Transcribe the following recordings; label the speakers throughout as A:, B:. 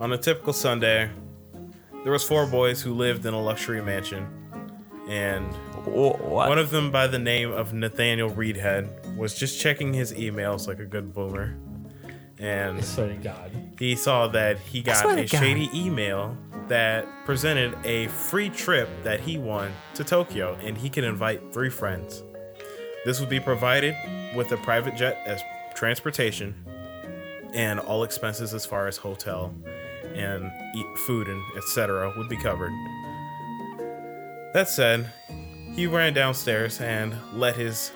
A: On a typical Sunday, there was four boys who lived in a luxury mansion, and
B: What?
A: one of them by the name of Nathaniel Reedhead was just checking his emails like a good boomer, and
C: So God.
A: he saw that he got
B: swear to
A: a
B: God.
A: shady email that presented a free trip that he won to Tokyo and he could invite three friends. This would be provided with a private jet as transportation and all expenses as far as hotel and eat food and etc would be covered. That said, he ran downstairs and let his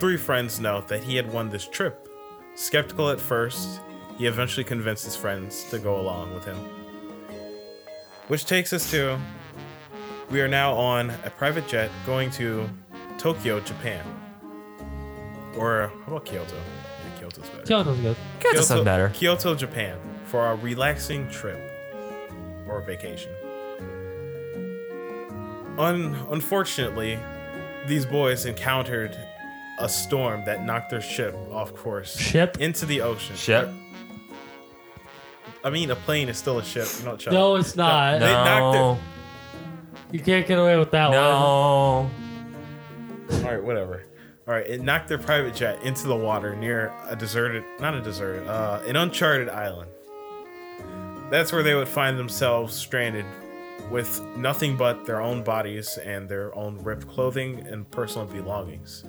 A: three friends know that he had won this trip. Skeptical at first, he eventually convinced his friends to go along with him. Which takes us to we are now on a private jet going to Tokyo, Japan. Or how about Kyoto? Yeah, Kyoto's better.
C: Kyoto's good.
B: Kyoto sound better.
A: Kyoto, Japan, for our relaxing trip or vacation. Un- unfortunately, these boys encountered a storm that knocked their ship off course.
C: Ship?
A: Into the ocean.
B: Ship.
A: I mean, a plane is still a ship. You're not
C: No, it's not.
A: They knocked it.
B: No.
C: You can't get away with that one.
B: No.
A: All right, whatever. All right, it knocked their private jet into the water near a deserted, not a deserted, uh, an uncharted island. That's where they would find themselves stranded with nothing but their own bodies and their own ripped clothing and personal belongings.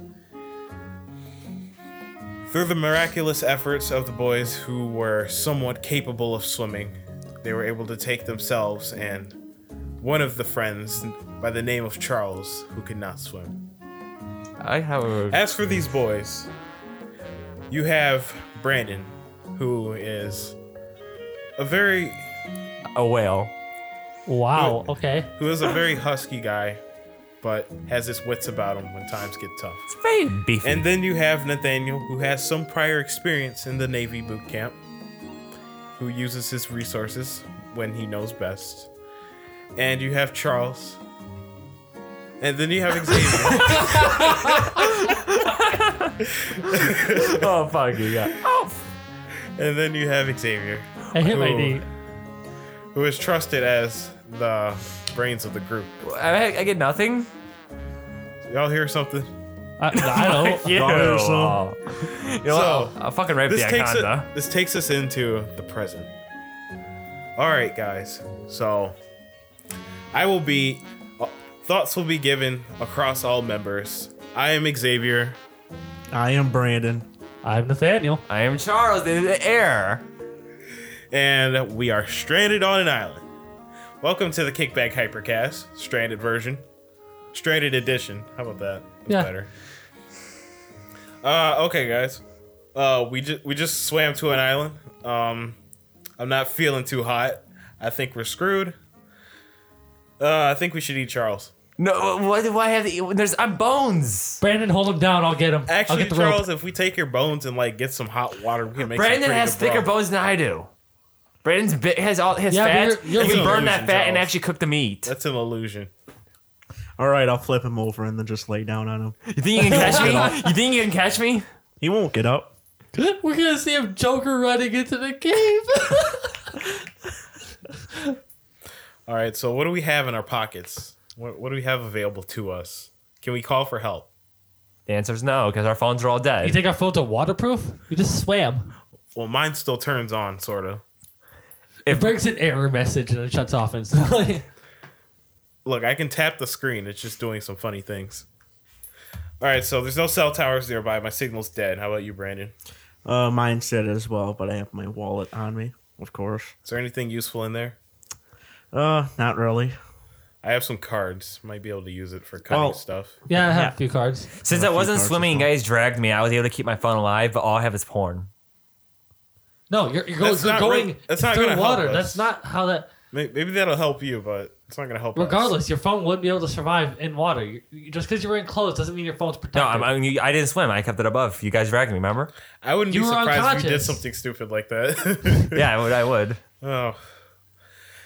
A: Through the miraculous efforts of the boys who were somewhat capable of swimming, they were able to take themselves and one of the friends by the name of Charles, who could not swim.
B: I have a.
A: As for these boys, you have Brandon, who is a very
B: a whale.
C: Wow. Okay.
A: who is a very husky guy, but has his wits about him when times get tough.
B: It's very beefy.
A: And then you have Nathaniel, who has some prior experience in the Navy boot camp, who uses his resources when he knows best. And you have Charles. And then you have Xavier.
B: oh fuck you got.
A: and then you have Xavier.
C: I hit my
A: Ooh.
C: knee.
A: who is trusted as the brains of the group.
B: I, I get nothing.
A: Y'all hear something?
C: I, I don't.
B: You.
C: Wow.
B: You know,
A: So,
B: I'll, I'll fucking rape
A: This
B: the
A: takes it,
B: anaconda.
A: this takes us into the present. All right, guys. So I will be uh, thoughts will be given across all members. I am Xavier.
D: I am Brandon.
C: I'm Nathaniel.
B: I am Charles in the air.
A: and we are stranded on an island. Welcome to the Kickback Hypercast, stranded version, stranded edition. How about that? That's
C: Yeah.
A: better. Uh, okay, guys. Uh, we just we just swam to an island. Um, I'm not feeling too hot. I think we're screwed. Uh, I think we should eat Charles.
B: No, why do I have to eat? There's I'm bones.
C: Brandon, hold him down. I'll get him.
A: Actually,
C: I'll get the rope.
A: Charles, if we take your bones and like get some hot water, we can make. some
B: Brandon
A: pretty
B: has
A: good
B: thicker
A: broth.
B: bones than I do. Brandon's bit has all his
C: Yeah, but
B: fat.
C: you're- you're
B: you can
A: an
B: burn that
A: illusion,
B: fat and
A: Charles.
B: actually cook the meat.
A: That's an illusion.
D: All right, I'll flip him over and then just lay down on him.
B: You think you can catch me? You think you can catch me?
D: He won't get up.
C: We're gonna see him Joker running into the cave.
A: All right, so what do we have in our pockets? What, what do we have available to us? Can we call for help?
B: The answer's no, because our phones are all
C: you
B: dead.
C: think our phones are waterproof? You just swam.
A: Well, mine still turns on, sort of.
C: It brings an error message and it shuts off instantly.
A: Look, I can tap the screen, it's just doing some funny things. All right, so there's no cell towers nearby. My signal's dead. How about you, Brandon?
D: Uh, mine said as well, but I have my wallet on me, of course.
A: Is there anything useful in there?
D: Uh, not really.
A: I have some cards. Might be able to use it for cutting
C: Oh.
D: Well-
A: stuff.
C: yeah, I have
D: Yeah.
C: a few cards.
B: Since
D: a
B: I
D: few
B: wasn't
D: cards
B: swimming and
D: as well.
B: guys dragged me, I was able to keep my phone alive, but all I have is porn.
C: No, you're, you're
A: That's
C: go-
A: not
C: going
A: re- that's not
C: through
A: gonna help
C: water.
A: us.
C: That's not how that.
A: May- Maybe that'll help you, but it's not gonna help. us.
C: Regardless, your phone wouldn't be able to survive in water. You, you, just because you're in clothes doesn't mean your phone's protected.
B: No, I'm, I, mean, I didn't swim. I kept it above. You guys dragged me, remember?
A: I wouldn't
C: You
A: be
C: were
A: surprised if you did
C: unconscious.
A: something stupid like that.
B: Yeah, I would. I would.
A: oh,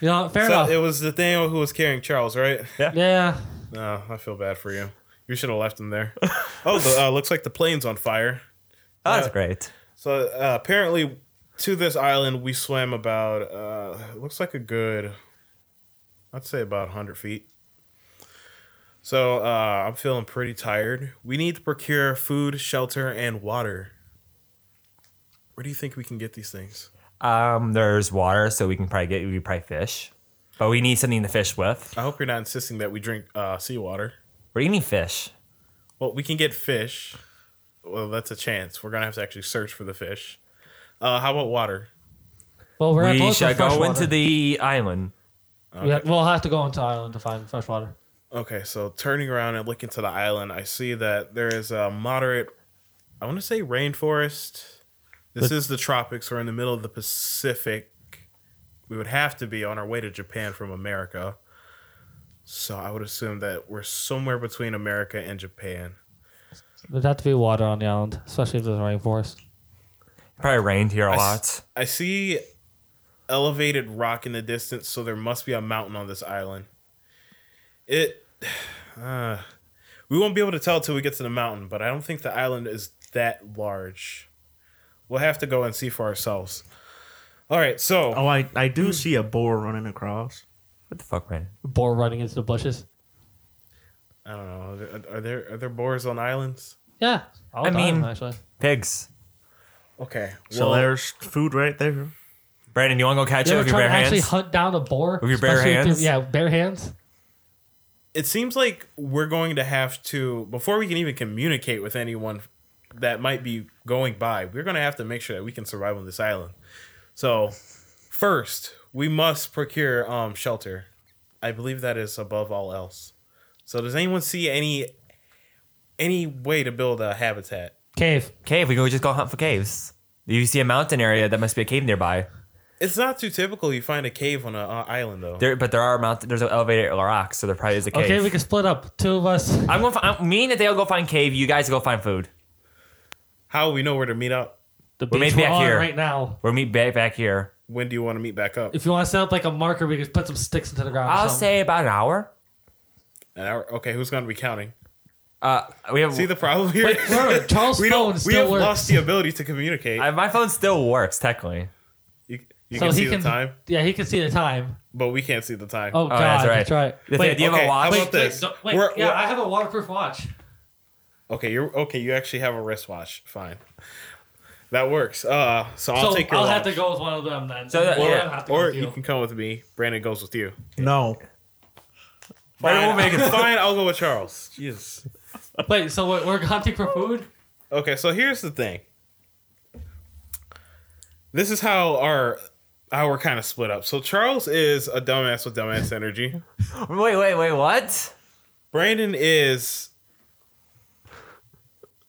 C: you know, fair
A: so
C: enough.
A: it was Nathaniel who was carrying Charles, right?
C: yeah.
A: No, Oh, I feel bad for you. You should have left him there. oh, the, uh, looks like the plane's on fire.
B: Oh, that's great.
A: So uh, apparently, to this island, we swam about uh it looks like a good I'd say about 100 feet. So, uh I'm feeling pretty tired. We need to procure food, shelter, and water. Where do you think we can get these things?
B: Um, there's water, so we can probably get we probably fish, but we need something to fish with.
A: I hope you're not insisting that we drink uh seawater.
B: We're eating fish.
A: Well, we can get fish. Well, that's a chance. We're going to have to actually search for the fish. Uh how about water?
C: Well, we're
B: we
C: both
B: should go into the island.
C: We'll have to go into Ireland to find fresh water.
A: Okay, so turning around and looking to the island, I see that there is a moderate, I want to say rainforest. This is the tropics. We're in the middle of the Pacific. We would have to be on our way to Japan from America. So I would assume that we're somewhere between America and Japan.
C: There'd have to be water on the island, especially if there's a rainforest.
B: It probably rained here a
A: I s-
B: lot.
A: I see elevated rock in the distance, so there must be a mountain on this island. It. Uh, we won't be able to tell till we get to the mountain, but I don't think the island is that large. We'll have to go and see for ourselves. All right, so
D: Oh, I, I
A: Hmm.
D: do see a boar running across.
B: What the fuck, man?
C: Boar running into the bushes.
A: I don't know. Are there are there, are there boars on islands?
C: Yeah, I'll
B: I
C: die,
B: mean-
C: actually,
B: Pigs.
A: Okay,
D: So
A: well,
D: there's food right there.
B: Brandon, you want to go catch
C: you
B: it
C: ever
B: with your
C: try to
B: bare
C: actually
B: hands?
C: hunt down a boar
B: With your bare
C: Especially
B: hands?
C: yeah, bare hands.
A: it seems like we're going to have to before we can even communicate with anyone that might be going by we're going to have to make sure that we can survive on this island so first we must procure um shelter i believe that is above all else so does anyone see any any way to build a habitat
C: Cave.
B: Cave. We go just go hunt for caves. If you see a mountain area, that must be a cave nearby.
A: it's not too typical you find a cave on an uh, island though
B: There, but there are mountain. There's an elevated rock, so there probably is a cave.
C: Okay, we can split up. Two of us.
B: I'm going. to I'm, me and Nathaniel go find cave. You guys go find food.
A: how we know where to meet up
C: The
B: We're
C: beach
B: maybe
C: we're
B: back
C: on
B: here.
C: right now.
B: We'll meet back back here.
A: when do you want to meet back up
C: If you want to set up like a marker, we can put some sticks into the ground. or
B: I'll
C: something.
B: say about an hour.
A: an hour okay who's going to be counting
B: Uh, we have.
A: see the problem here
C: Remember, Charles
A: we
C: Phone
A: don't. We
C: still
A: have
C: works.
A: lost the ability to communicate.
B: I, my phone still works technically.
A: you you can see the time,
C: Yeah, he can see the time.
A: but we can't see the time.
C: Oh,
B: Oh,
C: God,
B: that's
C: that's
B: right.
C: right. That's right.
B: Nathaniel,
C: Wait,
B: do you have
A: okay,
B: a watch?
A: how
C: wait,
A: about this?
C: wait, don't- wait,
A: We're-
C: yeah,
A: we're-
C: I have a waterproof watch.
A: Okay, you're okay. You actually have a wristwatch. Fine, that works. Uh, so I'll
C: so
A: take your.
C: I'll have
A: watch.
C: to go with one of them then.
B: So
C: So
B: that-
C: or,
B: yeah,
C: have to go
A: Or
C: with
A: you
C: you.
A: can come with me. Brandon goes with you.
D: No.
B: Brandon, we'll make it-
A: fine. I'll go with Charles. Jesus.
C: Wait, so we're, we're hunting for food?
A: Okay, so here's the thing. This is how our how we're kind of split up. So Charles is a dumbass with dumbass energy.
B: Wait, wait, wait. What?
A: Brandon is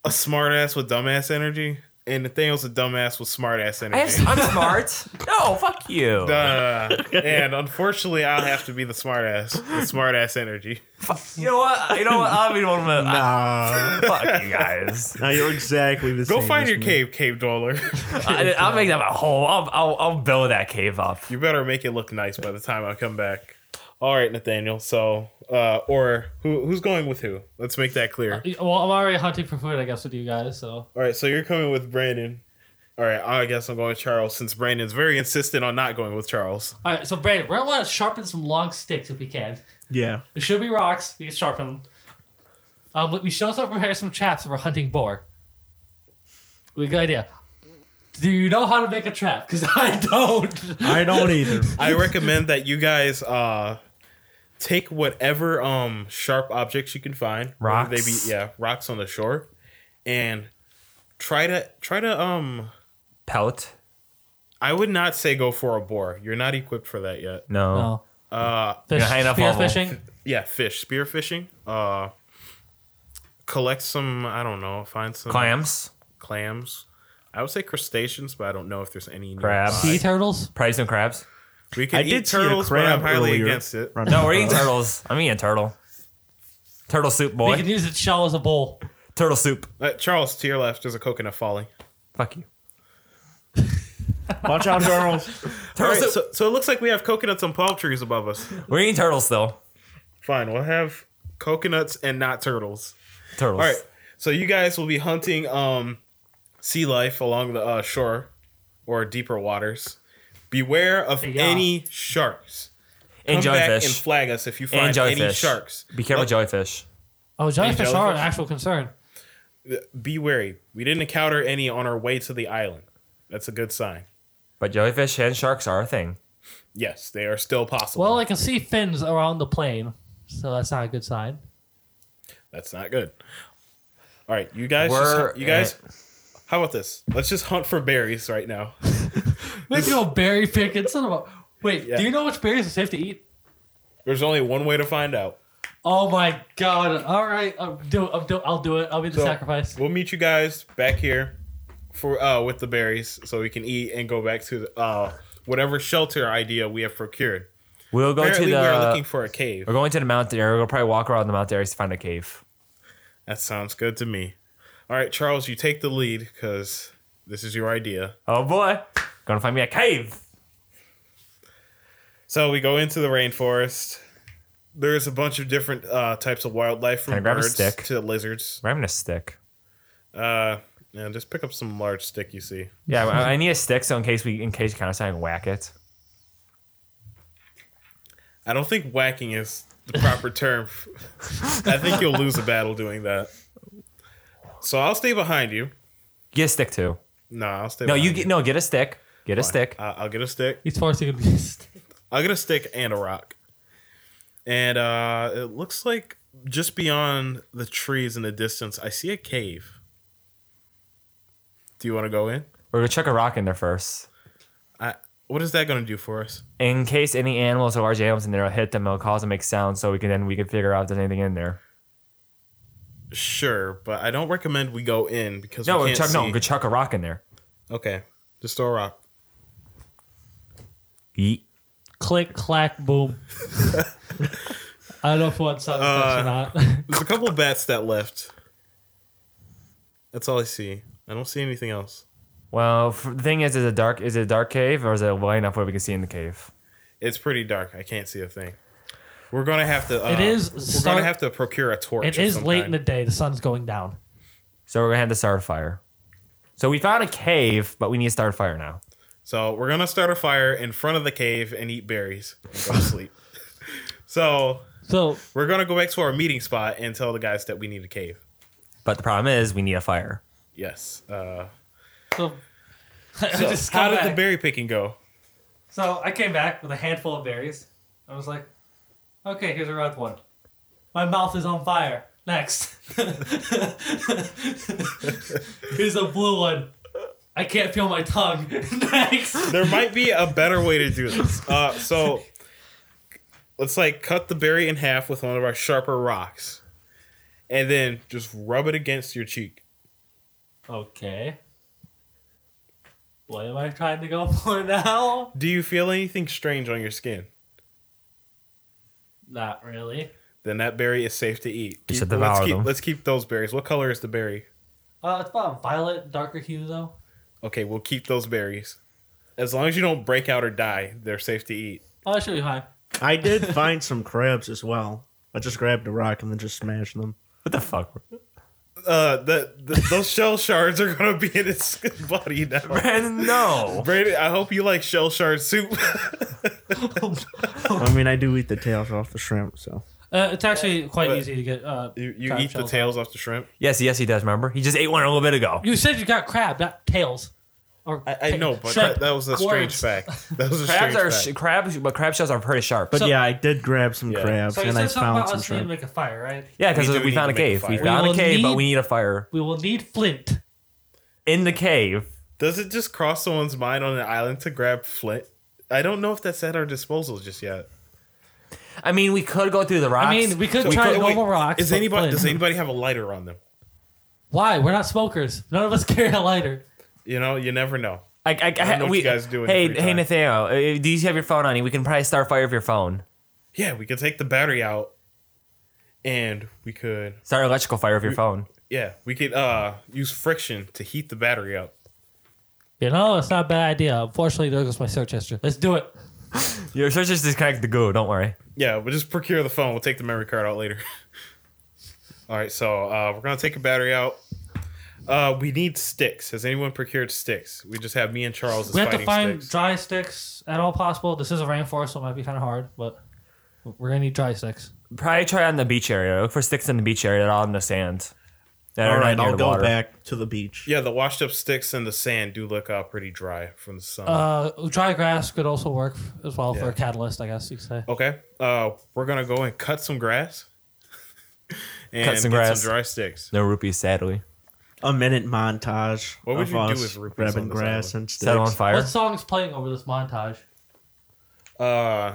A: a smartass with dumbass energy, and Nathaniel's a dumbass with smartass
B: I
A: energy.
B: have, I'm smart. No, fuck you.
A: Uh, and unfortunately, I'll have to be the smartass, the smartass energy.
B: You know what? You know what? I'll be one of them.
D: Nah.
B: Fuck you guys.
D: no, you're exactly the
A: Ah. Go
D: same.
A: find
D: as
A: your
D: me.
A: cave, cave dollar.
B: I, I'll make that my whole. I'll, I'll, I'll build that cave up.
A: you better make it look nice by the time I come back. All right, Nathaniel. So, uh, or who who's going with who? Let's make that
B: Uh,
A: clear.
C: Well, I'm already hunting for food, I guess, with you guys. So
A: All right, so you're coming with Brandon. All right, I guess I'm going with Charles since Brandon's very insistent on not going with Charles.
C: all right, so Brandon, we're gonna want to sharpen some long sticks if we can.
D: Yeah.
C: It should be rocks. We can sharpen them. Um, but we should also prepare some traps if we're hunting boar. We good idea. Do you know how to make a trap? Because I don't.
D: I don't either.
A: I recommend that you guys uh take whatever um sharp objects you can find. whether They be
B: Rocks.
A: yeah, rocks on the shore and try to try to um
B: Pelt?
A: I would not say go for a boar. You're not equipped for that yet.
B: No.
C: No.
A: Uh
C: Fish,
B: high enough
C: spear
B: level.
C: fishing.
A: yeah, fish, spear fishing. Uh collect some, I don't know, find some
B: Clams?
A: clams. I would say crustaceans, but I don't know if there's any
B: Crab.
A: nearby.
C: Sea turtles.
B: Probably some crabs.
A: We could
D: I
A: eat
D: did see
A: turtles,
D: a crab
A: but I'm highly
D: earlier.
A: against it.
D: Running
B: No, we're eating
D: across.
B: turtles. I'm eating a turtle. Turtle soup,
C: We
B: boy.
C: can use its shell as a bowl.
B: turtle soup.
A: Uh, Charles, to your left, there's a coconut falling.
B: Fuck you.
D: Watch out, Charles.
A: All
B: Turtle
A: right,
B: soup.
A: so, so it looks like we have coconuts on palm trees above us.
B: we're eating turtles, though.
A: Fine, we'll have coconuts and not turtles.
B: Turtles.
A: All right, so you guys will be hunting um, sea life along the uh, shore. or deeper waters. Beware of
C: Yeah.
A: any sharks.
B: And
A: Come back
B: jellyfish.
A: and flag us if you
B: And
A: find any
B: jellyfish.
A: sharks.
B: Be careful, jellyfish.
C: Oh, jellyfish are an
A: jellyfish?
C: actual concern.
A: Be wary. We didn't encounter any on our way to the island. That's a good sign.
B: But jellyfish and sharks are a thing.
A: Yes, they are still possible.
C: Well, I can see fins around the plane, so that's not a good sign.
A: That's not good. All right, you guys,
B: We're-
A: just, you guys, how about this? Let's just hunt for berries right now.
C: Maybe a berry picking. Son of a. Wait,
A: Yeah.
C: do you know which berries are safe to eat?
A: There's only one way to find out.
C: Oh my god! All right, I'll do, I'll do, I'll do it. I'll be the
A: So,
C: sacrifice.
A: We'll meet you guys back here for uh with the berries, so we can eat and go back to the, uh whatever shelter idea we have procured.
B: We'll go
A: Apparently,
B: to the.
A: we are
B: We
A: looking for a cave.
B: are going to the mountain area. We'll probably walk around the mountain areas to find a cave.
A: That sounds good to me. All right, Charles, you take the lead because this is your idea.
B: Oh boy, gonna find me a cave.
A: So we go into the rainforest. There's a bunch of different uh, types of wildlife
B: Can I
A: from
B: grab a
A: birds
B: stick?
A: to lizards.
B: I'm gonna stick.
A: Uh, yeah, just pick up some large stick you see.
B: Yeah, I, I need a stick so in case we in case you kind of and whack it.
A: I don't think whacking is the proper term. I think you'll lose a battle doing that. So I'll stay behind you.
B: Get a stick too.
A: No, I'll stay.
B: No,
A: behind
B: you get no. Get a stick. Get a stick.
A: I- I'll get a stick.
C: He's forcing a beast.
A: I'll get a stick and a rock. And uh, it looks like just beyond the trees in the distance, I see a cave. Do you want to go in?
B: We're gonna chuck a rock in there first.
A: I. What is that going to do for us?
B: In case any animals or large animals in there will hit them, it'll cause them to make sound so we can then we can figure out if there's anything in there.
A: Sure, but I don't recommend we go in because
B: No,
A: we can't
B: chuck no,
A: see.
B: go chuck a rock in there.
A: Okay, just throw a rock.
B: Yeet.
C: Click, clack, boom. I don't know if one sound
A: Uh,
C: effects or not.
A: There's a couple bats that left. That's all I see. I don't see anything else.
B: Well, f- the thing is, is it dark? Is it a dark cave, or is it light enough where we can see in the cave?
A: It's pretty dark. I can't see a thing. We're gonna have to. Uh,
C: It is
A: We're
C: start-
A: gonna have to procure a torch.
C: It
A: of
C: is
A: some
C: late in
A: kind.
C: the day. The sun's going down.
B: So we're gonna have to start a fire. So we found a cave, but we need to start a fire now.
A: So we're gonna start a fire in front of the cave and eat berries and go to sleep. So
C: So
A: we're gonna go back to our meeting spot and tell the guys that we need a cave.
B: But the problem is, we need a fire.
A: Yes. Uh,
C: So,
A: so
C: I just
A: how
C: come
A: did
C: back.
A: the berry picking go?
C: so I came back with a handful of berries. I was like, okay, here's a red one. My mouth is on fire. Next. here's a blue one. I can't feel my tongue. Next.
A: There might be a better way to do this. Uh, so let's like cut the berry in half with one of our sharper rocks, and then just rub it against your cheek.
C: Okay. What am I trying to go for now?
A: Do you feel anything strange on your skin?
C: Not really.
A: Then that berry is safe to eat.
B: You should
A: Keep- let's
B: devour
A: keep,
B: them.
A: Let's keep those berries. What color is the berry?
C: Uh, it's about a violet, darker hue though.
A: Okay, we'll keep those berries. As long as you don't break out or die, they're safe to eat.
C: Oh, that should be fine.
D: I did find some crabs as well. I just grabbed a rock and then just smashed them.
B: What the fuck?
A: Uh, the, the those shell shards are gonna be in his body now.
B: And no.
A: Brady, I hope you like shell shard soup.
D: I mean, I do eat the tails off the shrimp, so.
C: Uh, it's actually quite
A: But-
C: easy to get. Uh,
A: you you
C: crab
A: eat the
C: shells.
A: tails off the shrimp.
B: Yes, yes, he does. Remember, he just ate one a little bit ago.
C: You said you got crab, not tails. Or
A: I, I
C: ta-
A: know, but
C: shrimp,
A: that, that was a strange
C: gourds.
A: fact. That was a
B: Crabs are
A: strange
B: sh-
A: fact.
B: crabs, but crab shells are pretty sharp.
D: But
C: So-
D: yeah, I did grab some
A: Yeah.
D: crabs
C: So you
D: and I
C: said something
D: found
C: about
D: some
C: us needing to
D: shrimp.
C: make a fire, right?
B: yeah, because
A: We do
B: we,
A: need
B: found
A: to
B: a
A: make a
B: cave. We
A: fire.
B: found
C: We
B: a
C: will
B: cave, but
C: need-
B: we need a fire
C: We will need flint.
B: in the cave.
A: Does it just cross someone's mind on an island to grab flint? I don't know if that's at our disposal just yet.
B: I mean, we could go through the rocks.
C: I mean, we could
A: We
C: try
A: could- wait,
C: normal rocks.
A: Is
C: but
A: anybody
C: flint.
A: does anybody have a lighter on them?
C: Why? We're not smokers. None of us carry a lighter.
A: You know, you never know.
B: I, I,
A: I don't know what
B: we,
A: you guys do in
B: Hey,
A: your free
B: hey,
A: time.
B: Nathaniel, uh, do you have your phone on you? We can probably start a fire with your phone.
A: Yeah, we could take the battery out, and we could
B: Start an electrical fire with your phone.
A: yeah we could uh use friction to heat the battery up.
C: You know, it's not a bad idea. Unfortunately, there goes my search history. Let's do it.
B: Your search is disconnected to Google. Don't worry.
A: Yeah, we'll just procure the phone. We'll take the memory card out later. All right, so uh, we're gonna take a battery out. Uh, we need sticks. Has anyone procured sticks? We just have me and Charles is
C: we have
A: fighting
C: to find
A: sticks.
C: dry sticks at all possible. This is a rainforest, so it might be kind of hard, but we're gonna need dry sticks.
B: Probably try on the beach area. Look for sticks in the beach area that are on the sand. That
D: All
B: are not
D: right,
B: near
D: I'll
B: the
D: go
B: water.
D: back to the beach.
A: yeah, the washed up sticks and the sand do look uh, pretty dry from the sun.
C: Uh, dry grass could also work as well for
A: Yeah.
C: a catalyst, I guess you could say.
A: okay, uh, we're gonna go and cut some grass and
B: some
A: get
B: grass.
A: some dry sticks.
B: No rupees, sadly.
D: A minute montage
A: What would
D: of
A: you do
D: us
A: with rupees on
D: grabbing
A: this
D: grass
A: island?
D: and sticks.
B: Set on fire.
C: What song is playing over this montage?
A: Uh,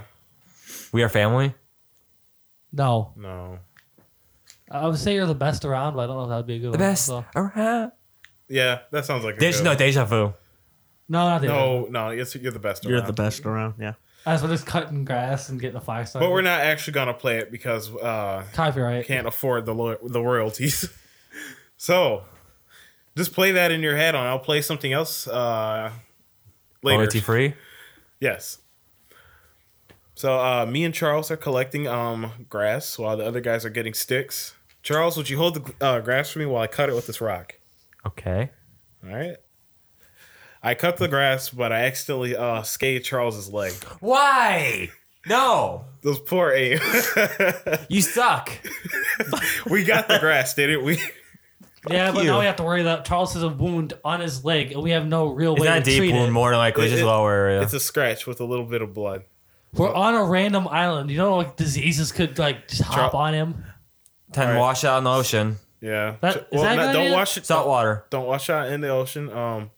B: We are family.
C: No,
A: no.
C: I I would say you're the best around, but I don't know if that'd be a good
B: The
C: one.
B: best
C: so-
B: around.
A: Yeah, that sounds like a
B: There's
A: good-
B: no deja vu.
C: No, not the no.
A: No, no, it's, you're the best.
D: You're
A: around.
D: the best around. Yeah.
C: As we're just cutting grass and getting a fire started.
A: But we're not actually gonna play it because uh,
C: copyright.
A: can't afford the lo- the royalties. so, just play that in your head, and I'll play something else uh, later.
B: Royalty free.
A: Yes. So uh, me and Charles are collecting um grass while the other guys are getting sticks. Charles, would you hold the uh, grass for me while I cut it with this rock?
B: Okay.
A: All right. I cut the grass, but I accidentally uh, scathed Charles's leg.
B: Why? No.
A: Those poor Abe.
B: You suck.
A: we got the grass, didn't we?
C: Yeah, but
B: you.
C: now we have to worry that Charles has a wound on his leg, and we have no real
B: It's
C: way
B: not
C: to
B: a deep
C: treat
B: wound,
C: it.
B: more than likely,
A: It-
B: just
A: it-
B: lower area.
A: It's a scratch with a little bit of blood.
C: We're on a random island. You know, like diseases could like just hop on him.
B: Ten
A: Alright.
B: wash out in the ocean.
A: Yeah.
C: That-
A: Ch-
C: is that a good
A: don't
C: idea?
A: wash it.
B: Salt water.
A: Don't wash out in the ocean. Um,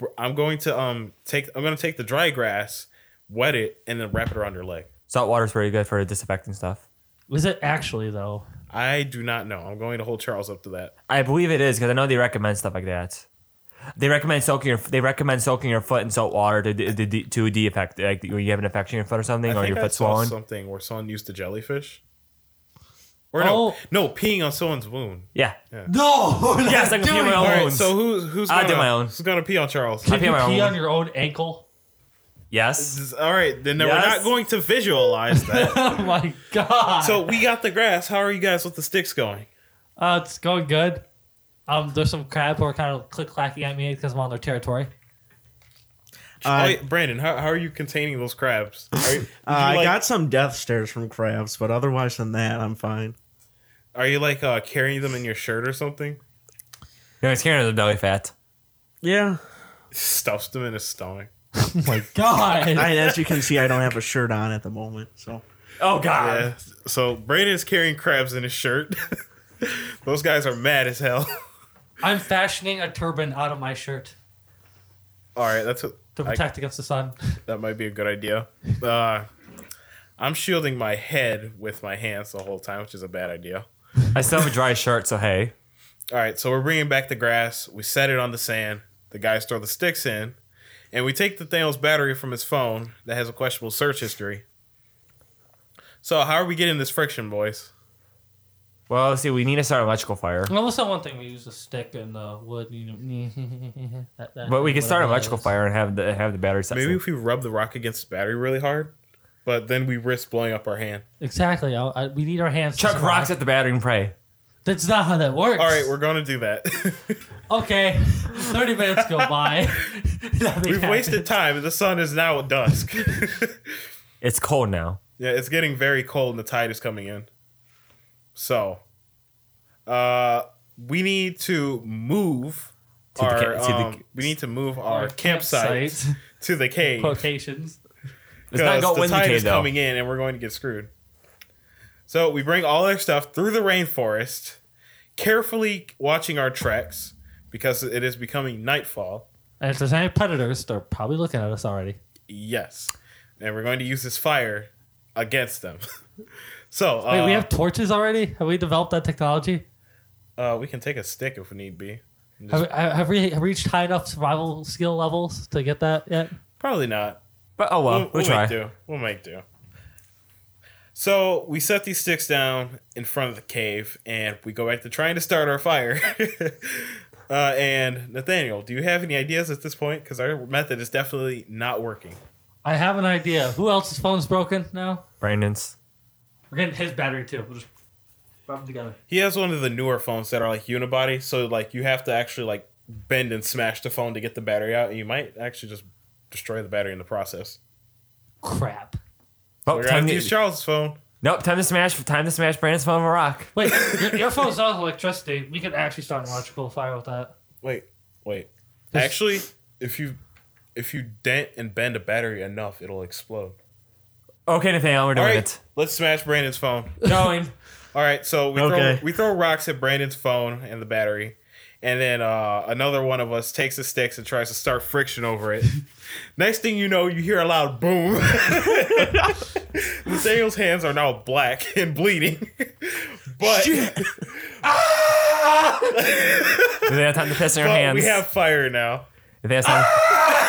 A: we're- I'm going to um take. I'm going to take the dry grass, wet it, and then wrap it around your leg.
B: Salt water's pretty good for disinfecting stuff.
C: Was it actually though?
A: I do not know. I'm going to hold Charles up to that.
B: I believe it is because I know they recommend stuff like that. They recommend soaking your they recommend soaking your foot in salt water to de- de- de- to de effect like when you have an infection in your foot or something
A: I
B: or
A: think
B: your
A: I
B: foot
A: saw
B: swollen.
A: something where someone used the jellyfish. Or no,
C: Oh.
A: no, peeing on someone's wound.
B: Yeah.
C: No.
B: Yes, I can pee on my
A: All
B: own
A: right,
B: wounds.
A: so who's who's
B: I
A: gonna,
B: did my own.
A: Who's gonna pee on Charles?
B: I
C: Can
B: pee
C: you
B: on my
C: pee
B: own-
C: on your own ankle?
B: yes.
A: All right, then
B: Yes.
A: we're not going to visualize that.
C: oh my god.
A: so we got the grass. How are you guys with the sticks going?
C: uh, it's going good. Um, there's some crabs who are kind of click clacking at me because I'm on their territory.
A: oh,
D: Uh,
A: yeah, Brandon, how, how are you containing those crabs? Are you,
D: Uh, I got some death stares from crabs, but otherwise than that, I'm fine.
A: Are you like uh, carrying them in your shirt or something?
B: You're scared of the belly fat.
D: Yeah.
A: Stuffs them in his stomach.
C: Oh my god.
D: I, as you can see, I don't have a shirt on at the moment, so
B: Oh
D: Uh,
B: god.
A: Yeah. So Brandon is carrying crabs in his shirt. those guys are mad as hell.
C: I'm fashioning a turban out of my shirt
A: All right, that's what,
C: to
A: I-
C: protect against the sun.
A: that might be a good idea. Uh, I'm shielding my head with my hands the whole time, which is a bad idea.
B: I still have a dry shirt, so hey.
A: All right, so we're bringing back the grass. We set it on the sand. The guys throw the sticks in, and we take the Thanos battery from his phone that has a questionable search history. So how are we getting this friction, boys?
B: Well, let's see, we need to start an electrical fire.
C: Well, that's not one thing we use a stick and uh, wood. You know, that- that-
B: But we can start an
C: whatever that
B: electrical
C: is.
B: fire and have the have the battery set.
A: Maybe if we rub the rock against the battery really hard, but then we risk blowing up our hand.
C: Exactly. I, I, we need our hands. to
B: Chuck
C: survive.
B: rocks at the battery and pray.
C: That's not how that works.
A: All right, we're gonna do that.
C: okay. Thirty minutes go by. Nothing
A: We've wasted
C: happened.
A: time. The sun is now at dusk.
B: It's cold now.
A: yeah, it's getting very cold, and the tide is coming in. So, uh, we need to move
B: To the
A: our.
B: ca- to the-
A: um, we need to move our, campsite,
C: Campsite.
A: to the cave
C: Quotations.
B: Let's not go
A: the
B: in the
A: tide
B: cave
A: is
B: though.
A: coming in, and we're going to get screwed. So we bring all our stuff through the rainforest, carefully watching our tracks because it is becoming nightfall.
C: And if there's any predators, they're probably looking at us already.
A: Yes. And we're going to use this fire against them. so uh,
C: Wait, we have torches already? Have we developed that technology?
A: uh, we can take a stick if we need be.
C: Have, uh, have we have we reached high enough survival skill levels to get that yet?
A: Probably not.
B: But oh well,
A: We'll,
B: we'll,
A: we'll
B: try.
A: make do. We'll make do. So we set these sticks down in front of the cave, and we go back to trying to start our fire. uh, and Nathaniel, do you have any ideas at this point? Because our method is definitely not working.
C: I have an idea. Who else's phone's broken now?
B: Brandon's.
C: We're getting his battery too. We'll just- Rub them together.
A: He has one of the newer phones that are like unibody, so like you have to actually like bend and smash the phone to get the battery out, and you might actually just destroy the battery in the process.
C: Crap.
B: Oh,
A: We're gonna have
B: time
A: to
B: to,
A: use Charles' phone.
B: nope, time to smash. Time to smash Brandon's phone with a rock.
C: Wait, your, your phone's not electricity. We could actually start an electrical fire with that.
A: Wait, wait. Actually, if you if you dent and bend a battery enough, it'll explode.
B: Okay, Nathaniel, we're
A: All
B: doing
A: right,
B: it.
A: let's smash Brandon's phone.
B: Going.
A: All right, so we
D: Okay.
A: throw we throw rocks at Brandon's phone and the battery, and then uh, another one of us takes the sticks and tries to start friction over it. Next thing you know, you hear a loud boom. Nathaniel's hands are now black and bleeding, but,
B: they have time to piss in your
A: but
B: hands.
A: we have fire now.
B: They have time.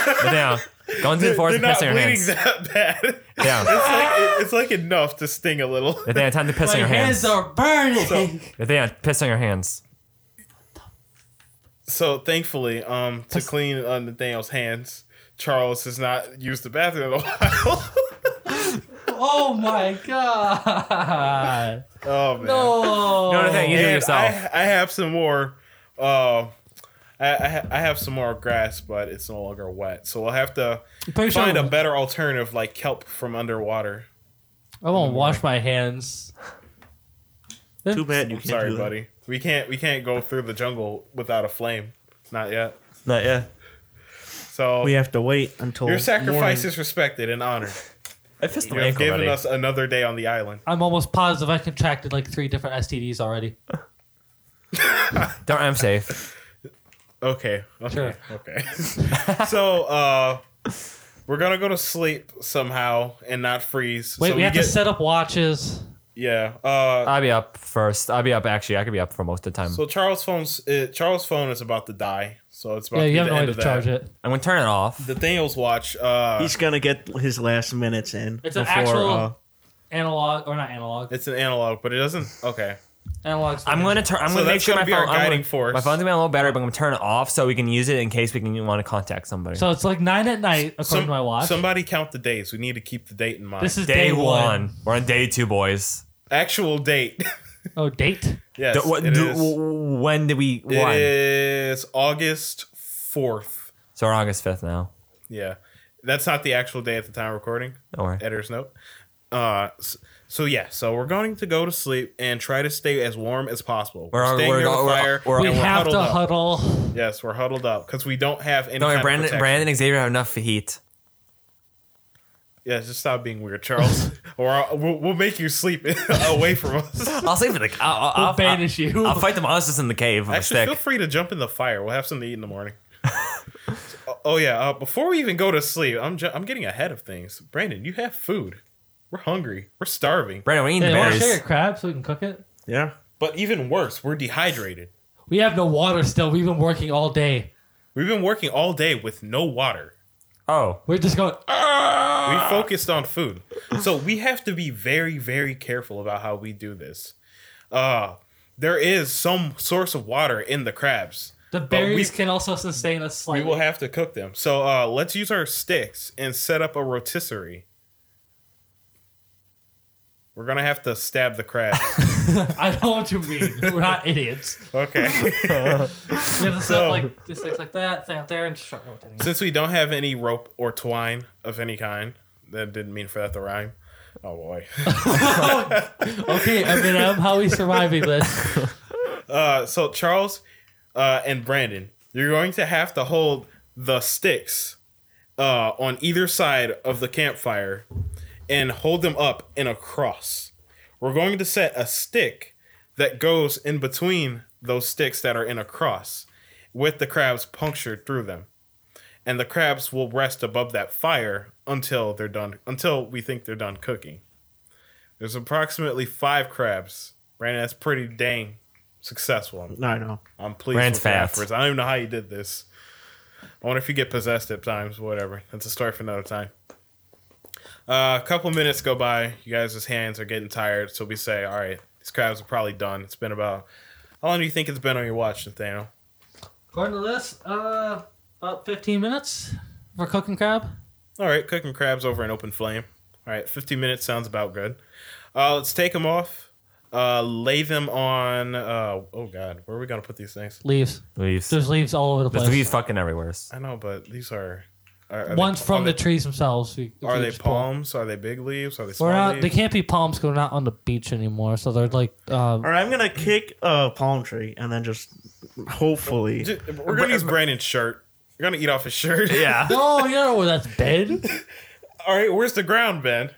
B: Nathaniel, go into the
A: They're,
B: forest
A: they're
B: and
A: not
B: piss in
A: bleeding
B: your hands.
A: that bad.
B: Yeah.
A: It's like, it- it's like enough to sting a little.
B: Nathaniel, time to piss
C: My
B: in your
C: hands
B: hands.
C: are burning.
B: Nathaniel, piss on your hands.
A: So thankfully, um, to clean uh, Nathaniel's hands, Charles has not used the bathroom in a while.
C: oh my god.
A: oh man.
C: Oh.
B: No, Nathaniel, you do it
A: And
B: yourself.
A: I, I have some more. Uh, I, I, ha- I have some more grass, but it's no longer wet. So we'll have to
C: Pretty sure
A: find a
C: I'm-
A: better alternative, like kelp from underwater.
C: I won't wash my hands.
D: Too bad you
A: I'm
D: can't
A: sorry,
D: do that.
A: buddy. We can't we can't go through the jungle without a flame. Not yet.
D: Not yet.
A: So
D: We have to wait until
A: your sacrifice
D: morning.
A: is respected and honored.
B: I pissed on
A: You
B: my
A: have
B: ankle
A: given
B: already.
A: us another day on the island.
C: I'm almost positive I contracted like three different STDs already.
B: Don't I'm safe.
A: Okay. Okay.
C: Sure.
A: Okay. so uh we're gonna go to sleep somehow and not freeze.
C: Wait,
A: so
C: we have
A: get,
C: to set up watches.
A: Yeah. Uh
B: I'll be up first. I'll be up actually. I could be up for most of the time.
A: so Charles phone's uh, Charles phone is about to die. So it's about
C: Yeah,
A: to be
C: you have
A: the
C: no way
A: end
C: to
A: of that.
C: charge it.
B: I'm gonna turn it off.
A: Nathaniel's watch, uh
D: He's gonna get his last minutes in.
C: It's an
D: before,
C: actual-
D: uh,
C: Analog or not analog?
A: it's an analog, but it doesn't okay.
C: Analog's.
B: I'm gonna turn. I'm
A: So
B: gonna make
A: that's
B: sure
A: gonna
B: my
A: be our
B: phone. I'm
A: guiding
B: gonna-
A: force.
B: My phone's gonna be on low battery, but I'm gonna turn it off so we can use it in case we can want to contact somebody.
C: So it's like nine at night according
A: Some-
C: to my watch.
A: Somebody count the days. We need to keep the date in mind.
C: this is
B: day, one. We're on day two, boys.
A: actual date.
C: Oh, date.
A: yes.
B: Do- what-
A: it
B: do-
A: is.
B: w- when did we?
A: It
B: One.
A: is August fourth.
B: So we're on August fifth now.
A: Yeah. That's not the actual day at the time of recording.
B: Don't worry.
A: editor's note. Uh, s- so yeah, so we're going to go to sleep and try to stay as warm as possible. We're,
B: We're-
A: staying
B: we're-
A: near the
B: we're-
A: fire.
B: we're-
A: and
C: We
B: we're
C: have
A: huddled
C: to
A: up.
C: huddle.
A: Yes, we're huddled up because we don't have any.
B: Don't worry.
A: kind
B: Brandon,
A: of protection.
B: Brandon, and Xavier have enough heat.
A: Yeah, just stop being weird, Charles, or I'll, we'll, we'll make you sleep away from us.
B: I'll sleep in the. I'll, I'll,
C: We'll
B: I'll
C: banish you.
B: I'll, fight the monsters in the cave with
A: Actually,
B: a
A: feel
B: stick.
A: free to jump in the fire. We'll have something to eat in the morning. So- oh yeah, uh, before we even go to sleep, I'm ju- I'm getting ahead of things. Brandon, you have food. We're hungry. We're starving.
B: Brandon, we need
C: Hey, you want to share your
B: berries.
C: crab so we can cook it?
D: yeah.
A: But even worse, we're dehydrated.
C: We have no water still. We've been working all day.
A: We've been working all day with no water.
B: Oh,
C: We're just going. "Uh,
A: We focused on food. So we have to be very, very careful about how we do this. Uh there is some source of water in the crabs.
C: The
A: but we-
C: berries can also sustain us
A: we,
C: slightly.
A: will have to cook them. So uh let's use our sticks and set up a rotisserie. We're gonna have to stab the crab.
C: I know what you mean. We're not idiots.
A: Okay.
C: We have to set
A: So-
C: up like this, like, like that, thing out there, and just shut it down.
A: Since we don't have any rope or twine of any kind, that didn't mean for that to rhyme. Oh boy.
C: Okay, Eminem, how are we surviving this?
A: Uh, so Charles uh, and Brandon, you're going to have to hold the sticks uh, on either side of the campfire and hold them up in a cross. We're going to set a stick that goes in between those sticks that are in a cross with the crabs punctured through them. And the crabs will rest above that fire until they're done until we think they're done cooking. There's approximately five crabs. Brandon, that's pretty dang successful. I'm
D: I know.
A: I'm pleased
B: Rand's
A: with your
B: fast.
A: efforts. I don't even know how you did this. I wonder if you get possessed at times. Whatever. That's a story for another time. Uh, a couple minutes go by. You guys' hands are getting tired, so we say, "All right, these crabs are probably done." It's been about how long do you think it's been on your watch, Nathaniel?
C: According to this, uh, about 15 minutes for cooking crab.
A: All right, cooking crabs over an open flame. All right, 15 minutes sounds about good. Uh, let's take them off. Uh, lay them on. Uh, oh God, where are we gonna put these things?
C: Leaves.
B: Leaves.
C: There's leaves all over the
B: There's
C: place.
B: leaves fucking everywhere.
A: I know, but these are. are, are
C: Ones
A: they-
C: from
A: are
C: the
A: they-
C: trees themselves. We-
A: Are
C: we
A: they
C: just pull.
A: palms? Are they big leaves? Are they small
C: We're not.
A: leaves?
C: They can't be palms because we're not on the beach anymore. So they're like. Uh,
D: All right, I'm gonna kick a palm tree and then just hopefully.
A: Ju- We're gonna use Brandon's shirt. We're gonna eat off his shirt.
B: Yeah.
C: oh, you know where that's been.
A: All right. Where's the ground, Ben?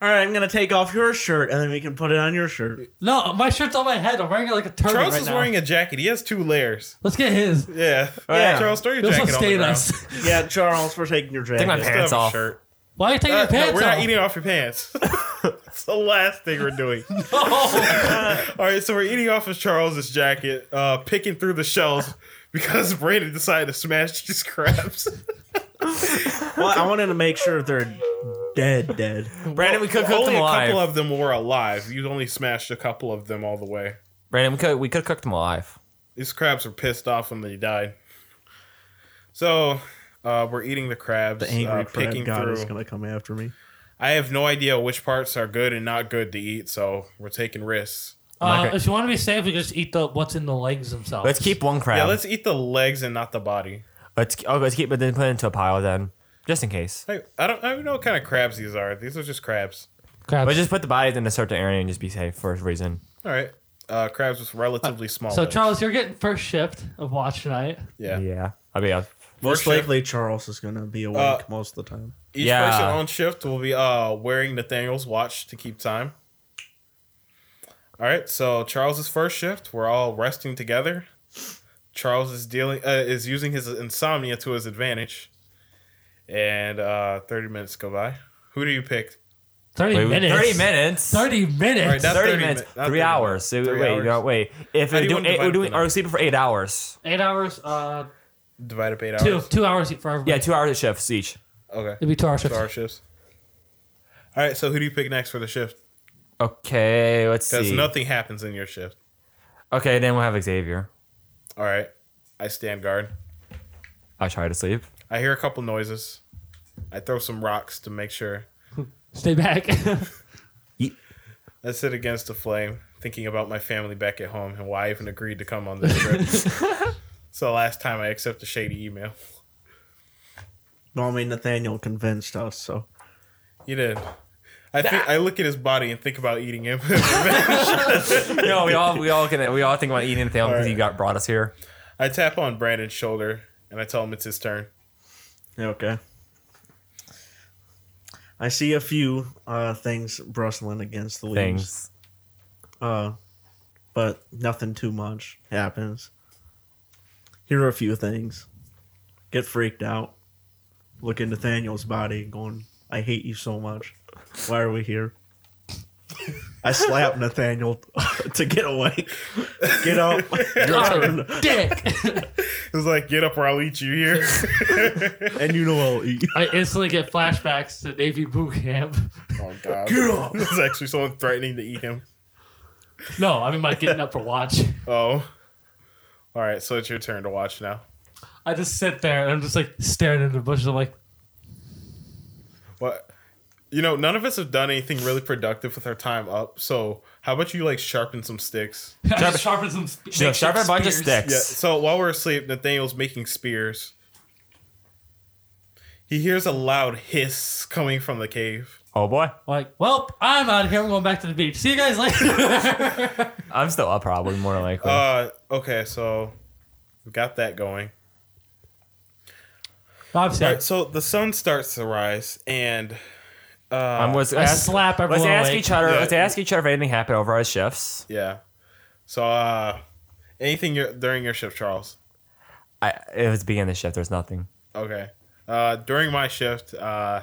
D: All right, I'm gonna take off your shirt and then we can put it on your shirt.
C: No, my shirt's on my head. I'm wearing it like a turban
A: Charles
C: right
A: is
C: now.
A: wearing a jacket. He has two layers.
C: Let's get his.
A: Yeah.
D: Yeah.
A: Charles, throw your
C: This one
A: jacket on the
C: stayed
A: ground.
C: us.
D: Yeah, Charles, we're taking your jacket.
B: my
A: Just
B: Pants
A: throw his
B: off.
A: Shirt.
C: Why are you taking
A: Uh,
C: your pants
A: no, we're
C: off?
A: not eating off your pants. It's the last thing we're doing. All right, so we're eating off of Charles's jacket, uh, picking through the shells because Brandon decided to smash these crabs.
D: Well, I wanted to make sure they're dead, dead.
B: Brandon, we could cook
A: only
B: them
A: a
B: alive.
A: couple of them were alive. You only smashed a couple of them all the way.
B: Brandon, we could we could cook them alive.
A: These crabs were pissed off when they died. So uh, we're eating the crabs,
D: The angry
A: uh,
D: crab
A: picking
D: god
A: through.
D: is gonna come after me.
A: I have no idea which parts are good and not good to eat, so we're taking risks.
C: Uh,
B: Okay.
C: If you want to be safe, we just eat the what's in the legs themselves.
B: Let's keep one crab.
A: Yeah, let's eat the legs and not the body.
B: let's oh let's keep it then put it into a pile then, just in case.
A: Hey, I don't, I don't know what kind of crabs these are. These are just crabs.
C: crabs.
B: But just put the bodies in a certain area and just be safe for a reason.
A: All right. Uh, crabs was relatively small.
C: so
A: though.
C: Charles, you're getting first shift of watch tonight.
A: yeah.
B: Yeah. I mean, uh,
D: Most
A: shift-
D: likely, Charles is gonna be awake
A: Uh,
D: most of the time.
A: Each
B: Yeah.
A: person on shift will be uh, wearing Nathaniel's watch to keep time. All right, so Charles's first shift, we're all resting together. Charles is dealing uh, is using his insomnia to his advantage, and uh, thirty minutes go by. Who do you pick?
C: Thirty
B: wait,
C: minutes.
B: Thirty minutes.
C: 30 minutes.
A: All right, that's-
B: 30
A: 30
B: minutes.
A: mi- not
B: three
A: 30
B: hours.
A: minutes. Three
B: wait,
A: hours.
B: no, wait. If
A: How do
B: we're
A: you
B: doing,
A: wanna
B: eight,
A: divide
B: we're
A: up
B: doing,
A: the
B: are we sleeping for eight hours?
C: eight hours. Uh,
A: Divide up eight hours.
C: two two hours for everybody.
B: Yeah, two hours of shifts each.
A: Okay.
C: It'd be two hour
A: Two
C: shifts.
A: hour shifts. All right, so who do you pick next for the shift?
B: Okay, let's
A: Because
B: see.
A: nothing happens in your shift.
B: okay, then we'll have Xavier.
A: All right, I stand guard.
B: I try to sleep.
A: I hear a couple noises. I throw some rocks to make sure.
C: Stay back.
A: I sit against the flame, thinking about my family back at home and why I even agreed to come on this trip. it's the last time I accept a shady email.
D: Well, I mean, Nathaniel convinced us, so
A: You did. I think I look at his body and think about eating him.
B: no, we all we all can we all think about eating Nathaniel because he
A: right.
B: got brought us here.
A: I tap on Brandon's shoulder and I tell him it's his turn.
D: Yeah, okay. I see a few uh, things brustling against the leaves,
B: Things.
D: Uh, but nothing too much happens. Here are a few things. Get freaked out. Look at Nathaniel's body, going, "I hate you so much. Why are we here?" I slap Nathaniel to get away. Get up.
C: God, dick.
A: It's like, get up or I'll eat you here.
D: and you know I'll eat. you.
C: I instantly get flashbacks to Navy boot camp.
A: oh god.
D: Get up.
A: It's actually someone threatening to eat him.
C: No, I mean my getting up for watch.
A: Oh. Alright, so it's your turn to watch now.
C: I just sit there and I'm just like staring into the bushes. I'm like,
A: What? You know, none of us have done anything really productive with our time up. So, how about you like sharpen some sticks?
C: I just sharpen some. sp-
B: Sharp, sharp a
C: makeshift
B: bunch of
C: spears.
B: sticks.
A: Yeah. So while we're asleep, Nathaniel's making spears. He hears a loud hiss coming from the cave.
B: Oh boy,
C: Like, well, I'm out of here. I'm going back to the beach. See you guys later.
B: I'm still up probably more than likely.
A: Uh, okay, so we've got that going.
C: Bob
A: All
C: said,
A: right, so the sun starts to rise, and uh,
B: um, let's
C: I
B: ask,
C: slap
B: let's
C: everyone
B: ask
C: awake.
B: each other.
A: Yeah.
B: Let's ask each other if anything happened over our shifts.
A: yeah. So, uh, anything you during your shift, Charles?
B: I, it was beginning of the shift. There's nothing.
A: Okay. Uh, during my shift, a uh,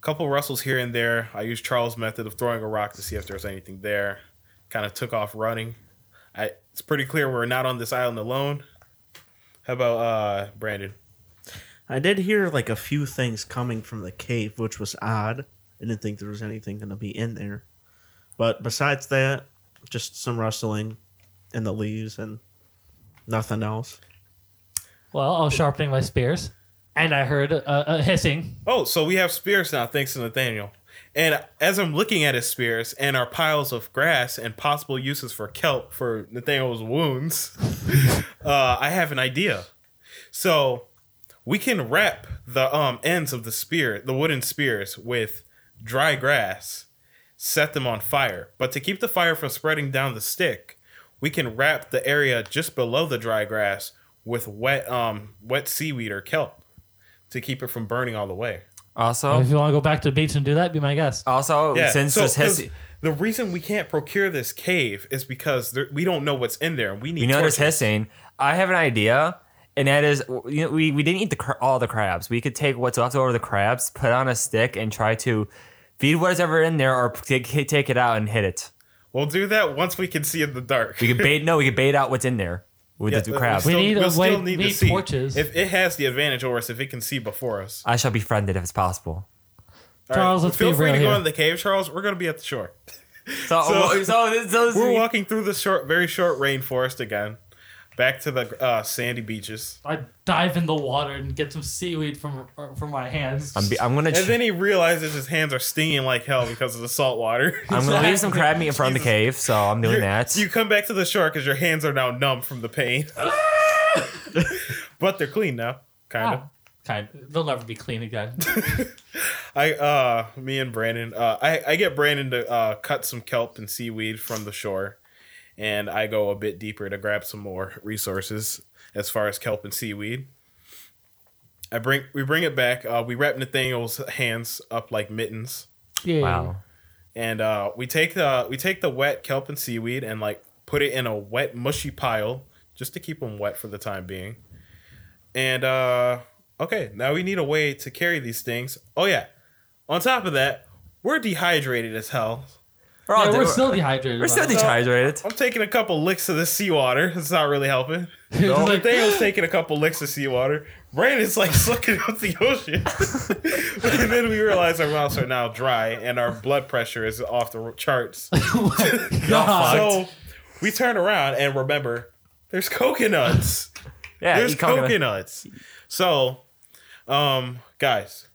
A: couple rustles here and there. I used Charles' method of throwing a rock to see if there's anything there. Kind of took off running. I, it's pretty clear we're not on this island alone. How about uh, Brandon?
D: I did hear like a few things coming from the cave, which was odd. I didn't think there was anything going to be in there. But besides that, just some rustling in the leaves and nothing else.
C: well, I was sharpening my spears, and I heard a, a, a hissing.
A: Oh, so we have spears now, thanks to Nathaniel. And as I'm looking at his spears and our piles of grass and possible uses for kelp for Nathaniel's wounds, uh, I have an idea. So we can wrap the um, ends of the spear, the wooden spears, with dry grass, set them on fire. But to keep the fire from spreading down the stick, we can wrap the area just below the dry grass with wet, um, wet seaweed or kelp to keep it from burning all the way.
B: Also,
C: If you want to go back to the beach and do that, be my guest.
B: also
A: Yeah,
B: since
A: so,
B: this
A: because
B: history,
A: the reason we can't procure this cave is because there, we don't know what's in there, and we need.
B: you know there's
A: torches.
B: hissing. I have an idea, and that is you know, we we didn't eat the cra- all the crabs. We could take what's left over of the crabs, put on a stick, and try to feed whatever in there, or take, take it out and hit it.
A: We'll do that once we can see in the dark.
B: We could bait. no, we could bait out what's in there with
A: Yeah, uh,
B: the
A: but
B: crabs.
C: We need a
A: still
C: way-
A: to
C: need
A: see.
C: torches.
A: If it has the advantage over us, if it can see before us.
B: I shall be friended if it's possible.
A: All right,
C: Charles, let's
A: feel
C: be
A: free
C: real
A: to go
C: here.
A: in the cave, Charles. We're going to be at the shore.
B: So,
A: So-
B: so, so, so
A: We're walking through the short, very short rainforest again, back to the uh, sandy beaches.
C: I dive in the water and get some seaweed from uh, from my hands.
B: I'm, be, I'm gonna.
A: And
B: ch-
A: then he realizes his hands are stinging like hell because of the salt water.
B: I'm gonna leave some crab meat in front of the cave, so I'm doing that.
A: You come back to the shore because your hands are now numb from the pain. but they're clean now, kind of.
C: Ah, kind. They'll never be clean again.
A: I, uh, me and Brandon, uh, I, I get Brandon to uh, cut some kelp and seaweed from the shore, and I go a bit deeper to grab some more resources as far as kelp and seaweed. I bring we bring it back. Uh, we wrap Nathaniel's hands up like mittens.
C: Yeah.
B: wow.
A: and uh, we take the we take the wet kelp and seaweed and like put it in a wet mushy pile just to keep them wet for the time being and uh okay now we need a way to carry these things oh yeah on top of that we're dehydrated as hell
B: We're, all
C: Yeah, we're
B: Oh, we're-
C: still dehydrated.
B: we're still
C: by the way.
B: dehydrated.
A: i'm taking a couple licks of the seawater it's not really helping
C: It's
A: so
C: like,
A: Nathaniel's taking a couple licks of seawater. Brandon's like sucking up the ocean. and then we realize our mouths are now dry and our blood pressure is off the charts.
C: God.
A: So we turn around and remember there's coconuts.
B: Yeah,
A: There's
B: eat coconut.
A: coconuts. So, um, guys,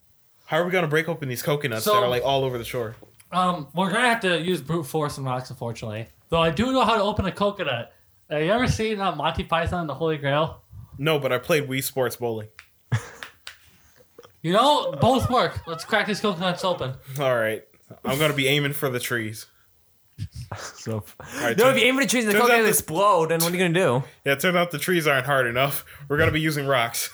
A: how are we gonna break open these coconuts
C: So-
A: that are like all over the shore?
C: Um, we're gonna have to use brute force and rocks, unfortunately. Though I do know how to open a coconut. Have you ever seen uh, Monty Python and the Holy Grail?
A: No, but I played Wii Sports Bowling.
C: You know, both work. Let's crack these coconuts open.
A: All right, I'm gonna be aiming for the trees.
B: So,
A: right,
B: no,
A: turn-
B: if you aim at the trees and the
A: turns out
B: coconut
A: the-
B: explode, then what are you gonna do?
A: Yeah, it turned out the trees aren't hard enough. We're gonna be using rocks.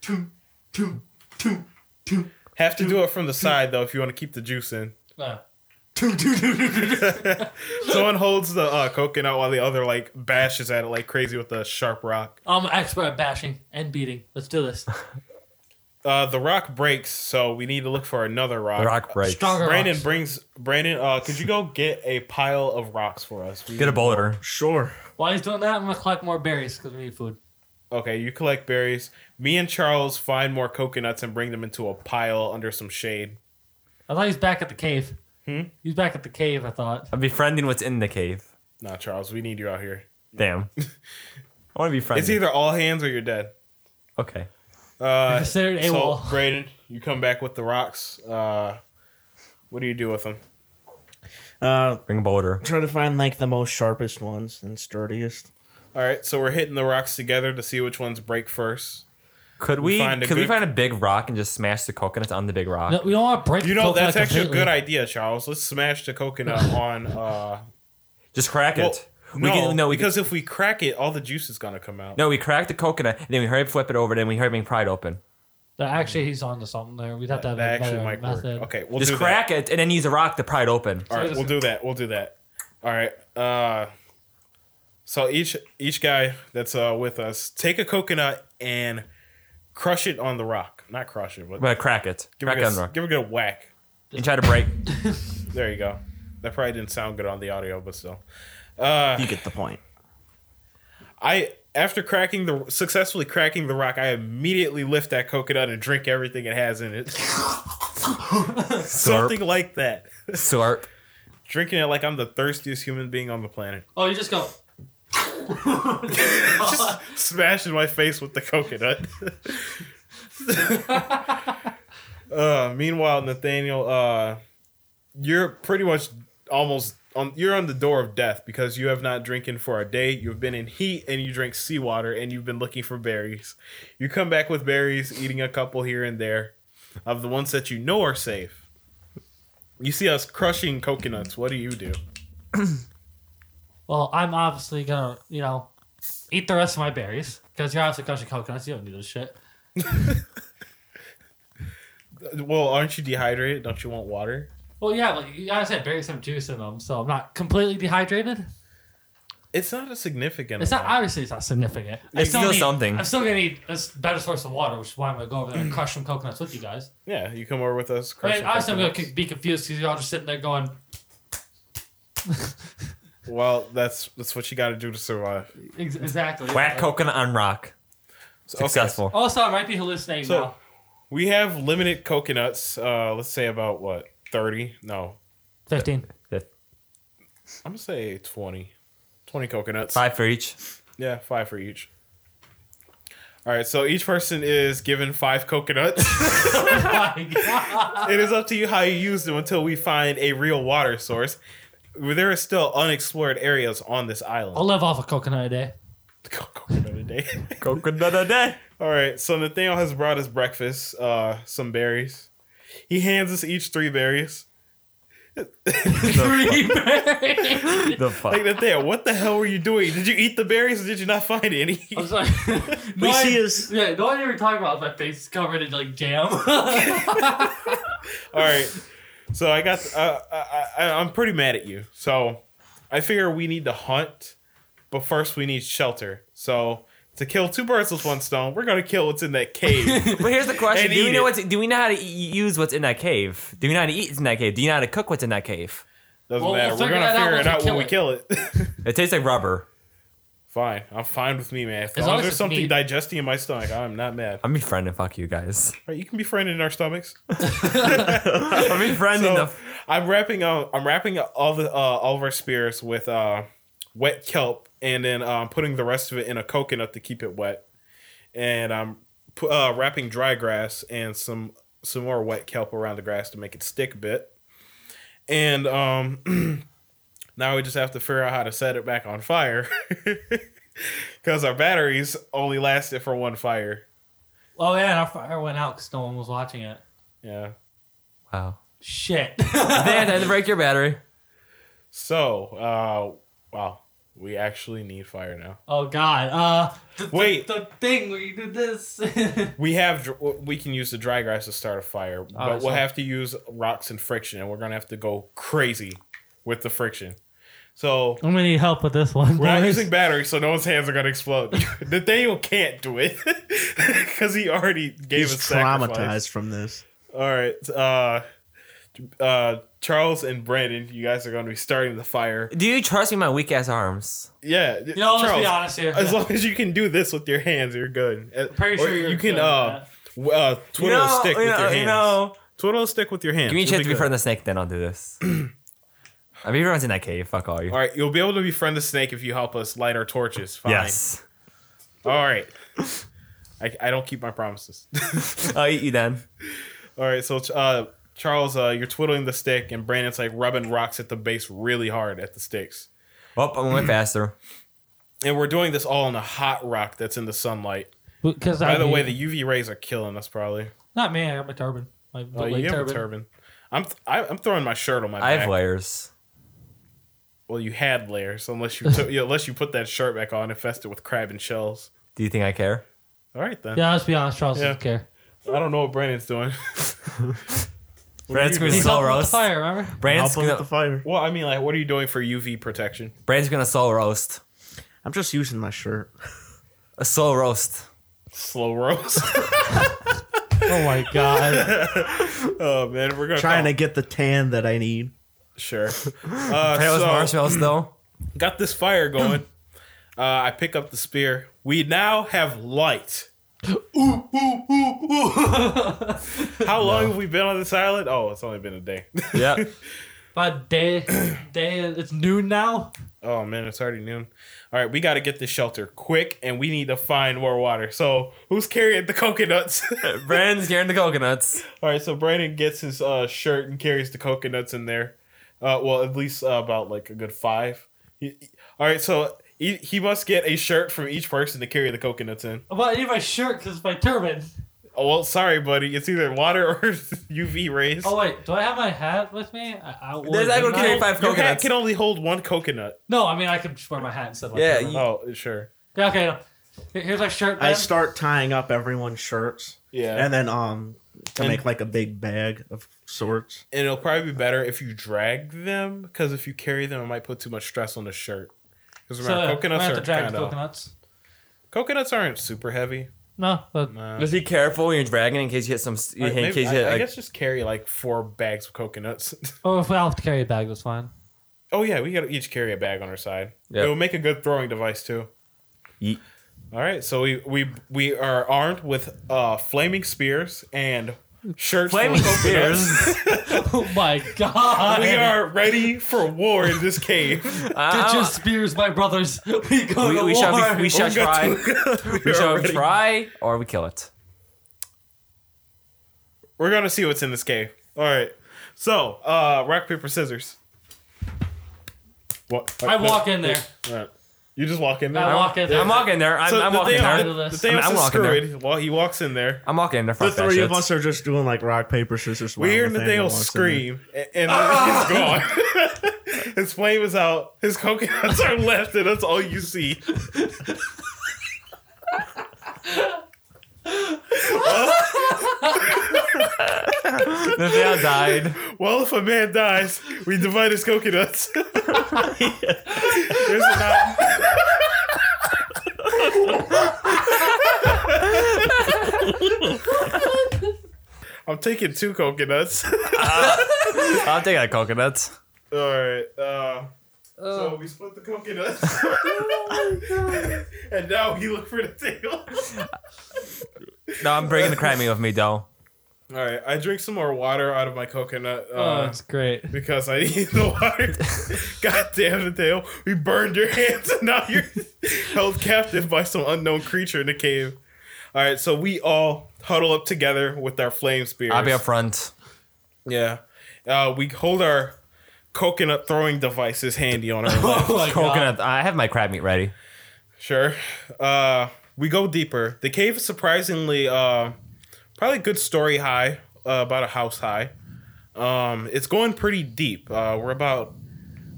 C: Two, two, two, two.
A: Have to do it from the side though if you want to keep the juice in.
C: Uh, two, two, two, two, two, two.
A: Someone holds the uh, coconut while the other like bashes at it like crazy with a sharp rock.
C: I'm an expert at bashing and beating. Let's do this.
A: Uh, the rock breaks, so we need to look for another rock.
B: The rock breaks.
C: Stronger.
A: Brandon
C: rocks.
A: brings Brandon. Uh, could you go get a pile of rocks for us? We-
B: Get a boulder.
D: Sure.
C: While he's doing that, I'm gonna collect more berries because we need food.
A: Okay, you collect berries. Me and Charles find more coconuts and bring them into a pile under some shade.
C: I thought he's back at the cave. Hmm? He's back at the cave. I thought.
B: I'm befriending what's in the cave.
A: Nah, Charles, we need you out here.
B: Damn. I want to be friendly.
A: It's either all hands or you're dead.
B: okay.
A: Uh,
C: considered
A: so
C: AWOL.
A: Brandon, you come back with the rocks. Uh, what do you do with them?
D: Uh,
B: Bring a boulder.
D: try to find like the most sharpest ones and sturdiest.
A: All right, so we're hitting the rocks together to see which ones break first.
B: Could we?
A: find a
B: could we
A: good-
B: find a big rock and just smash the coconuts on the big rock?
C: No, we don't want to break.
A: You know
C: the coconut
A: that's actually a
C: completely.
A: good idea, Charles. Let's smash the coconut on. Uh,
B: Just crack
A: well,
B: it.
A: no,
B: we can, no, we can-
A: because if we crack it, all the juice is gonna come out.
B: no, we crack the coconut, and then we hurry up, flip it over, then we hurry up and pry it open.
C: That actually, he's onto something there. We'd have to have
A: that
C: a
A: actually
C: better
A: might work.
C: method.
A: Okay, we'll
B: just
A: do
B: crack it, and then use a rock to pry it open.
A: that. All right, we'll do that. We'll do that. All right. Uh, so each each guy that's uh, with us take a coconut and crush it on the rock. Not crush it, but
B: Well, crack it.
A: give,
B: crack
A: it
B: it
A: a,
B: on the
A: good-
B: rock.
A: give it a good whack.
B: And try to break.
A: There you go. That probably didn't sound good on the audio, but still. Uh,
D: You get the point.
A: I after cracking the successfully cracking the rock, I immediately lift that coconut and drink everything it has in it. Something like that.
B: Slurp.
A: Drinking it like I'm the thirstiest human being on the planet.
C: Oh, you just go.
A: Smashing my face with the coconut. uh, meanwhile, Nathaniel uh, you're pretty much almost on you're on the door of death because you have not drinking for a day you've been in heat and you drink seawater and you've been looking for berries you come back with berries eating a couple here and there of the ones that you know are safe you see us crushing coconuts what do you do
C: Well, I'm obviously gonna, you know, eat the rest of my berries because you're obviously crushing coconuts. You don't need this shit.
A: well aren't you dehydrated don't you want water
C: Well, yeah, like you- I said, berries have juice in them, so I'm not completely dehydrated.
A: it's not a significant
C: It's not
A: amount.
C: obviously it's not significant.
B: You feel
C: need,
B: something.
C: I'm still gonna need a s- better source of water, which is why I'm gonna go over there and crush some coconuts with you guys.
A: yeah you come over with us
C: I mean,
A: crushing
C: obviously, I'm gonna
A: coconuts.
C: c- be confused because you're all just sitting there going,
A: well that's that's what you got to do to survive
C: Ex- exactly.
B: Whack coconut on rock.
A: So, okay.
B: Successful.
C: Also, I might be hallucinating
A: So-
C: now.
A: We have limited coconuts. Uh, let's say about what thirty? No,
C: Fifteen.
A: I'm gonna say 20. 20 coconuts.
B: Five for each.
A: Yeah, five for each. All right, so each person is given five coconuts.
C: My God.
A: it is up to you how you use them until we find a real water source. There are still unexplored areas on this
C: I'll
A: island.
C: live off a coconut a day.
A: Coconut a day.
B: Coconut a day.
A: All right, so Nathaniel has brought us breakfast, uh, some berries. He hands us each three berries.
C: Three berries.
B: The fuck.
A: Like Nathaniel, what the hell were you doing? Did you eat the berries or did you not find any?
C: I'm sorry.
D: We
C: no,
D: see
C: I,
D: his-
C: Yeah, no one ever talking about my face is covered in like jam. Oh,
A: All right. So I got. Uh, I, I, I'm pretty mad at you. So I figure we need to hunt, but first we need shelter. So to kill two birds with one stone, we're gonna kill what's in that cave.
B: But here's the question:
A: And
B: Do we
A: eat
B: know
A: it.
B: what's, Do we know how to e- use what's in that cave? Do we know how to eat what's in that cave? Do you know how to cook what's in that cave?
A: Doesn't
C: Well, we'll
A: matter. We're
C: figure
A: gonna
C: that out
A: figure it out when we
C: once
A: kill it.
B: It tastes like rubber.
A: fine. I'm fine with me, man. As,
C: As
A: long
C: long
A: as
C: as
A: there's
C: it's
A: something
C: meat.
A: digesting in my stomach, I'm not mad.
B: I'm befriending fuck you guys.
A: All right, you can be friended in our stomachs.
B: I'm befriending
A: So
B: the.
A: I'm wrapping up. I'm wrapping up all the uh, all of our spears with uh, wet kelp, and then um, putting the rest of it in a coconut to keep it wet. And I'm pu- uh, wrapping dry grass and some some more wet kelp around the grass to make it stick a bit. And um, now we just have to figure out how to set it back on fire. Because our batteries only lasted for one fire.
C: oh yeah, and our fire went out because no one was watching it.
A: Yeah.
B: Wow.
C: Shit.
B: Then then break your battery.
A: So, uh, wow. We actually need fire now.
C: oh god. Uh, the, the-
A: Wait.
C: The, thing where you did this.
A: We have dr- we can use the dry grass to start a fire, but
C: Oh, that's
A: we'll
C: fine.
A: have to use rocks and friction, and we're gonna have to go crazy with the friction. So
C: I'm gonna need help with this one.
A: we're not using batteries, so no one's hands are gonna explode. Nathaniel can't do it because he already gave
D: He's
A: us sacrifice.
D: traumatized from this.
A: All right, uh, uh, Charles and Brandon, you guys are gonna be starting the fire.
B: Do you trust me? with My weak ass arms.
A: Yeah,
C: You know, let's
A: Charles,
C: be honest here.
A: As long as you can do this with your hands, you're good. Uh,
C: Pretty
A: or
C: sure you're
A: you can
C: good at
A: uh,
C: that.
A: w- uh,
B: You
A: twiddle
B: know-
A: a stick
B: you
A: with
B: know-
A: your hands.
B: You know.
A: Twiddle a stick with your hands.
B: Give me a
A: You'll
B: chance to
A: be good.
B: befriend the snake, then I'll do this. I mean, everyone's in that cave. Fuck all you.
A: All right, you'll be able to befriend the snake if you help us light our torches. Fine.
B: yes.
A: All right. I, I don't keep my promises.
B: I'll eat you then.
A: All right, so uh, Charles, uh, you're twiddling the stick, and Brandon's like rubbing rocks at the base really hard at the sticks.
B: Oh, I'm going faster.
A: And we're doing this all on a hot rock that's in the sunlight.
C: Because
A: By the way, the UV rays are killing us probably.
C: not me. I got my turban. My
A: Oh,
C: leg
A: you have a
C: turban.
A: turban. I'm th- I, I'm throwing my shirt on my
B: I
A: back.
B: have layers.
A: well, you had layers, unless you took, unless you put that shirt back on, infested with crab and shells.
B: Do you think I care?
A: All right then.
C: Yeah, let's be honest. Charles
A: Yeah.
C: doesn't care.
A: I don't know what Brandon's doing.
B: Brandon's
A: you
B: gonna
A: doing?
C: He's
B: slow
C: helping with
B: roast.
C: the fire. Remember?
B: Brandon's
D: Help him with the
B: gonna,
D: fire.
A: Well, I mean, like, what are you doing for UV protection?
B: Brandon's gonna slow roast.
D: I'm just using my shirt.
B: A slow roast.
A: Slow roast.
C: Oh my god.
A: oh man, we're gonna
D: Trying to
A: call-
D: get the tan that I need.
A: sure.
B: Pair
A: Uh,
B: with
A: so
B: marshmallows though.
A: got this fire going. Uh, I pick up the spear. We now have light. How long have we been on this island? Oh, it's only been a day.
B: Yeah.
C: By day, day, it's noon now.
A: Oh man, it's already noon. All right, we got to get this shelter quick, and we need to find more water. So who's carrying the coconuts?
B: Brandon's carrying the coconuts.
A: All right, so Brandon gets his uh, shirt and carries the coconuts in there. Uh, well, at least uh, about like a good five. He, he- all right, so he, he must get a shirt from each person to carry the coconuts in.
C: Well, I need my shirt because it's my turban.
A: Oh well, sorry, buddy. It's either water or UV rays.
C: Oh wait, do I have my hat with me? I, I wore
B: There's- I
C: it,
B: will
C: didn't
B: carry five
A: Your hat
B: coconuts.
A: can only hold one coconut.
C: No, I mean I can just wear my hat instead. Of my
B: Yeah,
C: turban.
B: you-
A: Oh, sure.
C: yeah. Okay, no. Here- here's my shirt.
D: I
C: man.
D: start tying up everyone's shirts,
A: Yeah.
D: and then um to
A: And-
D: make like a big bag of sorts.
A: And it'll probably be better if you drag them because if you carry them, it might put too much stress on the shirt. Because
C: So,
A: remember, coconuts
C: I have
A: are
C: to drag
A: kind
C: the
A: of
C: coconuts.
A: coconuts aren't super heavy.
C: No, but
A: Nah.
B: Just be careful when you're dragging in case you hit some.
A: All right,
B: in
A: maybe-
B: case
A: I,
B: you hit,
A: I
B: like,
A: guess just carry like four bags of coconuts.
C: oh, if I have to carry a bag, that's fine.
A: oh yeah, we gotta each carry a bag on our side.
B: Yep.
A: It will make a good throwing device too.
B: Yeet.
A: All right, so we we we are armed with uh flaming spears and shirts. full of
B: Flaming
A: coconuts.
C: oh my god!
A: we are ready for war in this cave.
C: Ditch
B: I-
C: your
B: I-
C: spears, my brothers. We go
B: we,
C: to
B: we
C: war.
B: shall, be, we shall
A: We got
B: try.
A: to-
B: We
A: are
B: shall
A: ready.
B: try, or we kill it.
A: We're gonna see what's in this cave. All right. So, uh, rock paper scissors. What?
C: I walk in there.
A: All right. You just walk in there.
C: I walk in there.
B: I'm walking there. I'm,
A: So
B: I'm
A: the
B: walking
A: thing-
B: there.
C: I'm-
A: The thing
B: I'm
A: is
B: walking there.
A: screwed. While he walks in there,
B: I'm walking in there.
D: The
B: Fuck that
D: three
B: shit.
D: of us are just doing like rock paper scissors.
A: we hear
D: round with
A: Nathaniel
D: anyone walks in there.
A: scream, a- and he's gone. his flame is out. His coconuts are left, and that's all you see.
B: Nathaniel died.
A: Well, if a man dies, we divide his coconuts. There's not. I'm taking two coconuts. All
B: I'll take that coconuts.
A: right. Uh, so we split the coconuts. and now we look for the tail.
B: No, I'm bringing the crimmy with me, though.
A: All right. I drink some more water out of my coconut. Uh,
C: Oh, it's great.
A: because I need the water. God damn it, Dale. We burned your hands and now you're held captive by some unknown creature in the cave. All right, so we all huddle up together with our flame spears.
B: I'll be up front.
A: Yeah. Uh, we hold our coconut throwing devices handy on our
C: Oh my god!
B: Coconut. I have my crab meat ready.
A: Sure. Uh, we go deeper. The cave is surprisingly, uh, probably a good story high, uh, about a house high. Um, it's going pretty deep. Uh, we're about,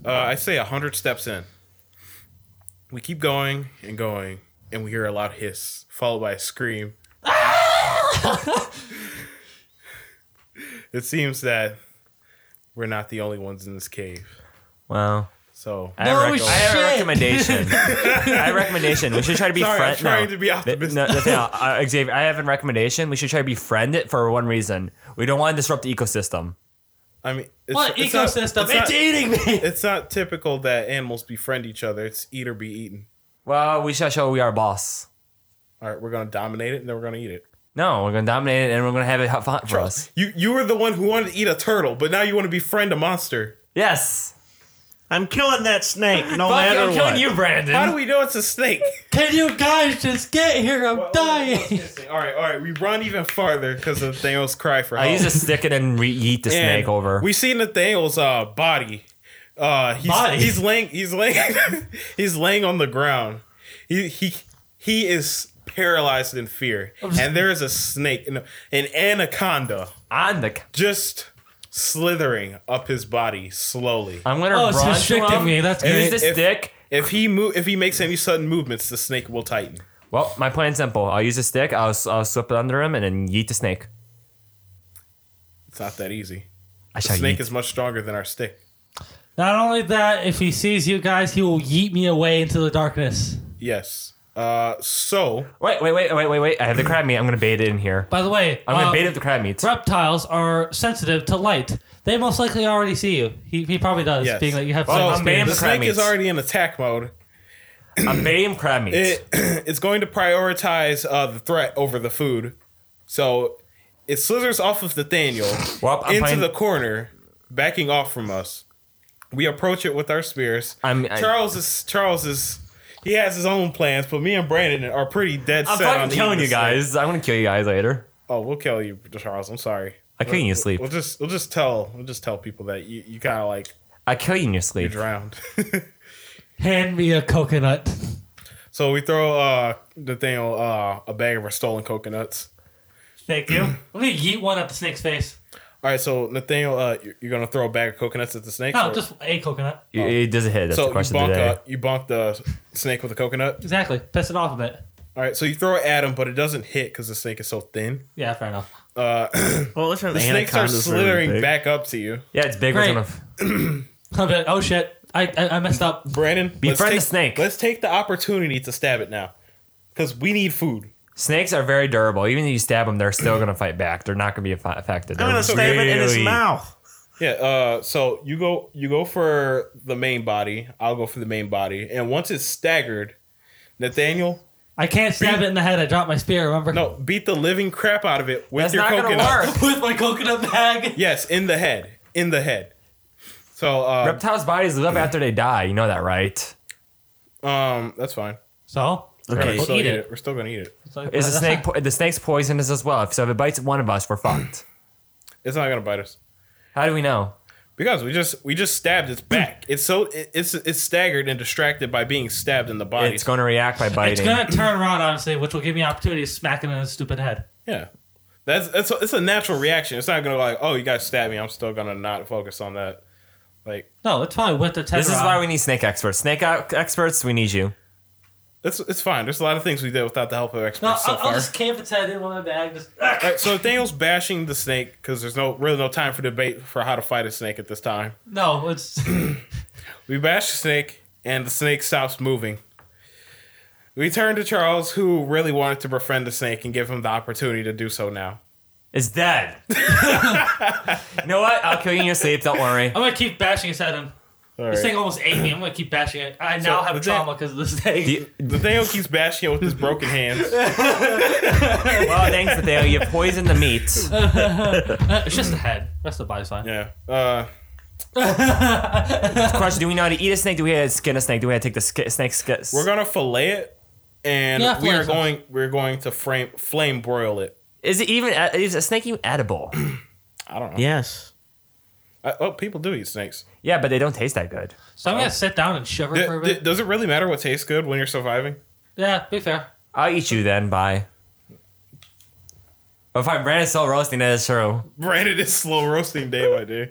A: uh, I'd say, 100 steps in. We keep going and going, and we hear a loud hiss, followed by a scream. it seems that we're not the only ones in this cave.
B: Wow.
A: So.
B: I have,
C: No
B: a rec- I have
C: shit.
B: a recommendation. I have a recommendation. We should try to be
A: Sorry, I'm
B: friends.
A: trying to be optimistic.
B: no, Nathaniel, uh, Xavier, I have a recommendation. We should try to befriend it for one reason. We don't want to disrupt the ecosystem.
A: I mean, it's,
C: What
A: it's not-
C: ecosystem?
A: it's
C: It's,
A: not-
C: eating me.
A: it's not typical that animals befriend each other. It's eat or be eaten.
B: Well, we shall show we are boss.
A: All right, we're gonna dominate it and then we're gonna eat it.
B: No, we're gonna dominate it and we're gonna have it hot fun for us.
A: You you were the one who wanted to eat a turtle, but now you want to befriend a monster.
B: Yes.
D: I'm killing that snake, no
B: Fuck,
D: matter
B: I'm
D: what.
B: killing you, Brandon.
A: How do we know it's a snake?
C: Can you guys just get here? I'm
A: Oh,
C: dying.
A: all right, all right. We run even farther because of Nathaniel's cry for help.
B: I used to stick it and re- eat the
A: And
B: snake over.
A: We see Nathaniel's uh, body. Uh, he's,
C: Body?
A: He's laying. He's laying. he's laying on the ground. He he he is paralyzed in fear, and there is a snake, an, an anaconda.
B: I'm the.
A: just slithering up his body slowly.
B: I'm gonna
C: Oh, it's
B: run. to
C: restricting
B: him,
C: me. That's
B: Use
C: great.
B: the
A: If-
B: stick.
A: If he move, if he makes any sudden movements, the snake will tighten.
B: Well, my plan's simple. I'll use a stick. I'll s- I'll slip it under him and then yeet the snake.
A: It's not that easy.
B: I
A: The
B: shall
A: snake
B: yeet.
A: is much stronger than our stick.
C: Not only that, if he sees you guys, he will yeet me away into the darkness.
A: Yes. Uh, so
B: Wait, wait, wait, wait, wait, wait. I have the crab meat. I'm gonna bait it in here.
C: By the way,
B: I'm gonna
C: uh,
B: bait up the crab meat.
C: reptiles are sensitive to light. They most likely already see you. He, he probably does,
A: Yes.
C: being that you have
B: Well,
C: some
B: I'm baiting
A: oh, the
B: the crab
A: snake is
B: meats.
A: already in attack mode.
B: I'm baiting crab meat.
A: It it's going to prioritize uh, the threat over the food. So it slithers off of Nathaniel
B: Well, I'm
A: into
B: playing-
A: the corner, backing off from us. We approach it with our spears.
B: I'm- I-
A: Charles is Charles is he has his own plans, but me and Brandon are pretty dead
B: I'm
A: set on
B: fucking
A: eating
B: killing you
A: this thing.
B: guys. I'm gonna kill you guys later.
A: Oh, we'll kill you, Charles. I'm sorry.
B: I kill you in your sleep.
A: We'll just we'll just tell we'll just tell people that you, you kind of like
B: I kill you in your
A: you
B: sleep.
A: drowned.
C: Hand me a coconut.
A: so we throw uh Nathaniel uh a bag of our stolen coconuts.
C: Thank you. Let me yeet one at the snake's face.
A: All right, so Nathaniel, uh, you- you're gonna throw a bag of coconuts at the snake.
C: No,
A: or-
C: just a coconut.
B: You- It doesn't hit. That's
A: so
B: the
A: you
B: question
A: bonk
B: today.
A: uh, you bonk the snake with a coconut.
C: Exactly. Piss it off a bit.
A: All right, so you throw it at him, but it doesn't hit because the snake is so thin.
C: Yeah, fair enough.
A: Uh,
D: Well, listen,
A: the snake starts slithering back up to you,
B: Yeah, it's big. What's
C: Great.
B: gonna
C: I'm like, oh shit, I, I I messed up.
A: Brandon. let's
B: Befriend the
A: take-
B: snake.
A: Let's take the opportunity to stab it now, because we need food.
B: Snakes are very durable. Even if you stab them, they're still gonna fight back. They're not gonna be affa- affected.
D: I'm gonna
B: They're
D: stab it in his
B: really-
D: mouth.
A: Yeah. Uh, so you go you go for the main body. I'll go for the main body, and once it's staggered, Nathaniel,
C: I can't stab it in the head. I dropped my spear. Remember?
A: no, beat the living crap out of it with
B: That's
A: your
B: not gonna
A: coconut.
B: work.
C: With my coconut bag.
A: Yes, in the head, in the head. So uh,
B: Reptiles' bodies live after they die. You know that, right?
A: um, that's fine.
C: So.
D: Okay.
C: We'll
A: still eat
C: eat it.
A: We're still gonna eat it.
C: so
B: Is the
C: that's
B: snake
C: not-
B: po- the snake's poisonous as well? So if it bites one of us, we're fucked.
A: It's not gonna bite us
B: How do we know?
A: because we just we just stabbed its back. It's so it, it's it's staggered and distracted by being stabbed in the body.
B: It's gonna react by biting.
C: It's gonna turn around, honestly, which will give me an opportunity to smack it in his stupid head.
A: yeah, that's that's a, it's a natural reaction. It's not gonna like oh you guys stabbed me. I'm still gonna not focus on that. Like
C: No, it's fine with the tether.
B: this is
C: on.
B: why we need snake experts. Snake out- experts, we need you.
A: it's it's fine. There's a lot of things we did without the help of experts
C: No,
A: so
C: I'll,
A: far.
C: I'll just camp its head in one of my bag. Just, ah.
A: All right, so Nathaniel's bashing the snake because there's no really no time for debate for how to fight a snake at this time.
C: no, it's
A: We bash the snake, and the snake stops moving. We turn to Charles, who really wanted to befriend the snake and give him the opportunity to do so now.
B: It's dead. you know what? I'll kill you in your sleep. Don't worry.
C: I'm gonna keep bashing his head in.
A: All
C: This thing
A: right.
C: almost ate me. I'm gonna keep bashing it. I now
A: the
C: have
A: thing-
C: trauma because of this thing.
B: You-
A: Nathaniel keeps bashing it with his broken hands.
B: well, thanks, Nathaniel. You poisoned the meat.
C: Uh, it's just the head. That's the body's fine.
A: Yeah. Uh,
B: Question: Do we know how to eat a snake? Do we know how to skin a snake? Do we know how to take the sk- snake's skin?
A: we're gonna fillet it, and
C: Yeah,
A: we
C: fillet
A: are
C: it.
A: going we're going to frame flame broil it.
B: is it even? ed- Is a snake even edible?
A: I don't know.
D: Yes.
A: I- oh, people do eat snakes.
B: yeah, but they don't taste that good.
C: So I'm gonna sit down and shiver
A: D-
C: for a
A: d-
C: bit.
A: does it really matter what tastes good when you're surviving?
C: yeah, be fair.
B: I'll eat you then. Bye. But if I'm Brandon's still roasting, that is true.
A: Brandon is slow roasting day by day.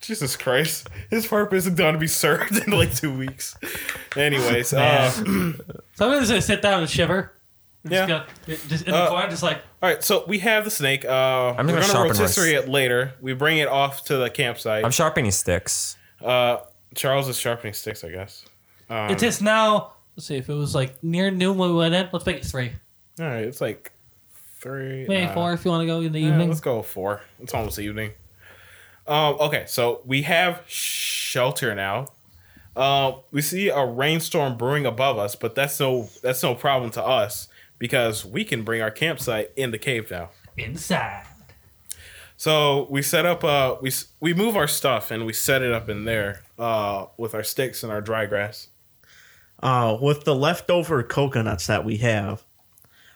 A: Jesus Christ. His purpose is going to be served in like two weeks. Anyways, uh,
C: So I'm just gonna sit down and shiver.
A: Yeah.
C: Just, go, just in the
A: Uh,
C: corner, just like
A: all right, so we have the snake. Uh, we're
B: I'm just gonna
A: going to
B: sharpen
A: rotisserie it later. We bring it off to the campsite.
B: I'm sharpening sticks.
A: uh, Charles is sharpening sticks, I guess.
B: um,
C: it is now. Let's see if it was like near noon when we went in. Let's make it three,
A: All right, it's like three.
C: maybe
A: nah.
C: four if you want to go in the
A: Yeah,
C: evening.
A: let's go four. It's almost evening. Um, okay, so we have shelter now. Uh, we see a rainstorm brewing above us, but that's no that's no problem to us because we can bring our campsite in the cave now.
C: Inside.
A: So we set up uh we s- we move our stuff and we set it up in there uh with our sticks and our dry grass.
D: Uh, with the leftover coconuts that we have,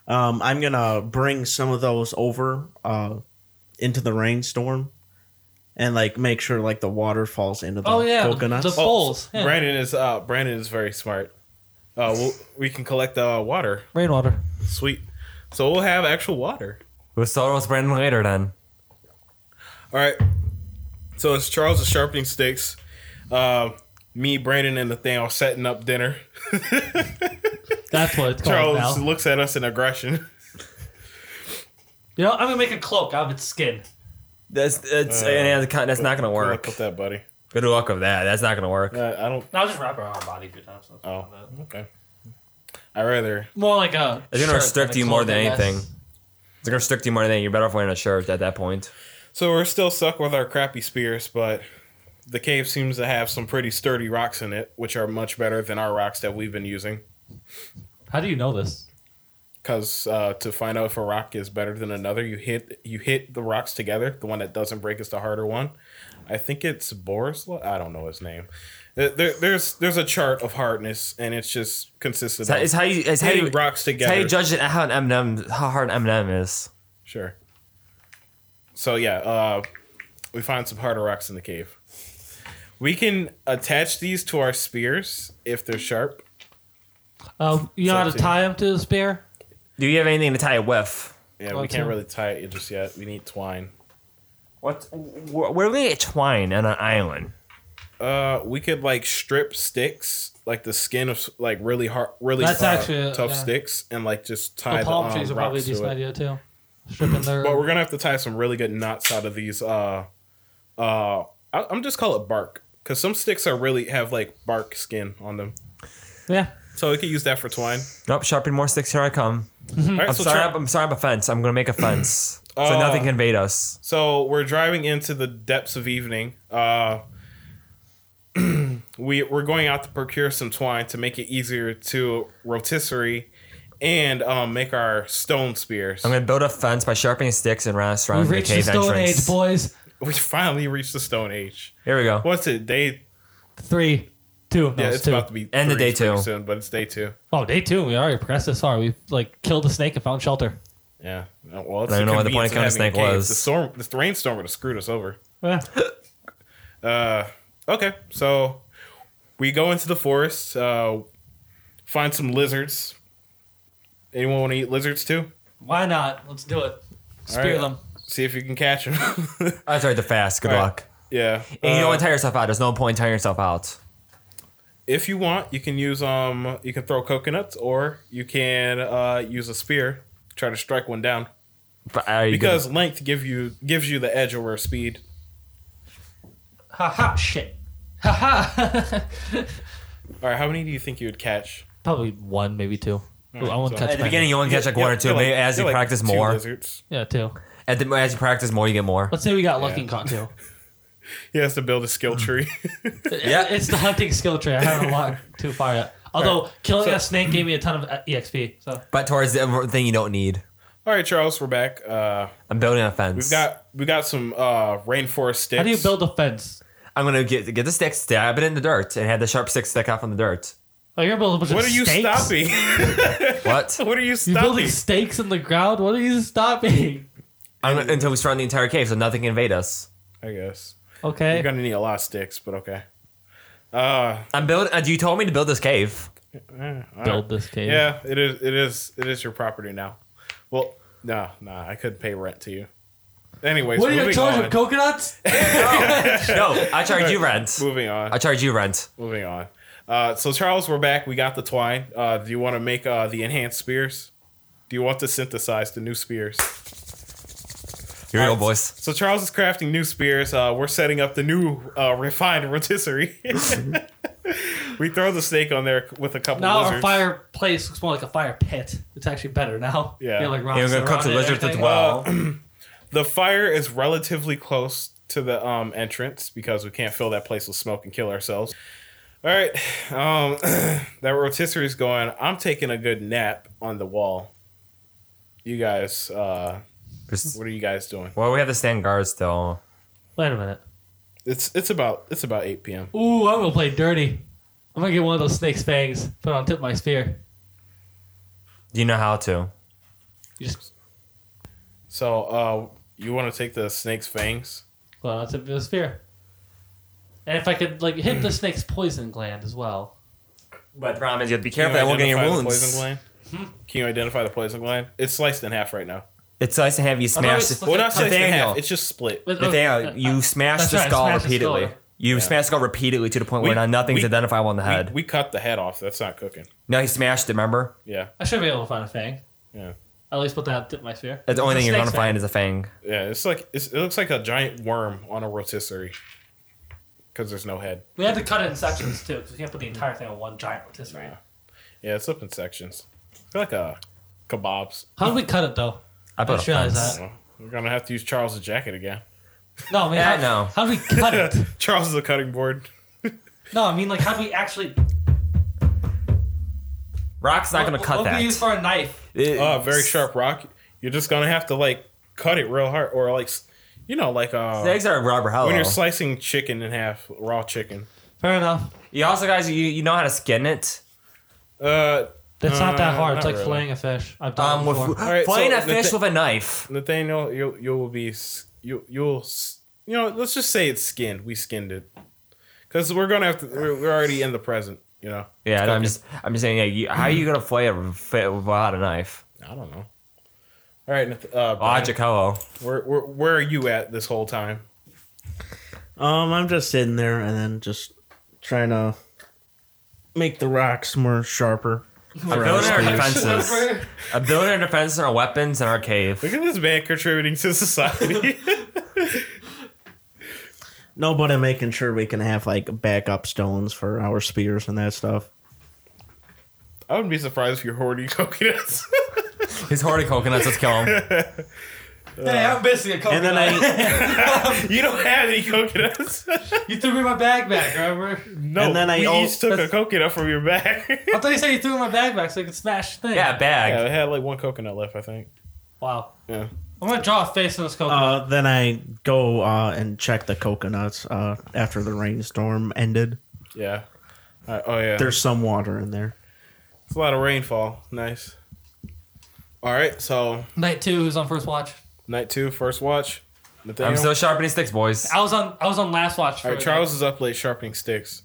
D: um, I'm gonna bring some of those over uh, into the rainstorm, and like make sure like the water falls into the
C: Oh yeah, the-
D: coconuts.
C: the bowls, yeah.
A: Brandon is uh Brandon is very smart. Uh, we'll, we can collect the uh, water.
C: rainwater.
A: Sweet. So we'll have actual water.
B: We'll still roast Brandon later then.
A: All right. So it's Charles is sharpening sticks. Um, me, Brandon, and Nathaniel setting up dinner.
C: That's what it's called
A: Charles
C: now.
A: looks at us in aggression.
C: You know, I'm gonna make a cloak out of its skin.
B: That's that's, and that's, that's not gonna
A: Good
B: work.
A: luck with that, buddy.
B: Good luck with that. That's not gonna work.
A: Uh, I don't.
C: No, I'll just wrap it around my body if you're done.
A: Oh, okay. I rather.
C: More like a.
B: It's gonna
C: shirt
B: restrict
C: than a
B: you more
C: cloak,
B: than
C: I guess.
B: anything. It's gonna restrict you more than anything. You're better off wearing a shirt at that point.
A: So we're still stuck with our crappy spears, but the cave seems to have some pretty sturdy rocks in it, which are much better than our rocks that we've been using.
C: How do you know this?
A: because uh, to find out if a rock is better than another, you hit you hit the rocks together. The one that doesn't break is the harder one. I think it's Boris. I don't know his name. There, there- there's there's a chart of hardness, and it's just consistent.
B: It's how you. It's how
A: hitting
B: you.
A: rocks
B: It's how
A: together.
B: you judge it, how an M&M, how hard an M&M is.
A: Sure. So yeah, uh, we find some harder rocks in the cave. We can attach these to our spears if they're sharp.
C: Um, you know how to
A: Seventeen.
C: tie him to the spear?
B: Do you have anything to tie it with?
A: Yeah,
C: Well,
A: we can't
C: too.
A: really tie it just yet. We need twine.
B: What? Where, where do we get twine on an island?
A: Uh, we could like strip sticks, like the skin of s- like really hard, really
C: That's
A: uh,
C: actually-
A: tough
C: yeah.
A: sticks, and like just tie
C: The
A: the,
C: palm
A: um,
C: trees are probably a
A: rocks
C: decent
A: to it.
C: idea too. Stripping their
A: But we're gonna have to tie some really good knots out of these. Uh, uh, I, I'm just call it bark because some sticks are really have like bark skin on them,
C: yeah.
A: so we could use that for twine.
B: Nope, sharpen more sticks. Here I come.
A: All right,
B: I'm
A: so
B: sorry.
A: try-
B: I'm, I'm sorry. I'm a fence. I'm gonna make a fence so
A: Uh,
B: nothing can invade us.
A: So we're driving into the depths of evening. Uh, we we're going out to procure some twine to make it easier to rotisserie and um, make our stone spears.
B: I'm gonna build a fence by sharpening sticks and run us
C: We
B: around the
C: reached the
B: cave
C: Stone
B: entrance.
C: Age, boys.
A: We finally reached the Stone Age.
B: Here we go.
A: What's it? Day?
C: Three, two. No,
A: Yeah,
C: it's
A: it's
C: two.
A: about to be
B: And the
A: three
B: day two.
A: pretty soon, but it's day two.
C: Oh, day two. We already progressed this far. We like killed a snake and found shelter.
A: Yeah. Well, it's
B: I don't know what the
A: convenience
B: point of
A: having a
B: Counter Snake
A: cave.
B: was.
A: The storm, the rainstorm would have screwed us over.
C: Eh.
A: Uh, okay, so we go into the forest, uh, find some lizards. Anyone want to eat lizards too?
C: Why not? Let's do it. Spear
A: right.
C: them.
A: See if you can catch them.
B: I tried to fast. Good
A: All right.
B: luck.
A: yeah.
B: And you
A: Uh,
B: don't want to tire yourself out. There's no point in tiring yourself out.
A: if you want, you can use um, you can throw coconuts, or you can uh, use a spear, try to strike one down.
B: But are you
A: Because length give you gives you the edge over speed.
C: Ha ha. Shit. Ha ha.
A: All right, how many do you think you would catch?
C: Probably one, maybe two. Ooh, I won't
A: so-
C: catch
B: At the
C: my-
B: beginning, you only catch like one or
A: You're-
B: two.
A: you're like-
B: Maybe as you
A: you're like
B: practice
A: two
B: more,
A: lizards.
C: Yeah, two.
B: at the, as you practice more, you get more.
C: Let's say we got lucky
A: Yeah.
C: and caught two.
A: He has to build a skill tree.
B: Mm-hmm.
C: yeah, it's the hunting skill tree. I haven't walked too far yet. Although killing
A: So-
C: a snake gave me a ton of uh, exp. So
B: But towards the thing you don't need.
A: All right, Charles, we're back. Uh,
B: I'm building a fence.
A: We've got we got some uh rainforest sticks.
C: how do you build a fence?
B: I'm gonna get get the stick, stab it in the dirt, and have the sharp stick stick off on the dirt.
C: Oh, you're building a bunch
A: What
C: of
A: are you
C: stakes?
A: stopping?
B: What?
A: what are you
C: You're
A: stopping?
C: building stakes in the ground. What are you stopping?
B: I'm gonna, until we surround the entire cave, so nothing can invade us.
A: I guess
C: Okay.
A: you're gonna need a lot of sticks, but okay. Uh,
B: I'm building. Uh, you told me to build this cave.
A: eh, all
C: build
A: right.
C: this cave.
A: Yeah, it is. It is. It is your property now. Well, no, no, I couldn't pay rent to you. Anyways,
C: What are you
A: moving
C: in charge
A: on.
C: of? Coconuts?
B: No, I charge you rent.
A: moving on.
B: I charge you rent.
A: moving on. Uh, so Charles, we're back. We got the twine. Uh, do you want to make uh the enhanced spears? Do you want to synthesize the new spears?
B: Here you go, boys.
A: So Charles is crafting new spears. Uh, we're setting up the new uh, refined rotisserie. we throw the snake on there with a couple
C: now our
A: lizards.
C: fireplace looks more like a fire pit. It's actually better now.
A: Yeah.
C: You know, like
B: You're
C: rocks
B: gonna cook
C: around
B: the
C: it and
B: lizards as
C: everything.
B: well.
A: the fire is relatively close to the um, entrance because we can't fill that place with smoke and kill ourselves. All right, um, that rotisserie is going. I'm taking a good nap on the wall. You guys, uh,
B: Just-
A: what are you guys doing?
B: well, we have to stand guard still.
C: Wait a minute.
A: It's it's about it's about 8 p.m.
C: Ooh, I'm gonna play dirty. I'm gonna get one of those snake's fangs, put it on tip of my spear.
B: You know how to.
C: You just
A: So uh, you want to take the snake's fangs?
C: put it on tip of the spear. And if I could like hit the snake's poison gland as well.
B: But the problem is you have to be
A: Can
B: careful.
A: you
B: That will get your
A: identify the
B: wounds.
A: poison gland? Can you identify the poison gland? It's sliced in half right now.
B: It's nice to have you smash.
C: it's
B: the-
A: Well, not sliced in
B: Nathaniel.
A: half. It's just split.
C: With- oh, uh,
B: Nathaniel, uh, you smash
C: That's
B: the
C: right,
B: skull
C: smash the
B: repeatedly.
C: skull.
B: You smash the skull repeatedly to the point where
A: We-
B: now nothing's
A: we-
B: identifiable on the
A: We-
B: head.
A: We, cut the head off. That's not cooking.
B: no, he smashed it. Remember,
A: Yeah,
C: I should be able to find a fang.
A: yeah,
C: At least put that on tip of my spear.
B: that's the only
C: It's a
B: thing you're gonna
C: snake's
B: find is a fang.
A: yeah. It's like it's, it looks like a giant worm on a rotisserie because there's no head.
C: We had to cut it in sections too, because we can't put the entire thing on one giant rotisserie.
A: Yeah, it's up in sections. It's like a kebabs.
C: How did we cut it though?
B: I put
C: just
B: a
C: realized
A: I
B: fence.
A: don't know. We're gonna have to use Charles' jacket again.
C: No, I mean,
B: Yeah,
C: how,
B: no.
C: how do we cut it?
A: Charles is a cutting board.
C: No, I mean, like, how do we actually?
B: Rock's not
C: What-
B: gonna
C: what-
B: cut
C: what
B: that.
C: What we use for a knife?
B: It-
A: Oh, very sharp rock. You're just gonna have to like cut it real hard, or like, s- you know, like uh,
B: The eggs are rubber hollow.
A: when you're slicing chicken in half, raw chicken.
C: Fair enough.
B: you also guys, you, you know how to skin it.
A: Uh,
C: That's not that
A: Uh,
C: hard. It's
A: not
C: like
A: really.
C: filleting a fish. I've done
B: Um,
C: it
B: with,
C: Oh, before.
A: right,
B: playing
A: so
B: a
A: the
B: fish
A: thi-
B: with a knife.
A: Nathaniel, you you will be s- you you'll s- you know. Let's just say it's skinned. We skinned it because we're gonna have to. We're, we're already in the present. You know.
B: Yeah, no, I'm
A: cooking.
B: just I'm just saying. Yeah, you, how are you gonna play a fi- without a knife?
A: I don't know. All right, Nath- uh, Brian,
B: Logic hello.
A: where, where where are you at this whole time?
D: Um, I'm just sitting there and then just trying to make the rocks more sharper.
B: I'm building our
D: Right.
B: defenses. I'm building our defenses and our weapons and our
A: Look
B: cave.
A: at this man contributing to society.
D: No, but I'm making sure we can have like backup stones for our spears and that stuff.
A: I wouldn't be surprised if you're hoarding coconuts.
B: He's hoarding coconuts. Let's kill him.
C: Hey, I'm missing a couple.
D: And then I
A: you don't have any coconuts.
C: you threw me my bag back. Remember?
A: no,
D: And then I
A: we
D: al-
A: each took a coconut from your bag.
C: I thought you said you threw my bag back so I could smash the thing.
B: Yeah, bag.
A: yeah, I had like one coconut left, I think.
C: Wow.
A: Yeah.
C: I'm gonna draw a face on this coconut.
D: uh, then I go uh, and check the coconuts uh, after the rainstorm ended.
A: Yeah. All right, oh yeah.
D: There's some water in there.
A: It's a lot of rainfall. Nice. All right, so
C: Night two is on first watch.
A: night two, first watch. Nathaniel.
B: I'm still sharpening sticks, boys.
C: I was on. I was on last watch. For
A: All right, Charles is up late sharpening sticks,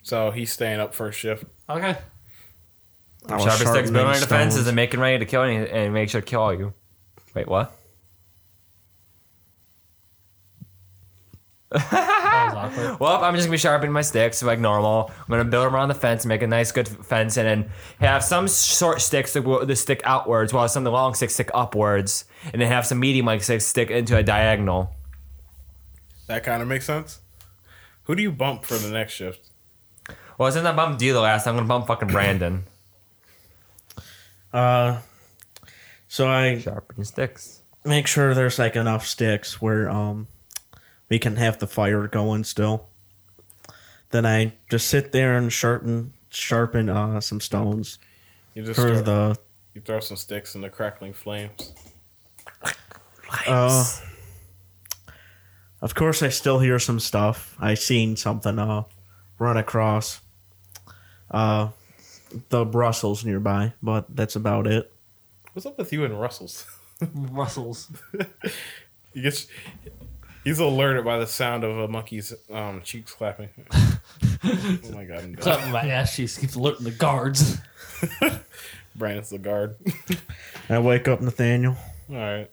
A: so he's staying up first shift.
C: Okay.
D: I was
B: Sharpening sticks, building our
D: sharpening
B: defenses,
D: stones.
B: and making ready to kill any, and make sure to kill all you. Wait, what?
C: That was awkward.
B: Well, I'm just gonna be sharpening my sticks like normal. I'm gonna build them around the fence, make a nice good fence, and then have some short sticks that will that stick outwards, while some of the long sticks stick upwards, and then have some medium like sticks stick into a diagonal.
A: That kind of makes sense. Who do you bump for the next shift?
B: Well, since I bumped D the last, I'm gonna bump fucking Brandon.
D: Uh, so I
B: sharpening sticks.
D: make sure there's like enough sticks where um we can have the fire going still. Then I just sit there and sharpen sharpen uh some stones
A: You just throw,
D: for the
A: you throw some sticks in the crackling flames.
D: uh of course I still hear some stuff. I seen something uh run across uh the Brussels nearby, but that's about it.
A: What's up with you and Russell's?
C: Russell's.
A: He gets, he's alerted by the sound of a monkey's um, cheeks clapping. oh my god! I'm
C: What's
A: done.
C: up, my ass cheeks keeps alerting the guards.
A: Brandon's the guard.
D: I wake up Nathaniel.
A: All right.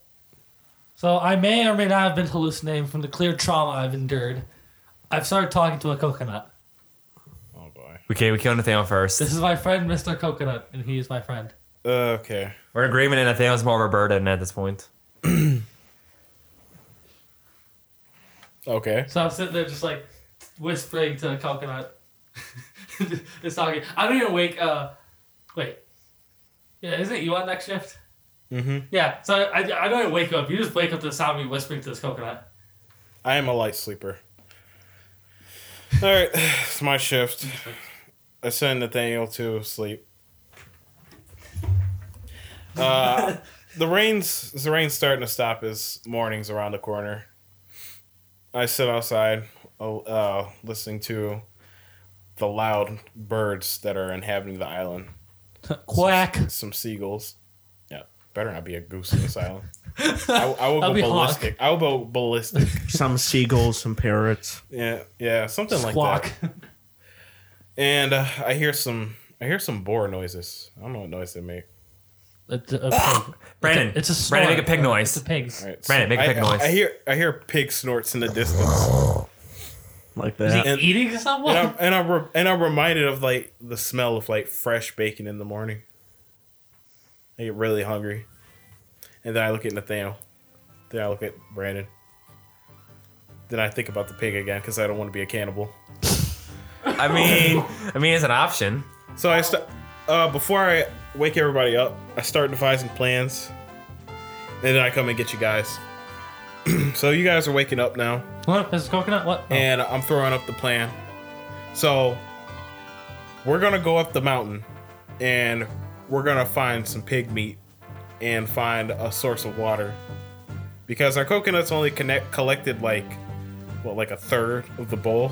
C: So I may or may not have been hallucinating from the clear trauma I've endured. I've started talking to a coconut.
A: Oh boy.
B: We can't. We killed Nathaniel first.
C: This is my friend, Mr. Coconut, and he is my friend.
A: Uh, Okay.
B: We're in agreement, and Nathaniel's more of a burden at this point.
A: Okay.
C: So I'm sitting there just like whispering to the coconut. it's talking. I don't even wake. Uh, wait. Yeah, isn't it you on next shift?
A: Mm-hmm.
C: Yeah. So I, I don't even wake up. You just wake up to the sound of me whispering to this coconut.
A: I am a light sleeper. All right, it's my shift. I send Nathaniel to sleep. Uh, the rain's the rain's starting to stop as morning's around the corner. I sit outside, uh, uh, listening to the loud birds that are inhabiting the island.
C: Quack.
A: Some seagulls. Yeah, better not be a goose in this island. I, I will go
C: That'd be Hawk.
A: ballistic. I will go ballistic.
D: Some seagulls, some parrots.
A: Yeah, yeah, something like
C: Squawk.
A: that. And uh, I hear some, I hear some boar noises. I don't know what noise they make.
C: It's a- a pig.
B: Brandon,
C: It's a snort.
B: Brandon, make a pig
C: It's
B: noise.
C: a pig's.
A: Ah! All right,
B: Brandon, make a
A: I-
B: pig noise.
A: I, I hear, I hear pig snorts in the distance,
D: Like
C: Is he
D: that.
A: And-
C: eating someone?
A: and I'm, and I'm, re- and I'm reminded of like the smell of like fresh bacon in the morning. I get really hungry, and then I look at Nathaniel, then I look at Brandon, then I think about the pig again because I don't want to be a cannibal.
B: I mean, I mean, it's an option.
A: So I st- uh, before I wake everybody up, I start devising plans, and then I come and get you guys. so you guys are waking up now,
C: What? Is it coconut? What? Oh.
A: and I'm throwing up the plan. So we're gonna go up the mountain, and we're gonna find some pig meat and find a source of water because our coconuts only connect collected like what like a third of the bowl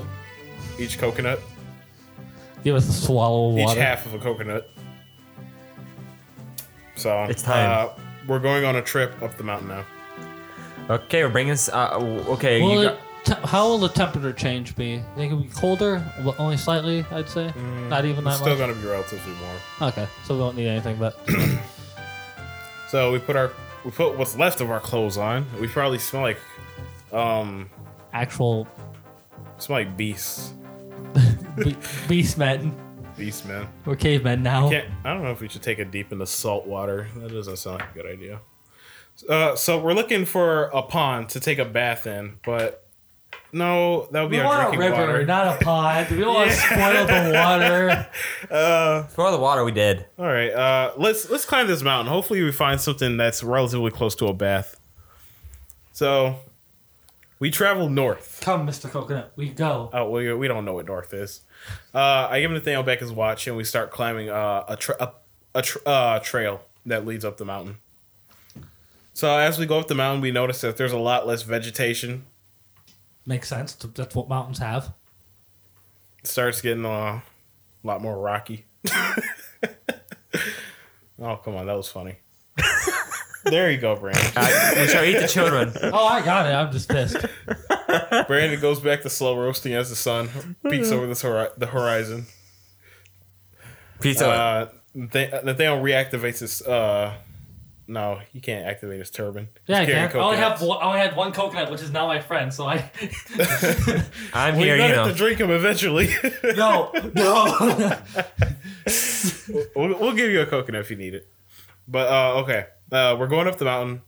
A: each coconut
C: Oh. Give us a swallow of
A: each
C: water.
A: half of a coconut so
B: It's time.
A: uh, we're going on a trip up the mountain now
B: Okay, we're bringing. s- Uh, w- okay,
C: Will
B: you
C: it- te- how will the temperature change be? I think it'll be colder, well, only slightly, I'd say. Not even
A: Mm, it's
C: that
A: still
C: much.
A: gonna be relatively warm
C: okay, so we don't need anything, but
A: So we put our we put what's left of our clothes on. We probably smell like um
C: actual
A: smell like beasts.
C: be- beast men.
A: Beast man.
C: We're cavemen now.
A: Can't, I don't know if we should take a deep into salt water. That doesn't sound like a good idea. Uh, so we're looking for a pond to take a bath in, but no, that would be
C: We
A: our
C: want a
A: drinking
C: river,
A: water.
C: not a pond. We don't want to spoil the water.
A: uh,
B: got for all the water we did.
A: all right, uh, let's let's climb this mountain. Hopefully, we find something that's relatively close to a bath. So we travel north.
C: Come, Mr. Coconut, we go.
A: Oh, we, we don't know what north is. Uh, I give Nathaniel back his watch, and we start climbing uh, a tra- a, a tr uh, trail that leads up the mountain. So as we go up the mountain, we notice that there's a lot less vegetation.
C: Makes sense. That's what mountains have.
A: It starts getting uh, a lot more rocky. oh come on, that was funny. there you go, Brandon.
B: Uh, we shall eat the children.
C: Oh, I got it. I'm just pissed.
A: Brandon goes back to slow roasting as the sun peeks over this hori- the horizon.
B: Pizza.
A: uh, Nathan- Nathaniel reactivates his. Uh, no, he can't activate his turban.
C: Yeah, I
A: He's carrying
C: can. I only
A: coconuts.
C: have one, I only had one coconut, which is now my friend. So I
B: I'm
A: Well, you're
B: here, you
A: gonna have to
B: know.
A: drink them eventually.
C: no no.
A: we'll, we'll give you a coconut if you need it. But uh, okay, uh, we're going up the mountain,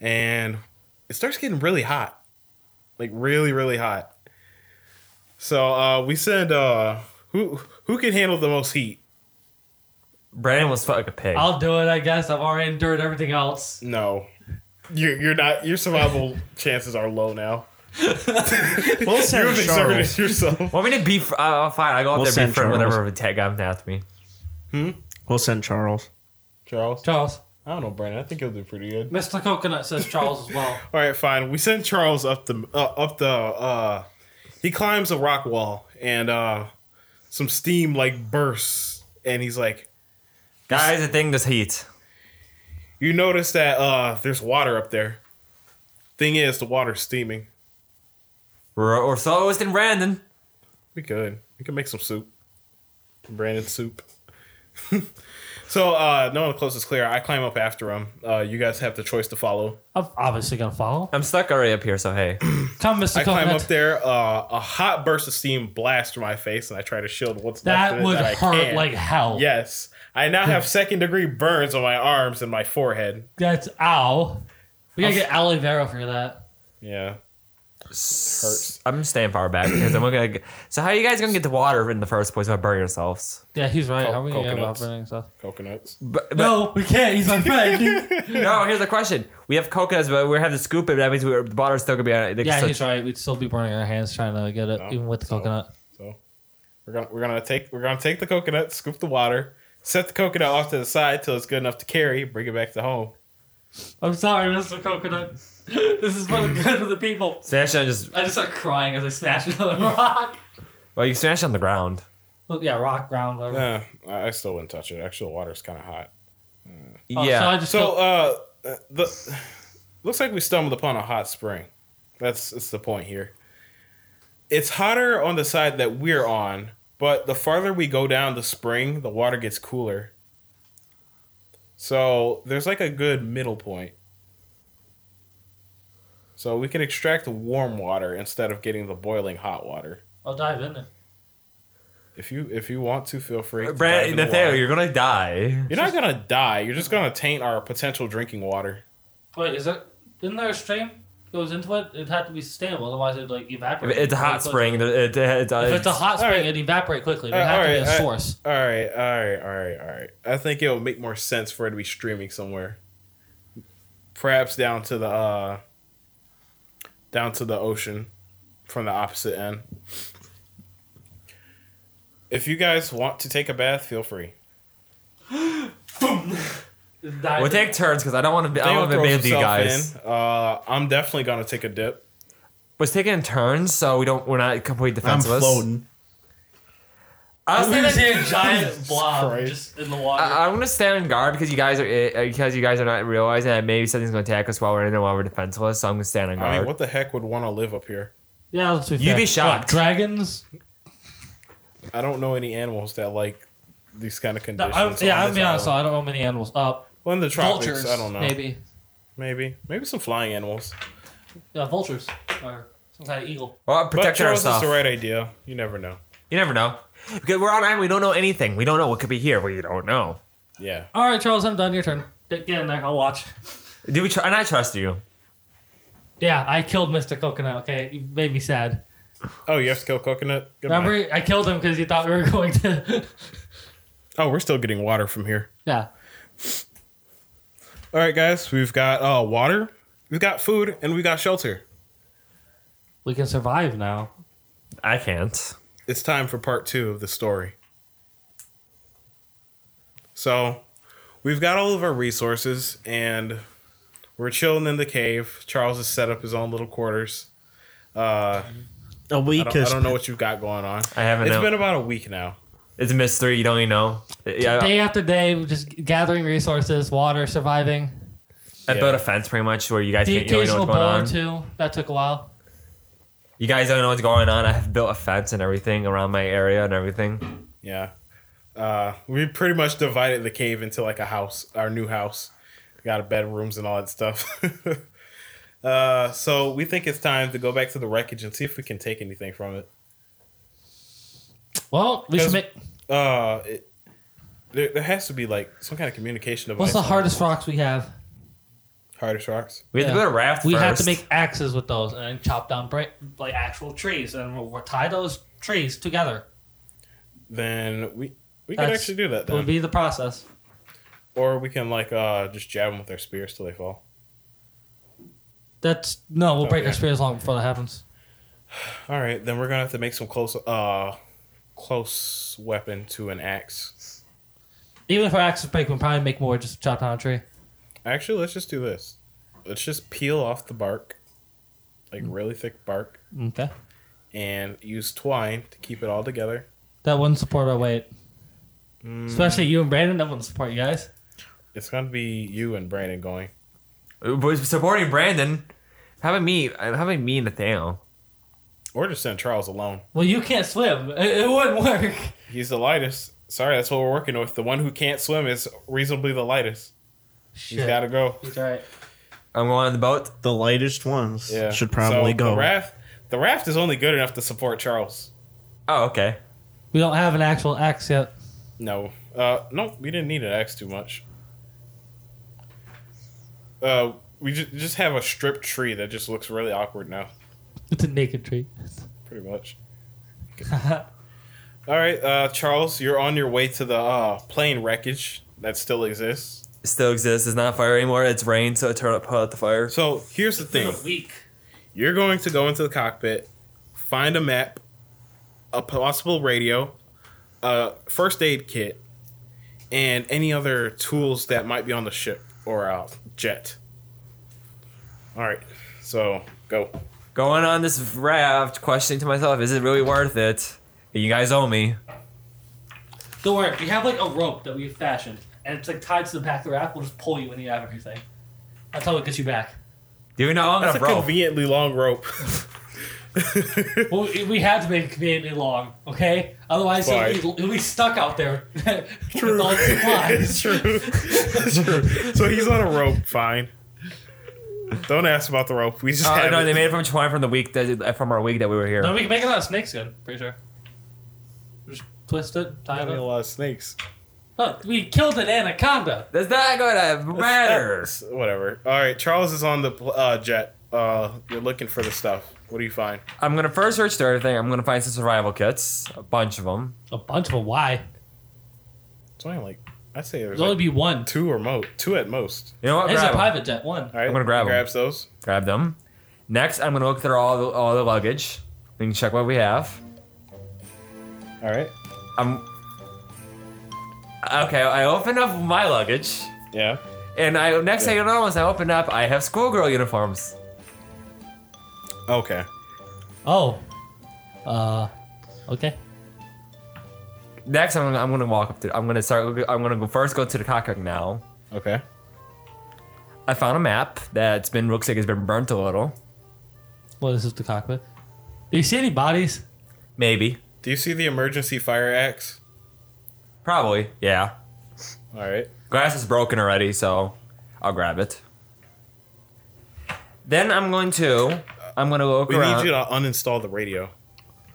A: and it starts getting really hot, like really, really hot. So uh, we send uh, who who can handle the most heat?
B: Brandon was fuck like a pig.
C: I'll do it. I guess I've already endured everything else.
A: No, you're, you're not. Your survival chances are low now.
D: We'll
A: You've
D: send Charles.
A: exerted yourself.
B: Want me to be? fr- Uh, fine, I'll go up
D: We'll
B: there and
D: send
B: be friend
D: Charles.
B: whenever tag comes after me.
D: We'll send Charles.
A: Charles,
C: Charles,
A: I don't know, Brandon. I think he'll do pretty good.
C: Mr. Coconut says Charles as well.
A: All right, fine. We sent Charles up the uh, up the. uh He climbs a rock wall, and uh some steam like bursts, and he's like,
B: Guys, the thing this heat.
A: "You notice that uh there's water up there." Thing is, the water's steaming.
B: Or, or so is in Brandon.
A: We could we could make some soup, Brandon soup. so uh no one close is clear. I climb up after him. Uh You guys have the choice to follow.
C: I'm obviously gonna follow.
B: I'm stuck already up here, so hey.
C: Come, Mr.
A: I climb
C: Coconut.
A: up there. Uh, a hot burst of steam blasts my face, and I try to shield what's left of
C: That
A: it
C: would
A: that I
C: hurt
A: can.
C: like hell.
A: Yes. I now have second degree burns on my arms and my forehead.
C: That's ow. We gotta get aloe vera for that.
A: Yeah.
B: Hurts. I'm staying far back because I'm gonna. Get, so how are you guys gonna get the water in the first place? If I burn yourselves.
C: Yeah, he's right. How are we gonna get
A: coconuts.
C: operating stuff?
A: Coconuts.
B: But, but
C: No, we can't. He's my friend.
B: no, here's the question: We have coconuts, but we have to scoop it. That means we're, the water's still gonna be. on it.
C: yeah,
B: so-
C: he's right. We'd still be burning our hands trying to get it, even with the coconut.
A: So we're gonna we're gonna take we're gonna take the coconut, scoop the water, set the coconut off to the side till it's good enough to carry, bring it back to home.
C: I'm sorry, Mr. Coconut. this is for the good of the people.
B: Smash it on just.
C: I just start crying as I smash another rock.
B: Well, you smash it on the ground.
C: Well, yeah, rock, ground, whatever.
A: Yeah, Eh, I I still wouldn't touch it. Actually, the water's kind of hot.
C: Oh,
B: yeah.
C: So I just
A: So
C: go-
A: uh, the looks like we stumbled upon a hot spring. That's that's the point here. It's hotter on the side that we're on, but the farther we go down the spring, the water gets cooler. So there's like a good middle point. So we can extract the warm water instead of getting the boiling hot water.
C: I'll dive in there.
A: If you if you want to, feel free. to dive
B: Brandon,
A: in the
B: Nathaniel,
A: water.
B: you're gonna die.
A: you're not gonna die. You're just gonna taint our potential drinking water.
C: Wait, is that? Isn't there a stream goes into it? It had to be sustainable, otherwise it'd like
B: If
C: evaporate.
B: It's a hot
C: quickly.
B: spring. there- It, it,
C: If it's a hot
A: All
C: spring,
A: right.
C: it'd evaporate quickly. There
A: Uh,
C: had to
A: all
C: be
A: right,
C: a
A: all right.
C: source.
A: All right, all right, all right, all right. I think it would make more sense for it to be streaming somewhere. Perhaps down to the uh down to the ocean from the opposite end. If you guys want to take a bath, feel free.
B: We'll take turns because I don't want to be. I
A: Theo
B: don't want to
A: throws
B: be the
A: himself
B: guys.
A: in. Uh, I'm definitely gonna take a dip.
B: Was taking turns, so we don't. We're not completely
D: I'm
B: defenseless.
D: floating.
B: I was
C: I'm gonna see
B: thinking,
C: a giant blob
A: Christ.
C: just in the water.
B: I, am gonna stand on guard because you guys are uh, because you guys are not realizing that maybe something's gonna attack us while we're in and while we're defenseless. So I'm gonna stand on guard.
A: I mean, what the heck would want to live up here?
C: yeah, let's be
B: You'd
C: fair.
B: be
C: What,
B: shocked.
C: dragons?
A: I don't know any animals that like these kind of
C: No,
A: conditions.
C: I, yeah,
A: on
C: I'm
A: this
C: be honest. though,
A: island.
C: I don't know many animals. Uh,
A: Well, in the tropics,
C: vultures.
A: I don't know. Maybe.
C: Maybe.
A: maybe, some flying animals.
C: Yeah, vultures or some kind of eagle.
B: well,
A: But
B: protecting
A: Charles is
B: ourselves.
A: the right idea. You never know.
B: You never know. Because we're on island, we don't know anything. We don't know what could be here. We don't know.
A: Yeah.
C: All right, Charles, I'm done. Your turn. Get get in there. I'll watch.
B: Do we? Tr- and I trust you.
C: Yeah, I killed Mr. Coconut. Okay, you made me sad.
A: Oh, you have to kill coconut. Goodbye.
C: Remember, I killed him because he thought we were going to.
A: Oh, we're still getting water from here.
C: yeah.
A: All right, guys, we've got uh, water, we've got food, and we got shelter.
C: We can survive now.
B: I can't.
A: It's time for part two of the story. So, we've got all of our resources, and we're chilling in the cave. Charles has set up his own little quarters. Uh,
D: A
A: I,
D: week
A: don't, I
D: is
A: don't know what you've got going on.
B: I haven't.
A: It's
B: know.
A: been about a week now.
B: it's a mystery. You don't even know. Yeah, I,
C: Day after day, we're just gathering resources, water, surviving.
B: I built a fence pretty much where you guys
C: The
B: can't, you don't know
C: occasional
B: what's going
C: bow
B: on.
C: or two. That took a while.
B: You guys don't know what's going on. I have built a fence and everything around my area and everything.
A: Yeah. Uh, we pretty much divided the cave into like a house, our new house. Got bedrooms and all that stuff. uh, so we think it's time to go back to the wreckage and see if we can take anything from it.
C: Well, we should
A: Because-
C: make.
A: Uh, it there, there has to be like some kind of communication device.
C: What's the
A: on it.
C: hardest rocks we have?
A: Hardest rocks.
B: We had to
C: Yeah.
B: build a raft.
C: We have
B: first.
C: to make axes with those and then chop down bra- like actual trees, and we'll, we'll tie those trees together.
A: Then we we could
C: That's-
A: actually do that
C: That would
A: then,
C: be the process.
A: or we can like uh just jab them with our spears till they fall.
C: That's no. We'll
A: Oh,
C: break
A: yeah.
C: our spears long before that happens.
A: All right, then we're gonna have to make some close uh close weapon to an axe.
C: Even if our axes break, we probably make more just chop down a tree.
A: Actually, let's just do this. Let's just peel off the bark, like
D: Mm-hmm.
A: really thick bark,
C: Okay.
A: and use twine to keep it all together.
C: That wouldn't support our weight.
A: Mm.
C: Especially you and Brandon, that wouldn't support you guys.
A: It's gonna be you and Brandon going.
B: Uh, But supporting Brandon. Having me, having me and Nathaniel.
A: Or just send Charles alone.
C: Well, you can't swim. It, it wouldn't work.
A: He's the lightest. Sorry, that's what we're working with. The one who can't swim is reasonably the lightest.
C: Shit.
A: He's got to go.
C: He's all right.
B: I'm going on the boat.
D: the lightest ones.
A: Yeah,
D: Should probably
A: So
D: go.
A: The raft, the raft is only good enough to support Charles.
B: Oh, okay.
C: We don't have an actual axe yet.
A: No, uh, no, we didn't need an axe too much. Uh, we just just have a stripped tree that just looks really awkward now,
C: It's a naked tree.
A: pretty much. All right, uh, Charles, you're on your way to the uh, plane wreckage that still exists.
B: It still exists. It's not fire anymore. It's rain, so I turn up, put out the fire.
A: So here's the thing.
C: week.
A: You're going to go into the cockpit, find a map, a possible radio, a first aid kit, and any other tools that might be on the ship or uh, jet. All right, so go.
B: Going on this raft, questioning to myself, is it really worth it? You guys owe me.
C: Don't worry. We have like a rope that we fashioned, and it's like tied to the back of the raft. We'll just pull you when you have everything. That's how we get you back.
B: Do we know I'm
A: That's
B: gonna
A: a
B: roll?
A: conveniently long rope.
C: Well, we- we had to make it conveniently long, okay? Otherwise, he'll
A: Sorry.
C: be, he'll be stuck out there.
A: True.
C: With all the supplies.
A: it's true. It's true. So he's on a rope. Fine. Don't ask about the rope. We just
B: Oh
A: have
B: no,
A: it.
B: they made it from twine from the week that from our week that we were here.
C: No, we can make it out of snakeskin, pretty sure. Just twist it, tie it
A: Having a
C: up.
A: lot of snakes.
C: Look, we killed an anaconda.
B: That's not gonna matter.
A: That's- Whatever. All right, Charles is on the pl- uh, jet. Uh, you're looking for the stuff. What do you find?
B: I'm gonna first search through everything. I'm gonna find some survival kits, a bunch of them.
C: A bunch of them. Why?
A: It's only like I'd say there's
C: There's only
A: like
C: be one.
A: two or mo two at most.
B: You know what?
C: It's a
B: Grab 'em.
C: private jet. One.
A: All right,
B: I'm gonna grab 'em.
A: grabs those.
B: Grab them. Next, I'm gonna look through all the, all the luggage. We can check what we have. Um,
A: All right.
B: I'm okay. I open up my luggage
A: Yeah.
B: And I next thing I know, as I open up, I have schoolgirl uniforms.
A: Okay.
C: Oh. Uh, okay.
B: Next, I'm, I'm gonna walk up to. I'm gonna start. I'm gonna go first go to the cockroach now.
A: Okay.
B: I found a map that's been looks like it's been burnt a little.
C: Well, this is the cockpit. Do you see any bodies?
B: Maybe,
A: Do you see the emergency fire axe?
B: probably, yeah.
A: All right.
B: Glass is broken already, so I'll grab it. Then I'm going to. I'm gonna look
A: We
B: around.
A: need you to uninstall the radio.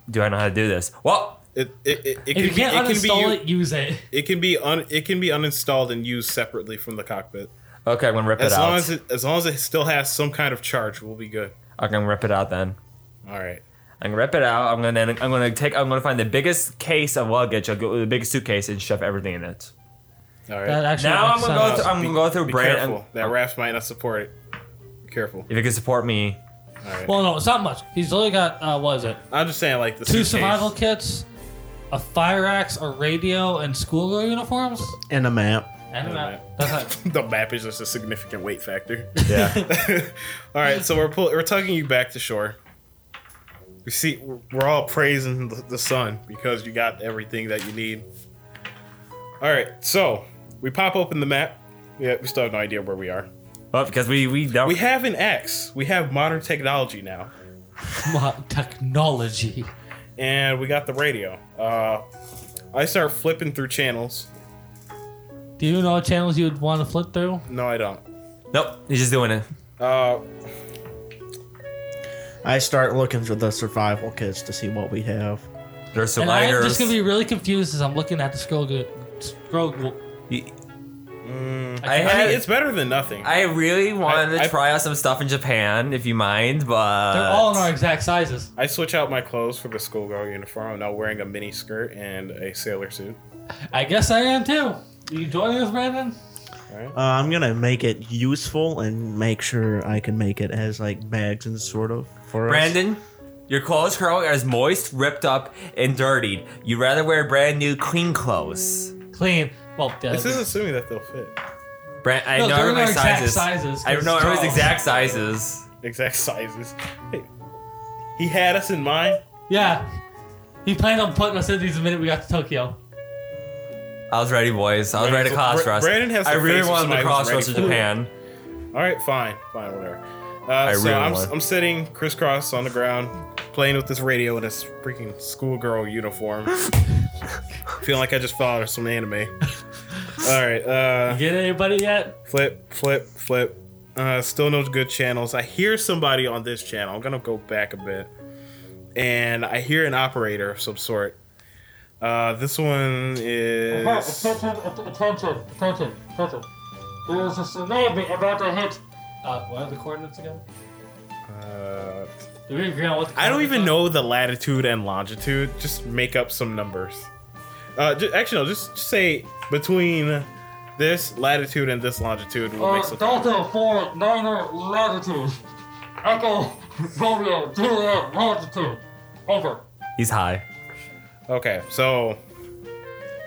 B: Do I know how to do this? Well,
A: It it, it, it
C: If you can't
A: be, it can
C: uninstall
A: be u-
C: it, use it.
A: it can be un, it can be uninstalled and used separately from the cockpit.
B: okay, I'm gonna rip
A: As
B: it
A: long
B: out.
A: as it as long as it still has some kind of charge, we'll be good.
B: I can rip it out then.
A: All right.
B: I'm gonna rip it out. I'm gonna I'm gonna take I'm gonna find the biggest case of luggage. I'll go the biggest suitcase and shove everything in it.
A: All right.
C: That actually
B: Now I'm
C: makes
B: gonna go
C: sense.
B: through. I'm gonna go through Oh.
A: be
B: brand.
A: careful. that raft might not support it. Be careful.
B: If it can support me,
A: All right.
C: Well, no, it's not much. He's only got uh, what is it?
A: I'm just saying, like the
C: Two
A: suitcase.
C: survival kits, a fire axe, a radio, and schoolgirl uniforms,
D: And a map.
C: and a map.
A: map.
C: That's it.
A: the map is just a significant weight factor.
B: yeah.
A: all right, so we're pull- we're tugging you back to shore. We see we're all praising the, the sun because you got everything that you need. All right, so we pop open the map. Yeah, we still have no idea where we are.
B: well, because we we don't.
A: We have an axe. We have modern technology now,
C: Mo- Technology.
A: and we got the radio. Uh, I start flipping through channels.
C: Do you know what channels you would want to flip through?
A: No, I don't.
B: nope. He's just doing it.
A: Uh,
D: I start looking for the survival kits to see what we have.
B: There's
C: And I'm
B: survivors.
C: just gonna be really confused as I'm looking at the scroll. Go- scroll. go-
B: You-
C: I
B: I
A: I mean,
B: had.
A: it's better than nothing.
B: I really wanted
A: I-
B: to try out some stuff in Japan, if you mind, but
C: They're all in our exact sizes.
A: I switch out my clothes for the schoolgirl uniform. I'm now wearing a mini skirt and a sailor suit.
C: I guess I am too. You joining us, Brandon?
D: Uh, I'm gonna make it useful and make sure I can make it as like bags and sort of for us.
B: Brandon, your clothes currently are as moist, ripped up, and dirtied. You'd rather wear brand new, clean clothes.
C: Clean. Well, yeah,
A: This is assuming that they'll fit.
B: Brand, I
C: No,
B: know
C: they're
B: everybody's
C: in our exact
B: sizes.
C: sizes,
B: I
C: 'cause
B: know
C: it's
B: everybody's
C: tall.
B: exact sizes.
A: Exact sizes. Hey, he had us in mind.
C: yeah. He planned on putting us in these the minute we got to Tokyo.
B: I was ready, boys. I was ready to
A: Brandon's-
B: cross dress.
A: Brandon has
B: I
A: the face
B: really
A: of
B: wanted to
A: somebody who's
B: cross dress to
A: ready for it.
B: Japan.
A: All right, fine, fine, whatever. Uh, so
B: really
A: I'm,
B: want-
A: I'm sitting crisscross on the ground, playing with this radio in this freaking schoolgirl uniform. Feeling like I just followed some anime. All right, uh,
C: Get anybody yet?
A: flip, flip, flip. Uh, still no good channels. I hear somebody on this channel. I'm gonna go back a bit, and I hear an operator of some sort. Uh, this one is.
C: attention, attention, attention. There's a tsunami about to hit. Uh, what are the coordinates again?
A: Uh,
C: Do we agree on what the
A: I don't
C: coordinates
A: even
C: are?
A: know the latitude and longitude. Just make up some numbers. Uh, ju- actually, no. Just, just say between this latitude and this longitude. We'll make
C: Uh,
A: some.
C: Delta 4, Niner, latitude. Echo, Romeo, Juliet, longitude. Over.
B: He's high.
A: Okay, so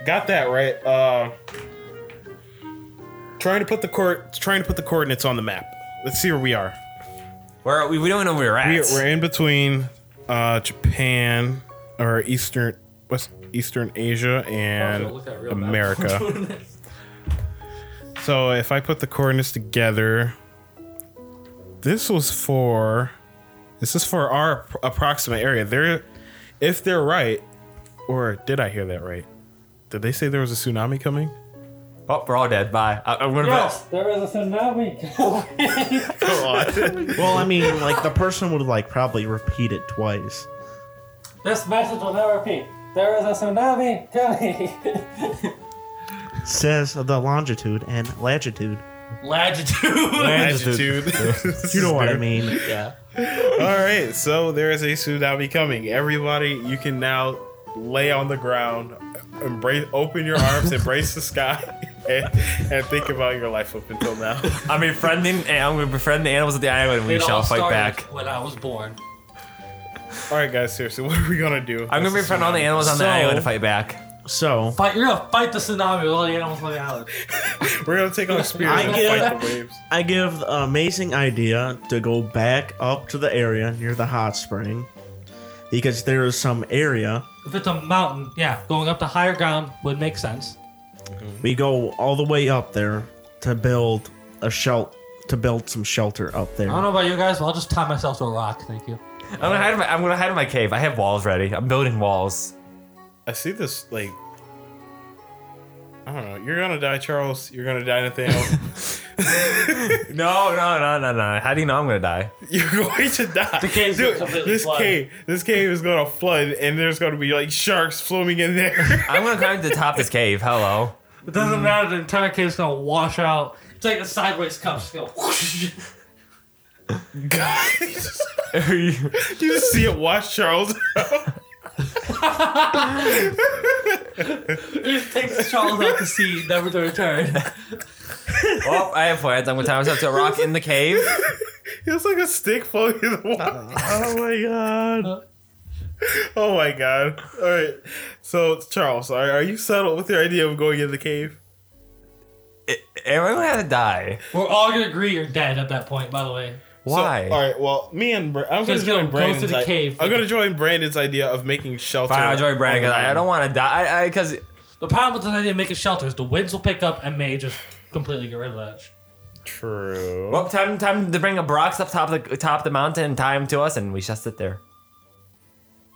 A: got that right. Uh, trying to put the court, trying to put the coordinates on the map. Let's see where we are.
B: Where we, we don't know where we're at.
A: We, we're in between uh, Japan or Eastern West Eastern Asia and
C: Oh, Look at real map.
A: America. so if I put the coordinates together, this was for this is for our ap- approximate area. There, if they're right, or did I hear that right? Did they say there was a tsunami coming?
B: oh, we're all dead. Bye. I, I'm gonna.
C: Yes, there is a tsunami.
A: Come on.
D: Well, I mean, like the person would like probably repeat it twice.
C: this message will never repeat. There is a tsunami coming.
D: Says the longitude and latitude.
C: Latitude.
A: Longitude.
D: You know what I mean?
C: yeah.
A: All right, so there is a tsunami coming. Everybody, you can now lay on the ground, embrace, open your arms, embrace the sky, and, and think about your life up until now.
B: I'm befriending. I'm gonna befriend the animals at the island. We
C: It
B: shall
C: all
B: fight
C: started
B: back.
C: When I was born.
A: All right, guys, seriously, what are we gonna do?
B: I'm gonna
A: This is
B: befriend all the
A: tsunami.
B: animals on the
A: So-
B: island to fight back.
D: So
C: Fight, you're gonna fight the tsunami with all the animals on the island.
A: We're gonna take on spears
D: I
A: and
D: get
A: fight
D: it.
A: the waves.
D: I give the amazing idea to go back up to the area near the hot spring because there is some area.
C: If it's a mountain, yeah, going up to higher ground would make sense.
D: We go all the way up there to build a shelter, to build some shelter up there.
C: I don't know about you guys, but I'll just tie myself to a rock. Thank you.
B: I'm gonna hide. In my, I'm gonna hide in my cave. I have walls ready. I'm building walls.
A: I see this like I don't know. You're gonna die, Charles. You're gonna die, Nathaniel.
B: No, no, no, no, no. How do you know I'm gonna die?
A: You're going to die. The
C: cave's gonna
A: Dude,
C: completely
A: this
C: flood.
A: cave, this cave is gonna flood, and there's gonna be like sharks swimming in there.
B: I'm gonna climb to the top of this cave. Hello.
C: It doesn't
A: Mm.
C: matter. The entire cave's gonna wash out. It's like a sideways cup. Just go. Whoosh.
A: Guys,
B: You-
A: you just see it wash Charles.
C: It just takes Charles out to sea, never to return.
B: well, I have plans. I'm gonna tie myself to a rock in the cave.
A: It's like a stick floating in the water.
B: Uh-huh.
D: Oh my god.
A: Oh my god! All right, so Charles, are, are you settled with your idea of going in the cave?
B: Am I gonna die?
C: We're all gonna agree you're dead at that point. By the way,
B: Why?
A: So, all right. Well, me and Bra- I'm gonna
C: Just go-
A: join
C: go
A: Brandon's.
C: to the
A: i-
C: cave.
A: I'm gonna join Brandon's idea of making shelter.
B: Fine, I'll join Brandon because I, I
A: on the
B: don't want to die. I because
C: the problem with the idea of making shelters, the winds will pick up and may just completely get rid of that.
A: island. True.
B: well, time time to bring a Brox up top of the top of the mountain and tie him to us, and we shall sit there.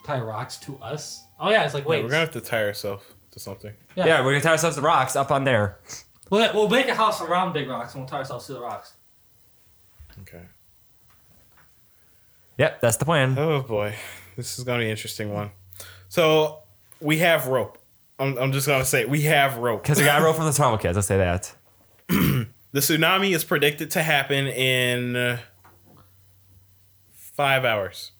C: Tie rocks to us. Oh yeah, it's like
A: Yeah,
C: wait.
A: we're gonna have to tie ourselves to something.
C: Yeah.
B: Yeah, we're gonna tie ourselves to rocks up on there.
C: We'll, we'll make a house around big rocks and we'll tie ourselves to the rocks.
A: Okay.
B: Yep, that's the plan.
A: Oh boy, this is gonna be an interesting one. So we have rope. I'm, I'm just gonna say it. we have rope.
B: Because we got roll from the Trauma Kids. I'll say that.
A: The tsunami is predicted to happen in uh, five hours.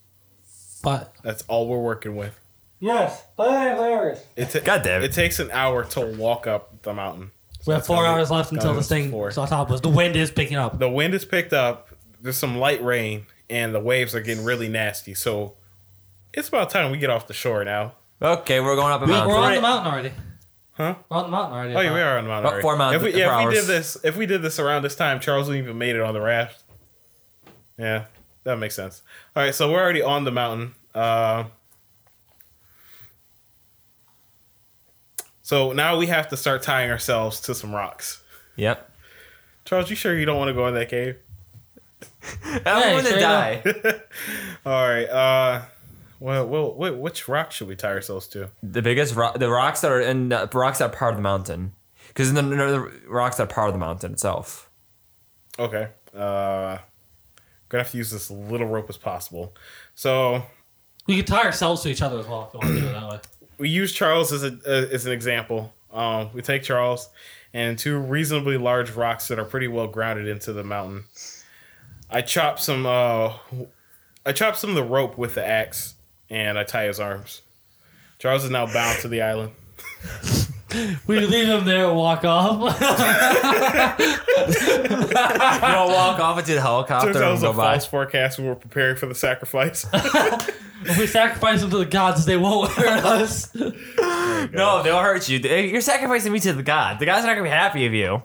C: But
A: That's all we're working with.
C: yes, five hours.
A: It ta-
B: God damn it.
A: It takes an hour to walk up the mountain.
C: We have four
A: gonna be-
C: hours left
A: gonna
C: until
A: be
C: this thing
A: four.
C: is on top of us. The wind is picking up.
A: The wind is picked up. There's some light rain, and the waves are getting really nasty. So it's about time we get off the shore now,
B: Okay, we're going up a mountain.
C: We're on
D: Right.
C: the mountain already.
A: huh?
C: We're on the mountain already.
A: Oh yeah, we are on the mountain.
B: About
A: already.
B: four mountains-
A: If we, yeah,
B: four
A: if we did
B: hours.
A: this, if we did this around this time, Charles wouldn't even made it on the raft. Yeah, that makes sense. All right, so we're already on the mountain. Uh, so now we have to start tying ourselves to some rocks.
B: Yep.
A: Charles, you sure you don't want to go in that cave?
B: I'm
C: Hey,
B: gonna
C: straight
B: die.
A: All right. Uh, well, well, wait, which rock should we tie ourselves to?
B: The biggest rock, the rocks that are in the rocks that are part of the mountain, because the, the rocks that are part of the mountain itself.
A: Okay. Uh, gonna have to use as little rope as possible. So
C: We could tie ourselves to each other as well if you want to do it that way.
A: we use Charles as a uh, as an example. Um, we take Charles and two reasonably large rocks that are pretty well grounded into the mountain. I chop some uh, I chop some of the rope with the axe and I tie his arms. Charles is now bound to the island.
C: We leave him there and walk off.
B: you will walk off into the helicopter
A: Turns out it
B: and
A: was a
B: go by.
A: false forecast. We were preparing for the sacrifice.
C: if we sacrifice him to the gods, they won't hurt us.
B: No, they'll hurt you. They- You're sacrificing me to the god. The god's not gonna be happy of you.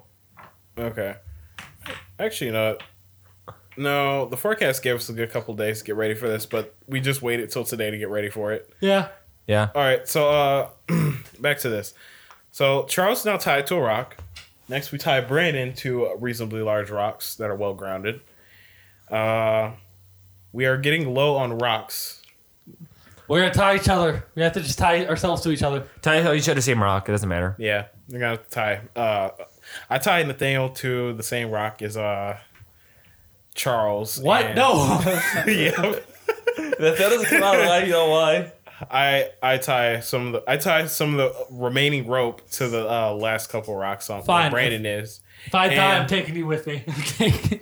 A: okay. Actually, not. No, the forecast gave us a good couple days to get ready for this, but we just waited till today to get ready for it.
C: yeah.
B: Yeah.
A: All right, so uh, back to this. So Charles is now tied to a rock. Next, we tie Brandon to reasonably large rocks that are well grounded. Uh, we are getting low on rocks.
C: We're gonna tie each other. We have to just tie ourselves to each other.
B: Tell you, you should have seen rock. It doesn't matter.
A: Yeah, you're gonna have to tie. Uh, I tied Nathaniel to the same rock as uh, Charles.
C: What?
A: and-
C: No.
A: yeah.
B: If that doesn't come out alive, you know why?
A: I I tie some of the I tie some of the remaining rope to the uh, last couple rocks on where
C: Fine.
A: Brandon is.
C: if I die, I'm
A: And-
C: taking you with me. Okay.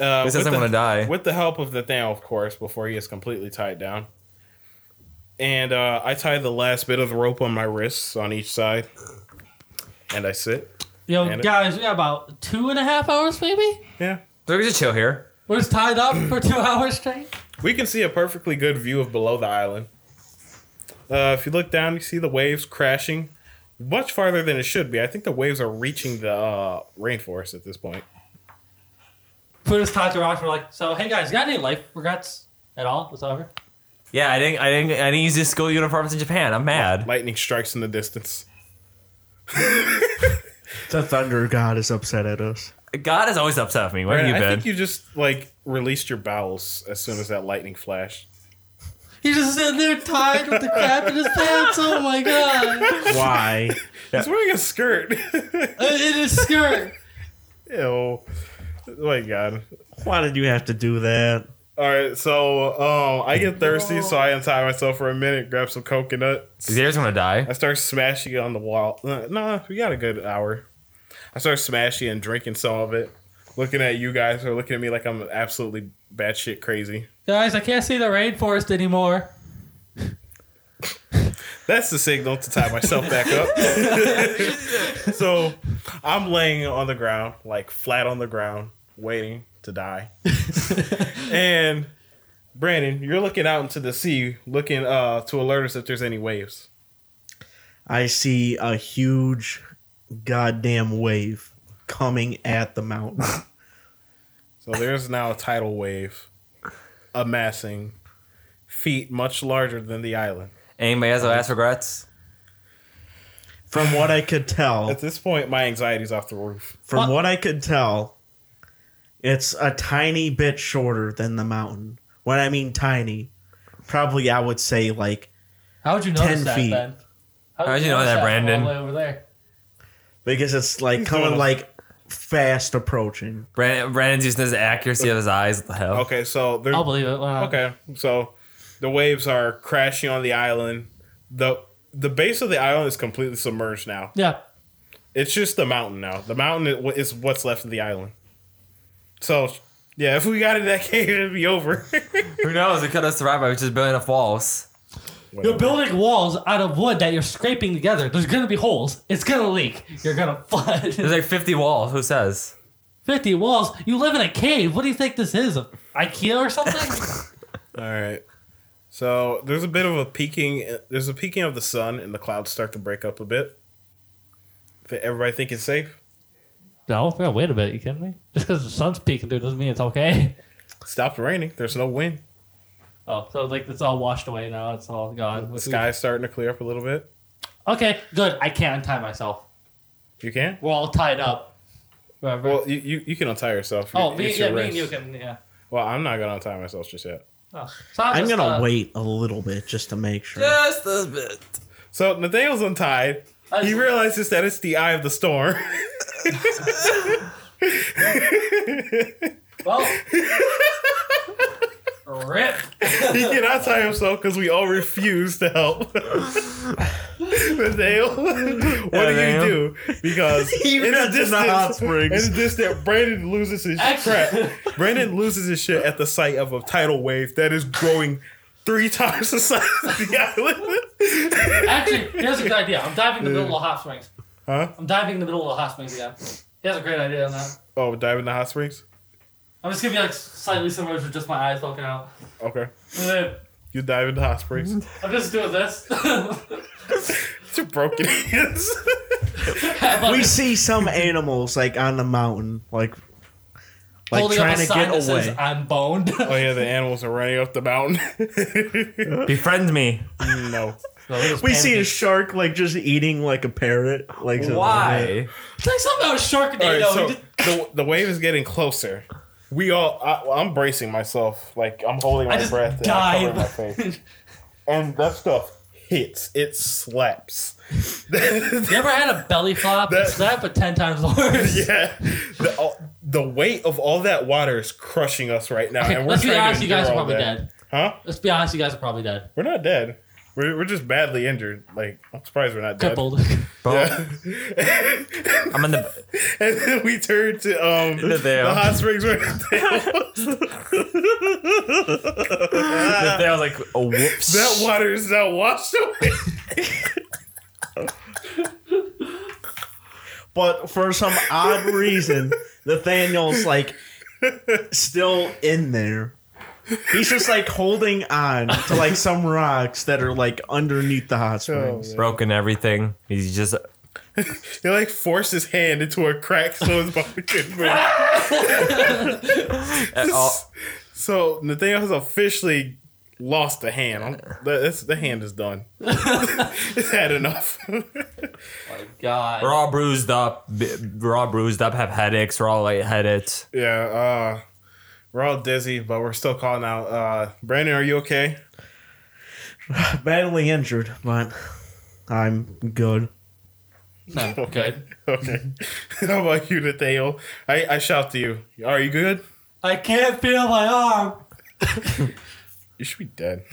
A: Uh, with
B: This doesn't
A: the-
B: want to die.
A: with the help of Nathaniel, of course, before he is completely tied down. And uh, I tie the last bit of the rope on my wrists on each side, and I sit.
C: Yo,
A: And it-
C: guys, we got about two and a half hours, maybe.
A: Yeah,
B: So we just chill here.
C: We're just tied up for two hours straight.
A: we can see a perfectly good view of below the island. Uh, if you look down, you see the waves crashing much farther than it should be. I think the waves are reaching the uh, rainforest at this point.
C: Put his talk to Rock. We're like, so hey guys, got any life regrets at all whatsoever?
B: Yeah, I didn't. I didn't. I didn't use the school uniforms in Japan. I'm mad.
A: Lightning strikes in the distance.
D: The thunder god is upset at us.
B: God is always upset with me. Where
A: Brandon,
B: have you
A: I
B: been?
A: think you just like released your bowels as soon as that lightning flashed.
C: He's just sitting there tied with the crap in his pants. Oh my god.
D: Why?
A: He's wearing a skirt.
C: In his skirt.
A: Ew. Oh my god.
D: Why did you have to do that?
A: All right, so um, I get thirsty, so I untie myself for a minute, grab some coconuts.
B: Xavier's gonna die.
A: I start smashing it on the wall. Uh, Nah, we got a good hour. I start smashing and drinking some of it. Looking at you guys who are looking at me like I'm absolutely batshit crazy.
C: Guys, I can't see the rainforest anymore.
A: That's the signal to tie myself back up. so I'm laying on the ground, like flat on the ground, waiting to die. and Brandon, you're looking out into the sea, looking uh, to alert us if there's any waves.
D: I see a huge goddamn wave coming at the mountain.
A: So there's now a tidal wave amassing feet much larger than the island.
B: Anybody has last regrets?
D: From what I could tell,
A: At this point, my anxiety's off the roof.
D: from
C: What?
D: what I could tell, it's a tiny bit shorter than the mountain. When I mean tiny, probably I would say like
C: How would you notice
D: 10
C: that,
D: feet.
C: Ben? How
B: How'd you know that,
C: from
B: Brandon?
C: All the way over there.
D: because it's like
A: doing
D: coming
A: a-
D: like fast approaching.
B: Brandon, Brandon's using his accuracy of his eyes. What the hell?
A: Okay, so there's.
C: I'll believe it. Wow.
A: Okay, so the waves are crashing on the island. the The base of the island is completely submerged now.
C: Yeah.
A: It's just the mountain now. The mountain is wh- is what's left of the island. So, yeah, if we got in that cave, it'd be over.
B: Who knows? We could have survived by just building up walls.
C: You're building walls out of wood that you're scraping together. There's gonna be holes. It's gonna leak. You're gonna
B: There's
C: flood.
B: like 50 walls. Who says?
C: Fifty walls. You live in a cave. What do you think this is? IKEA or something?
A: All right. So there's a bit of a peaking. There's a peaking of the sun, and the clouds start to break up a bit. Th- Everybody think it's safe.
C: no. Yeah, wait a minute. You kidding me? Just because the sun's peeking through doesn't mean it's okay.
A: Stopped raining. There's no wind.
C: Oh, so like it's all washed away now. It's all gone.
A: The sky's starting to clear up a little bit.
C: Okay, good. I can't untie myself.
A: You can.
C: We're all tied up. Remember?
A: Well, you, you, you can untie yourself.
C: oh, me,
A: It's
C: yeah,
A: your
C: me and
A: wrist.
C: you can. Yeah.
A: Well, I'm not gonna untie myself just yet.
C: Oh, so
D: I'm
C: just,
D: gonna
C: uh,
D: wait a little bit just to make sure.
B: Just this bit.
A: So Nathaniel's untied.
C: I
A: He
C: just-
A: realizes that it's the eye of the storm.
C: Well, rip.
A: he cannot tie himself because we all refuse to help. Nathaniel, what
B: Nathaniel.
A: do you do? Because
D: He
A: in the
D: runs in the hot
A: distance, in
D: springs.
A: the distance, Brandon loses his
C: Actually-
A: crap. Brandon loses his shit at the sight of a tidal wave that is growing three times the size of the island.
C: Actually, here's a good idea. I'm diving in the middle of hot springs.
A: Huh?
C: I'm diving in the middle of hot springs again. He has a great idea on that.
A: oh, dive in the hot springs.
C: I'm just gonna be like slightly submerged with just my eyes poking out.
A: Okay,
C: And then
A: you dive in the hot springs.
C: I'm just doing this.
A: It's your broken hands.
D: we see some animals like on the mountain, like like
C: Holding up
D: trying
C: a
D: to
C: sign
D: get away.
C: that says, I'm boned.
A: oh yeah, the animals are running up the mountain.
B: Befriend me.
A: no.
D: we see a shark like just eating like a parrot. Like so-
B: Why?
C: Say something about a sharknado.
A: All right,
C: He
A: so
C: just-
A: the, the wave is getting closer. We all, I, I'm bracing myself, like I'm holding my
C: I just
A: breath and I'm
C: dive.
A: covering my face, and that stuff hits. It slaps.
C: You ever had a belly flop?
A: That-
C: it's that, but ten times worse.
A: yeah, the, all, the weight of all that water is crushing us right now,
C: Okay,
A: and we're
C: let's be
A: trying
C: honest,
A: to
C: you guys are
A: endure all
C: probably
A: that.
C: dead.
A: Huh?
C: Let's be honest, you guys are probably dead.
A: We're not dead. We're, we're just badly injured. Like I'm surprised we're not dead.
C: Crippled. Oh
A: Yeah.
B: I'm in the.
A: and then we turn to um
B: The veil.
A: the hot springs where that
B: I was like, oh, whoops.
A: water is now washed away.
D: But for some odd reason, Nathaniel's like still in there. He's just like holding on to like some rocks that are like underneath the hot
A: Oh,
D: springs.
B: broken everything. He's just uh,
A: He like forced his hand into a crack so his body could move.
B: at all,
A: So Nathaniel has officially lost the hand. I'm- the, this- the hand is done. it's had enough.
C: my God.
B: we're all bruised up. b- We're all bruised up. Have headaches. We're all lightheaded.
A: yeah, uh, we're all dizzy, but we're still calling out. Uh, Brandon, are you okay?
D: Badly injured, but I'm good.
C: no, good.
A: Okay. How about you, Nathaniel? I, I shout to you. Are you good?
C: I can't feel my arm.
A: You should be dead.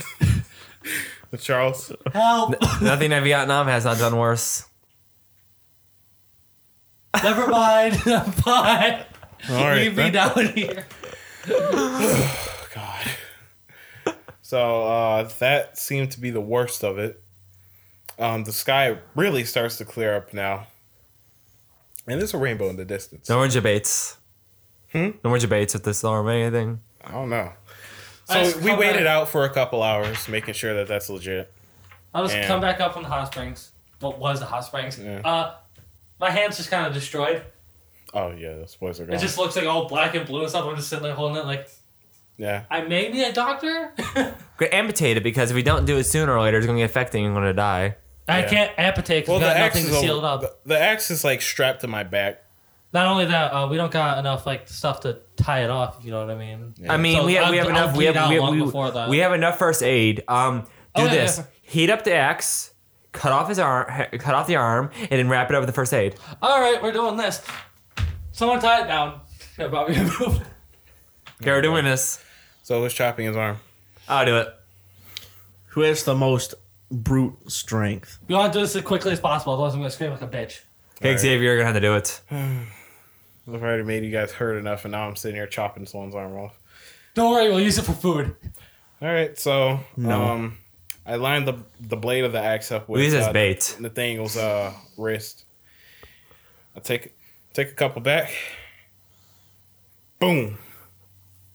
A: Charles, oh
C: Help.
B: Nothing in Vietnam has not done worse.
C: Never mind. I'm fine.
A: All right,
C: Leave me
A: then.
C: down here.
A: God. So uh, that seemed to be the worst of it. Um, the sky really starts to clear up now, and there's a rainbow in the distance.
B: No more debates.
A: Hmm?
B: No more debates at this or anything.
A: I don't know. So
C: I just
A: we
C: come
A: waited
C: back-
A: out for a couple hours, making sure that that's legit.
C: I'll just
A: Yeah.
C: come back up from the hot springs. What was the hot springs?
A: Yeah.
C: Uh, my hand's just kind of destroyed.
A: Oh yeah, those boys are
C: It
A: gone.
C: just looks like all black and blue and stuff. I'm just sitting there holding it like,
A: yeah,
C: I may need a doctor.
B: Great, amputate it because if we don't do it sooner or later, it's going to get affecting. You're going to die.
C: I
A: Yeah.
C: can't amputate
A: Well,
C: because we
A: the
C: got
A: axe
C: nothing
A: is
C: to
A: a-
C: seal it up.
A: the- the axe is like strapped to my back.
C: Not only that, uh, we don't got enough like stuff to tie it off. If you know what I mean.
B: I mean,
C: So
B: we have, we
C: I'll-
B: have enough.
C: I'll
B: We
C: bleed
B: have,
C: out
B: we,
C: long
B: we-
C: before that.
B: we have enough first aid. Um, do
C: Oh, yeah,
B: this:
C: yeah.
B: heat up the axe, cut off his arm, cut off the arm, and then wrap it up with the first aid.
C: All right, we're doing this. Someone tie it down. Yeah, Bobby, move.
B: Okay, we're doing this.
A: So who's chopping his arm?
B: I'll do it.
D: Who has the most brute strength?
C: We want to do this as quickly as possible. Otherwise, I'm gonna scream like a bitch.
B: Okay,
A: All right.
B: Xavier, you're gonna have to do it.
A: I've already made you guys hurt enough, and now I'm sitting here chopping someone's arm off.
C: Don't worry, we'll use it for food.
A: All right, so
D: No.
A: um, I lined the the blade of the axe
C: Oh,
A: up with
B: We use this
A: uh,
B: bait.
A: Nathaniel's uh, wrist. I take take a couple back. Boom!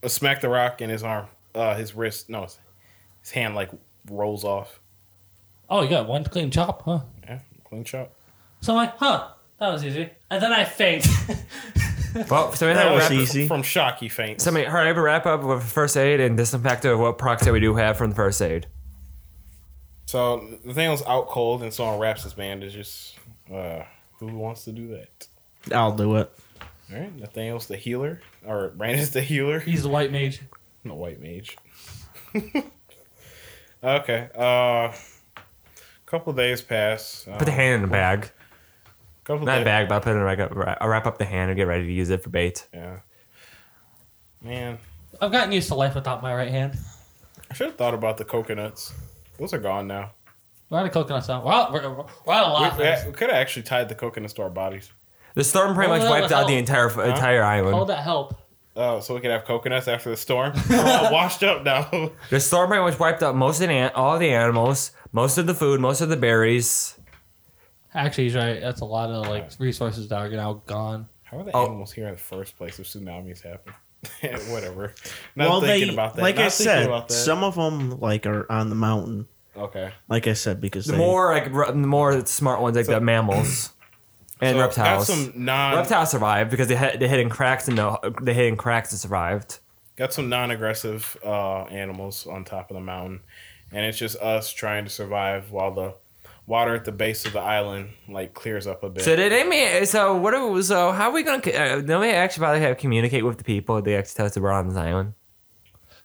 A: I smack the rock in his arm, uh, his wrist. No, his, his hand like rolls off.
C: Oh, you got one clean chop, huh?
A: Yeah, clean chop.
C: So I'm like, huh, that was easy. And then I faint.
B: Well, somebody,
A: That
B: have a
A: was
B: wrap,
D: easy.
A: From shock, he faints.
B: somebody, hurry up, and wrap up with first aid and disinfect of what products that we do have from the first aid.
A: So Nathaniel's out cold, and someone wraps his bandages. Uh, who wants to do that?
D: I'll do it.
A: All right, Nathaniel's the healer, or Brandon's the healer.
C: He's the white mage.
A: I'm a white mage. okay. Uh, couple days pass. Uh,
C: Oh,
B: Put the hand in a bag,
A: couple
B: not a
A: day-
B: bag, but put it in a bag. I'll wrap up the hand and get ready to use it for bait.
A: Yeah. Man,
C: I've gotten used to life without my right hand.
A: I should have thought about the coconuts. Those are gone now.
C: We're out of coconuts now. We're out, we're, we're out of a
A: We,
C: lot of things.
A: could have actually tied the coconuts to our bodies,
B: The storm pretty
C: Well,
B: much
C: that
B: wiped
C: would
B: out the
C: help.
B: entire entire
C: All
B: island.
C: that help.
A: oh, so we could have coconuts after the storm. We're all washed up now.
B: The storm pretty much wiped out most of the an- all the animals, most of the food, most of the berries.
C: Actually, he's right. That's a lot of like resources that are now gone.
A: How are the
B: Oh.
A: animals here in the first place if tsunamis happen? Whatever. Not
D: well,
A: thinking
D: they
A: about that.
D: like
A: Not
D: I
A: thinking about
D: said,
A: that.
D: some of them like are on the mountain.
A: okay.
D: Like I said, because
B: The
D: they,
B: more like r- the more smart ones like the mammals and
A: So,
B: reptiles.
A: Got some um, non
B: reptiles survived because they had they hid in cracks and no they hid in cracks and survived.
A: got some non-aggressive uh, animals on top of the mountain and it's just us trying to survive while the water at the base of the island like clears up a bit
B: So did Amy? So what? Are, so how are we gonna? Uh, nobody actually probably have to communicate with the people. They actually tell us that we're on this island.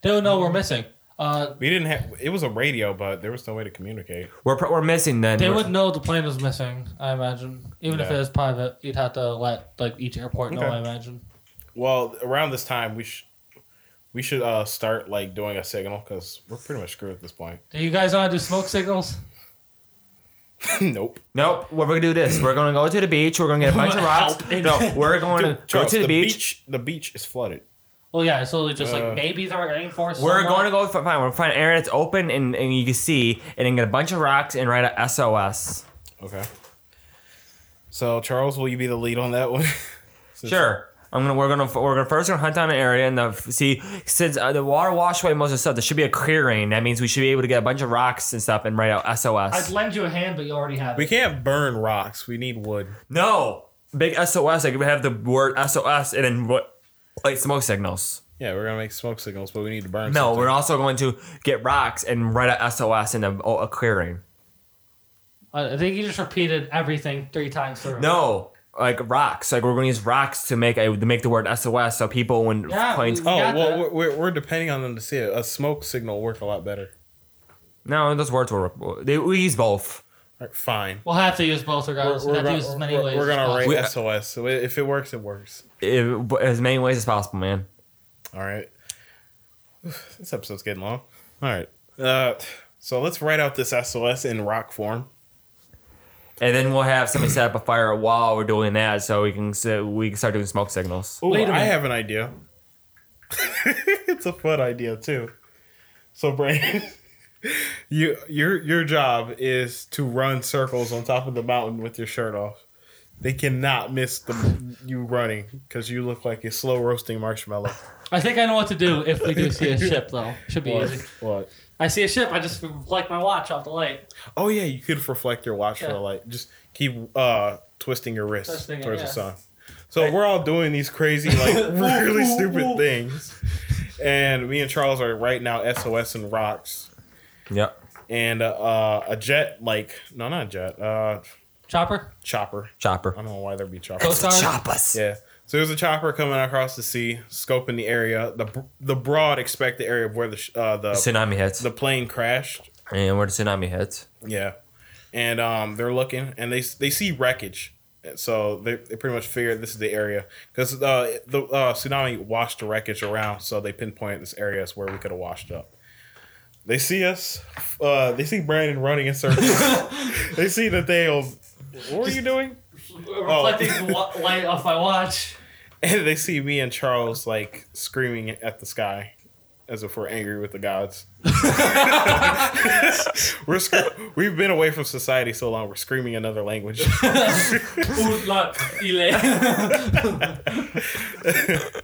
C: They don't know we're missing. Uh,
A: we didn't have it was a radio but there was no way to communicate
B: We're pro- we're missing then.
C: they
B: We're-
C: would know the plane was missing. I imagine, even if it
A: Yeah.
C: was private, you'd have to let like each airport know.
A: Okay.
C: I imagine.
A: well around this time we should we should uh, start like doing a signal because we're pretty much screwed at this point
C: Do you guys want to do smoke signals?
A: nope
B: Nope. What we're gonna do this. We're gonna go to the beach. We're gonna get a bunch of rocks.
C: Help.
B: No, we're going to go
A: Charles,
B: to the, beach.
A: the beach is flooded
C: Well, yeah, it's literally just
A: Uh,
C: like maybe they're aiming for.
B: We're going to go f- find. We're gonna find an area that's open and, and you can see, and then get a bunch of rocks and write a SOS.
A: okay so charles will you be the lead on that one
B: Sure. I'm gonna we're gonna we're gonna first gonna hunt down an area and the, see since uh, the water washed away most of the stuff. There should be a clearing. That means we should be able to get a bunch of rocks and stuff and write out
C: I'd
B: SOS.
C: lend you a hand, but you already have
A: We
C: it.
A: can't burn rocks. We need wood.
B: no big SOS. I could have the word SOS and then what like smoke signals.
A: Yeah, we're gonna make smoke signals, but we need to burn.
B: No,
A: something.
B: we're also going to get rocks and write out SOS in a, oh, a clearing.
C: I I think you just repeated everything three times through.
B: No, like rocks. Like we're going to use rocks to make a, to make the word SOS. So people when
C: Yeah,
B: planes.
C: we-
A: Oh
C: got
A: well,
C: that.
A: we're, we're, we're depending on them to see it. A smoke signal worked a lot better.
B: No, those words were they, we use both.
A: All right, fine.
C: We'll have to use both regardless.
A: we're,
C: We're, we have to
A: gonna-
C: use as many
A: we're-
C: ways.
A: we're
C: as
A: gonna
C: possible.
A: write
B: We-
A: SOS. So if it works, it works.
B: It- eh, as many ways as possible, man.
A: All right. This episode's getting long. All right. Uh, so let's write out this SOS in rock form.
B: And then we'll have somebody set up a fire while we're doing that, so we can so we can start doing smoke signals.
A: Ooh,
C: Wait a
A: I
C: minute.
A: have an idea. it's a fun idea too. So Brandon, you your your job is to run circles on top of the mountain with your shirt off. They cannot miss the you running because you look like a slow roasting marshmallow.
C: I think I know what to do if we do see a ship, though. Should be easy.
A: What?
C: I see a ship. I just like my watch off the light.
A: Oh yeah, you could reflect your watch for
C: Yeah.
A: a light. Just keep uh twisting your wrist
C: Twisting it,
A: towards
C: yeah.
A: the sun. So we're all doing these crazy, like really stupid things. And me and Charles are right now SOS and rocks.
B: Yep.
A: And uh, a jet, like no, not a jet, uh,
C: Chopper,
A: chopper.
B: Chopper.
A: I don't know why there'd be choppers.
C: Coast Guard.
B: Chop us.
A: Yeah. So there's a chopper coming across the sea, scoping the area, the br- the broad expected area of where the sh- uh, the
B: Tsunami hits.
A: the plane crashed.
B: And where the tsunami hits.
A: Yeah, and um, they're looking and they they see wreckage, so they, they pretty much figure this is the area because uh, the uh, tsunami washed the wreckage around, so they pinpointed this area as where we could have washed up. They see us. Uh, they see Brandon running in circles. they see that they. oh, What are you doing? Oh.
C: reflecting the wa- light off my watch.
A: And they see me and Charles like screaming at the sky as if we're angry with the gods. we're sc- we've been away from society so long, we're screaming another language.
C: Ooh, look, Eli.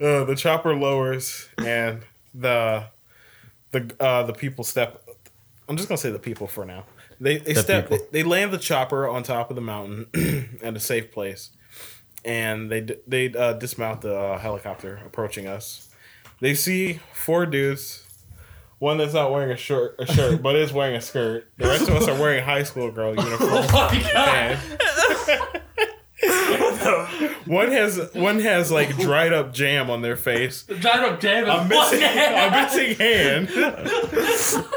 A: Uh, the chopper lowers and the the uh, the people step I'm just gonna say the people for now. They they
B: The
A: step
B: people.
A: they land the chopper on top of the mountain at a safe place, and they d- they uh, dismount the uh, helicopter approaching us. They see four dudes, one that's not wearing a shirt a shirt but is wearing a skirt. The rest of us are wearing high school girl uniforms.
C: oh my god.
A: And- one has one has like dried up jam on their face.
C: Dried up jam.
A: I'm missing a missing hand.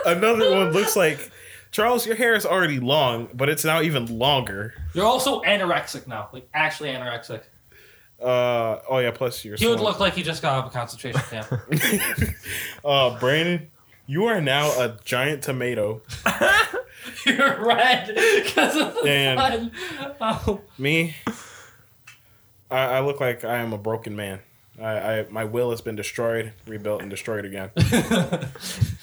A: Another one looks like Charles, your hair is already long, but it's now even longer.
C: You're also anorexic now. Like, actually anorexic.
A: Uh oh yeah, plus you're
C: You would
A: small.
C: look like you just got out of a concentration camp.
A: uh Brandon, you are now a giant tomato.
C: You're red because of the
A: And-
C: sun. Oh.
A: Me I, I look like I am a broken man. I, I my will has been destroyed, rebuilt, and destroyed again.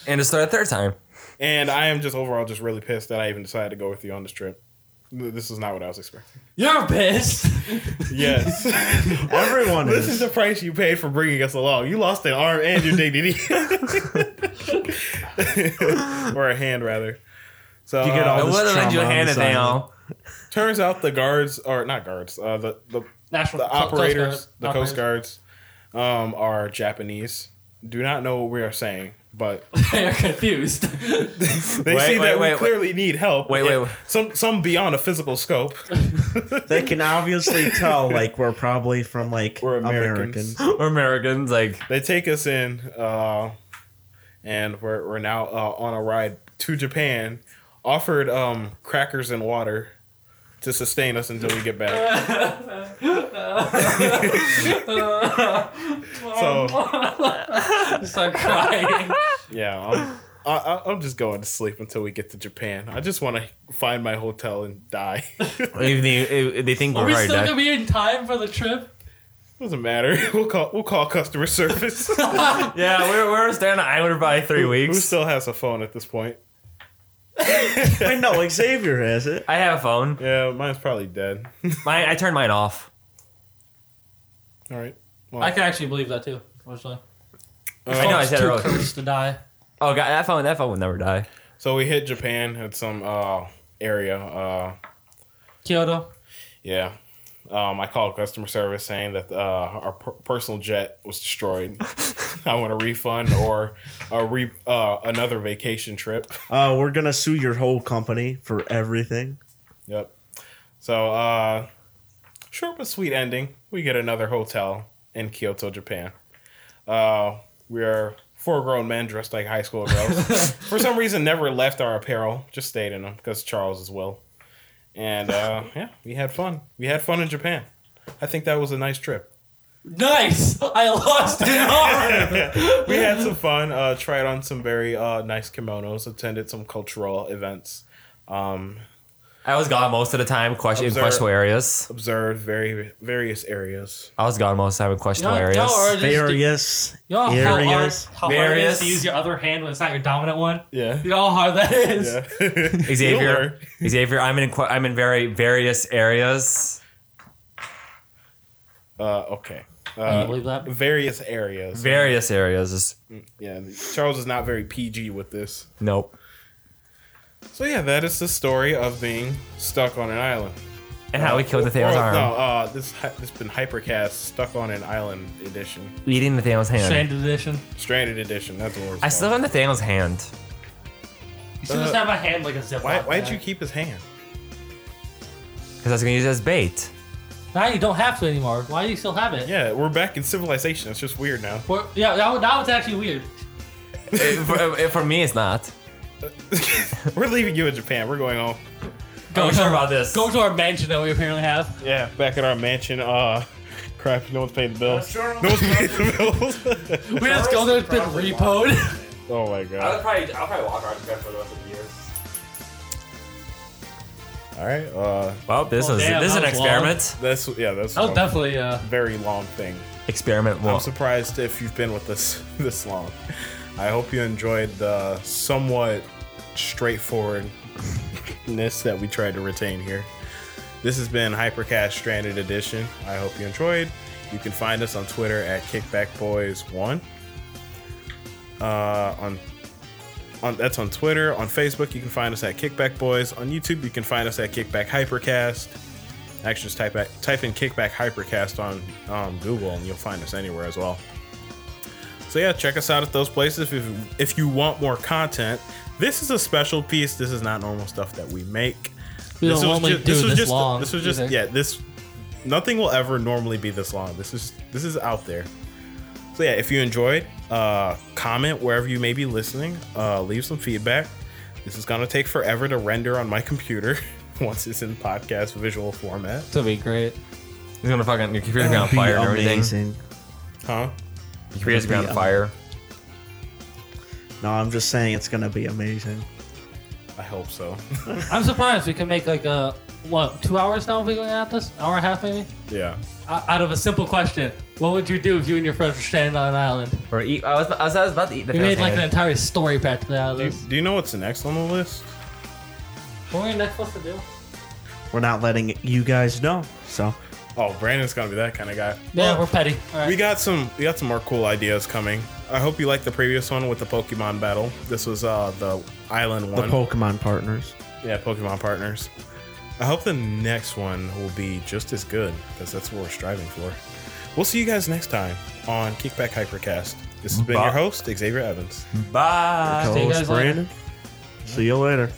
B: And it's the third time.
A: And I am just overall just really pissed that I even decided to go with you on this trip. Th- This is not what I was expecting.
C: You're pissed.
A: Yes.
D: Everyone
A: this
D: is.
A: is the price you paid for bringing us along. You lost an arm and your dignity. or a hand, rather. So
D: You get all
B: I
A: uh,
D: this
B: would have lent you a
D: trauma on
B: hand
D: the
B: if they
D: side.
B: know.
A: turns out the guards, or not guards, uh, the, the,
C: National
A: the
C: Co- Coast
A: operators,
C: Guard.
A: the Coast Guards, um, are Japanese. Do not know what we are saying, but
C: They're confused.
A: they
B: Wait,
A: see
B: wait,
A: that
B: wait,
A: we
B: wait.
A: clearly need help.
B: Wait, wait, wait.
A: Some, some beyond a physical scope.
D: They can obviously tell, like, we're probably from, like,
A: We're
D: American.
A: Americans.
B: We're Americans. Like
A: they take us in, uh, and we're we're now uh, on a ride to Japan. Offered um, crackers and water to sustain us until we get back. so
C: Start crying.
A: yeah, I'm, I, I- I'm just going to sleep until we get to Japan. I just want to find my hotel and die.
B: if they, if they think
C: Are
B: we're
C: we
B: already
C: still
B: dead.
C: gonna be in time for the trip?
A: Doesn't matter. We'll call we'll call customer service.
B: yeah, we're we're staying on an island for probably three
A: Who
B: weeks.
A: still has a phone at this point?
D: Wait, no, Xavier has it.
B: I have a phone.
A: Yeah, mine's probably dead.
B: My I turned mine off.
A: All right. Well,
C: I can actually believe that too. Originally,
B: I
A: Oh,
B: know I
C: It's
B: said it
C: too
B: earlier.
C: cursed to die.
B: Oh god, that phone that phone would never die.
A: So we hit Japan at some uh, area. Uh,
C: Kyoto.
A: yeah. Um, I called customer service saying that uh, our per- personal jet was destroyed. I want a refund or a re- uh, another vacation trip.
D: Uh, we're gonna sue your whole company for everything.
A: Yep. So, uh, short but sweet ending. We get another hotel in Kyoto, Japan. Uh, we are four grown men dressed like high school girls. For some reason, never left our apparel, just stayed in them because Charles is Will. And uh, yeah, we had fun. We had fun in Japan. I think that was a nice trip.
C: Nice. I lost an arm.
A: we had some fun. Uh, tried on some very uh, nice kimonos. Attended some cultural events. Um,
B: I was gone most of the time, question in
A: Observe.
B: questionable areas.
A: observed very various areas.
B: I was gone most of the time in
C: Y'all-
B: questionable
C: y'all
B: areas.
C: are just-
D: Various
C: Y'all know how hard,
D: areas.
C: how hard it is
B: Various.
C: to use your other hand when it's not your dominant one.
A: Yeah.
C: You know how hard that is.
A: Yeah.
B: Xavier,
A: Bueller.
B: Xavier, I'm in que- I'm in very various areas.
A: Uh, okay.
C: Can you
A: Uh,
C: believe that?
A: various areas.
B: Various areas. Just,
A: yeah. Charles is not very PG with this.
B: nope.
A: So yeah, that is the story of being stuck on an island.
B: And how we killed Nathaniel's
A: Or-
B: arm.
A: No, uh, this hi- this been hypercast stuck on an island edition,
B: Eating Nathaniel's hand.
C: Stranded edition.
A: stranded edition. That's what we're.
B: I still have Nathaniel's hand.
C: You should just have a hand like a zip.
A: Uh, Why why did you keep his hand?
B: Because I was going to use it as bait.
C: Now you don't have to anymore. Why do you still have it?
A: Yeah, we're back in civilization. It's just weird now.
C: Or- yeah. Now, now it's actually weird.
B: It- for, it- for me, it's not.
A: we're leaving you in Japan. We're going home.
B: Go sure about this.
C: Go to our mansion that we apparently have.
A: Yeah, back at our mansion. Uh, crap, no one's paying the bills.
D: Charles-
A: no one's paying the bills.
C: We just go there. It's been
D: Probably
C: repoed.
A: oh my god.
B: probably, I'll probably walk around Japan for the rest of the years.
A: All right. Uh,
B: Well, this
C: Well,
B: is
C: Oh, damn,
B: this is
C: that
B: an
C: was long.
B: experiment.
A: that's yeah. That's
C: That was
A: long-
C: definitely. Uh,
A: very long thing.
B: Experiment
A: I'm
B: one.
A: surprised if you've been with us this long. I hope you enjoyed the somewhat straightforwardness that we tried to retain here. This has been Hypercast Stranded Edition. I hope you enjoyed. You can find us on Twitter at KickbackBoys1. Uh, on on, that's on Twitter. On Facebook, you can find us at Kickback Boys. On YouTube, you can find us at Kickback Hypercast. Actually, just type, at, type in Kickback Hypercast on um, Google and you'll find us anywhere as well. So, yeah, check us out at those places if, if you want more content. This is a special piece. This is not normal stuff that we make.
C: We
A: This
C: don't
A: was
C: normally
A: ju-
C: do
A: was
C: this
A: just,
C: long
A: This was just,
C: either.
A: yeah, this. Nothing will ever normally be this long. This is this is out there. So yeah, if you enjoyed, uh, comment wherever you may be listening. Uh, leave some feedback. This is gonna take forever to render on my computer once it's in podcast visual format.
C: that'd be great.
B: He's going to fucking, your computer's going
D: That'd
B: to
D: be
B: fire and everything. Your
D: amazing.
A: Huh?
B: computer's going
D: That'd
B: to
D: be
B: fire.
D: No, I'm just saying it's gonna be amazing.
A: I hope so.
C: I'm surprised we can make like uh what two hours now if we going at this hour and a half maybe
A: yeah.
C: O- out of a simple question. What would you do if you and your friends were stranded on an island?
B: Or eat, I, was, I, was, I was about to eat
C: We made
B: Nathaniel's
C: like an
B: hand.
C: entire story practically out of
A: Do you,
C: this.
A: do you know what's next on the list?
C: What were we next supposed to do?
D: We're not letting you guys know. So
A: Oh, Brandon's gonna be that kind of guy.
C: Yeah, we're petty. All right.
A: We got some we got some more cool ideas coming. I hope you liked the previous one with the Pokemon battle. This was uh the island
D: the
A: one.
D: Pokemon partners.
A: yeah, Pokemon partners. I hope the next one will be just as good because that's what we're striving for. We'll see you guys next time on Kickback Hypercast. This has been
B: Bye.
A: your host Xavier Evans.
B: Bye.
C: See you
D: Co-host
C: guys later.
D: Brandon. See you later.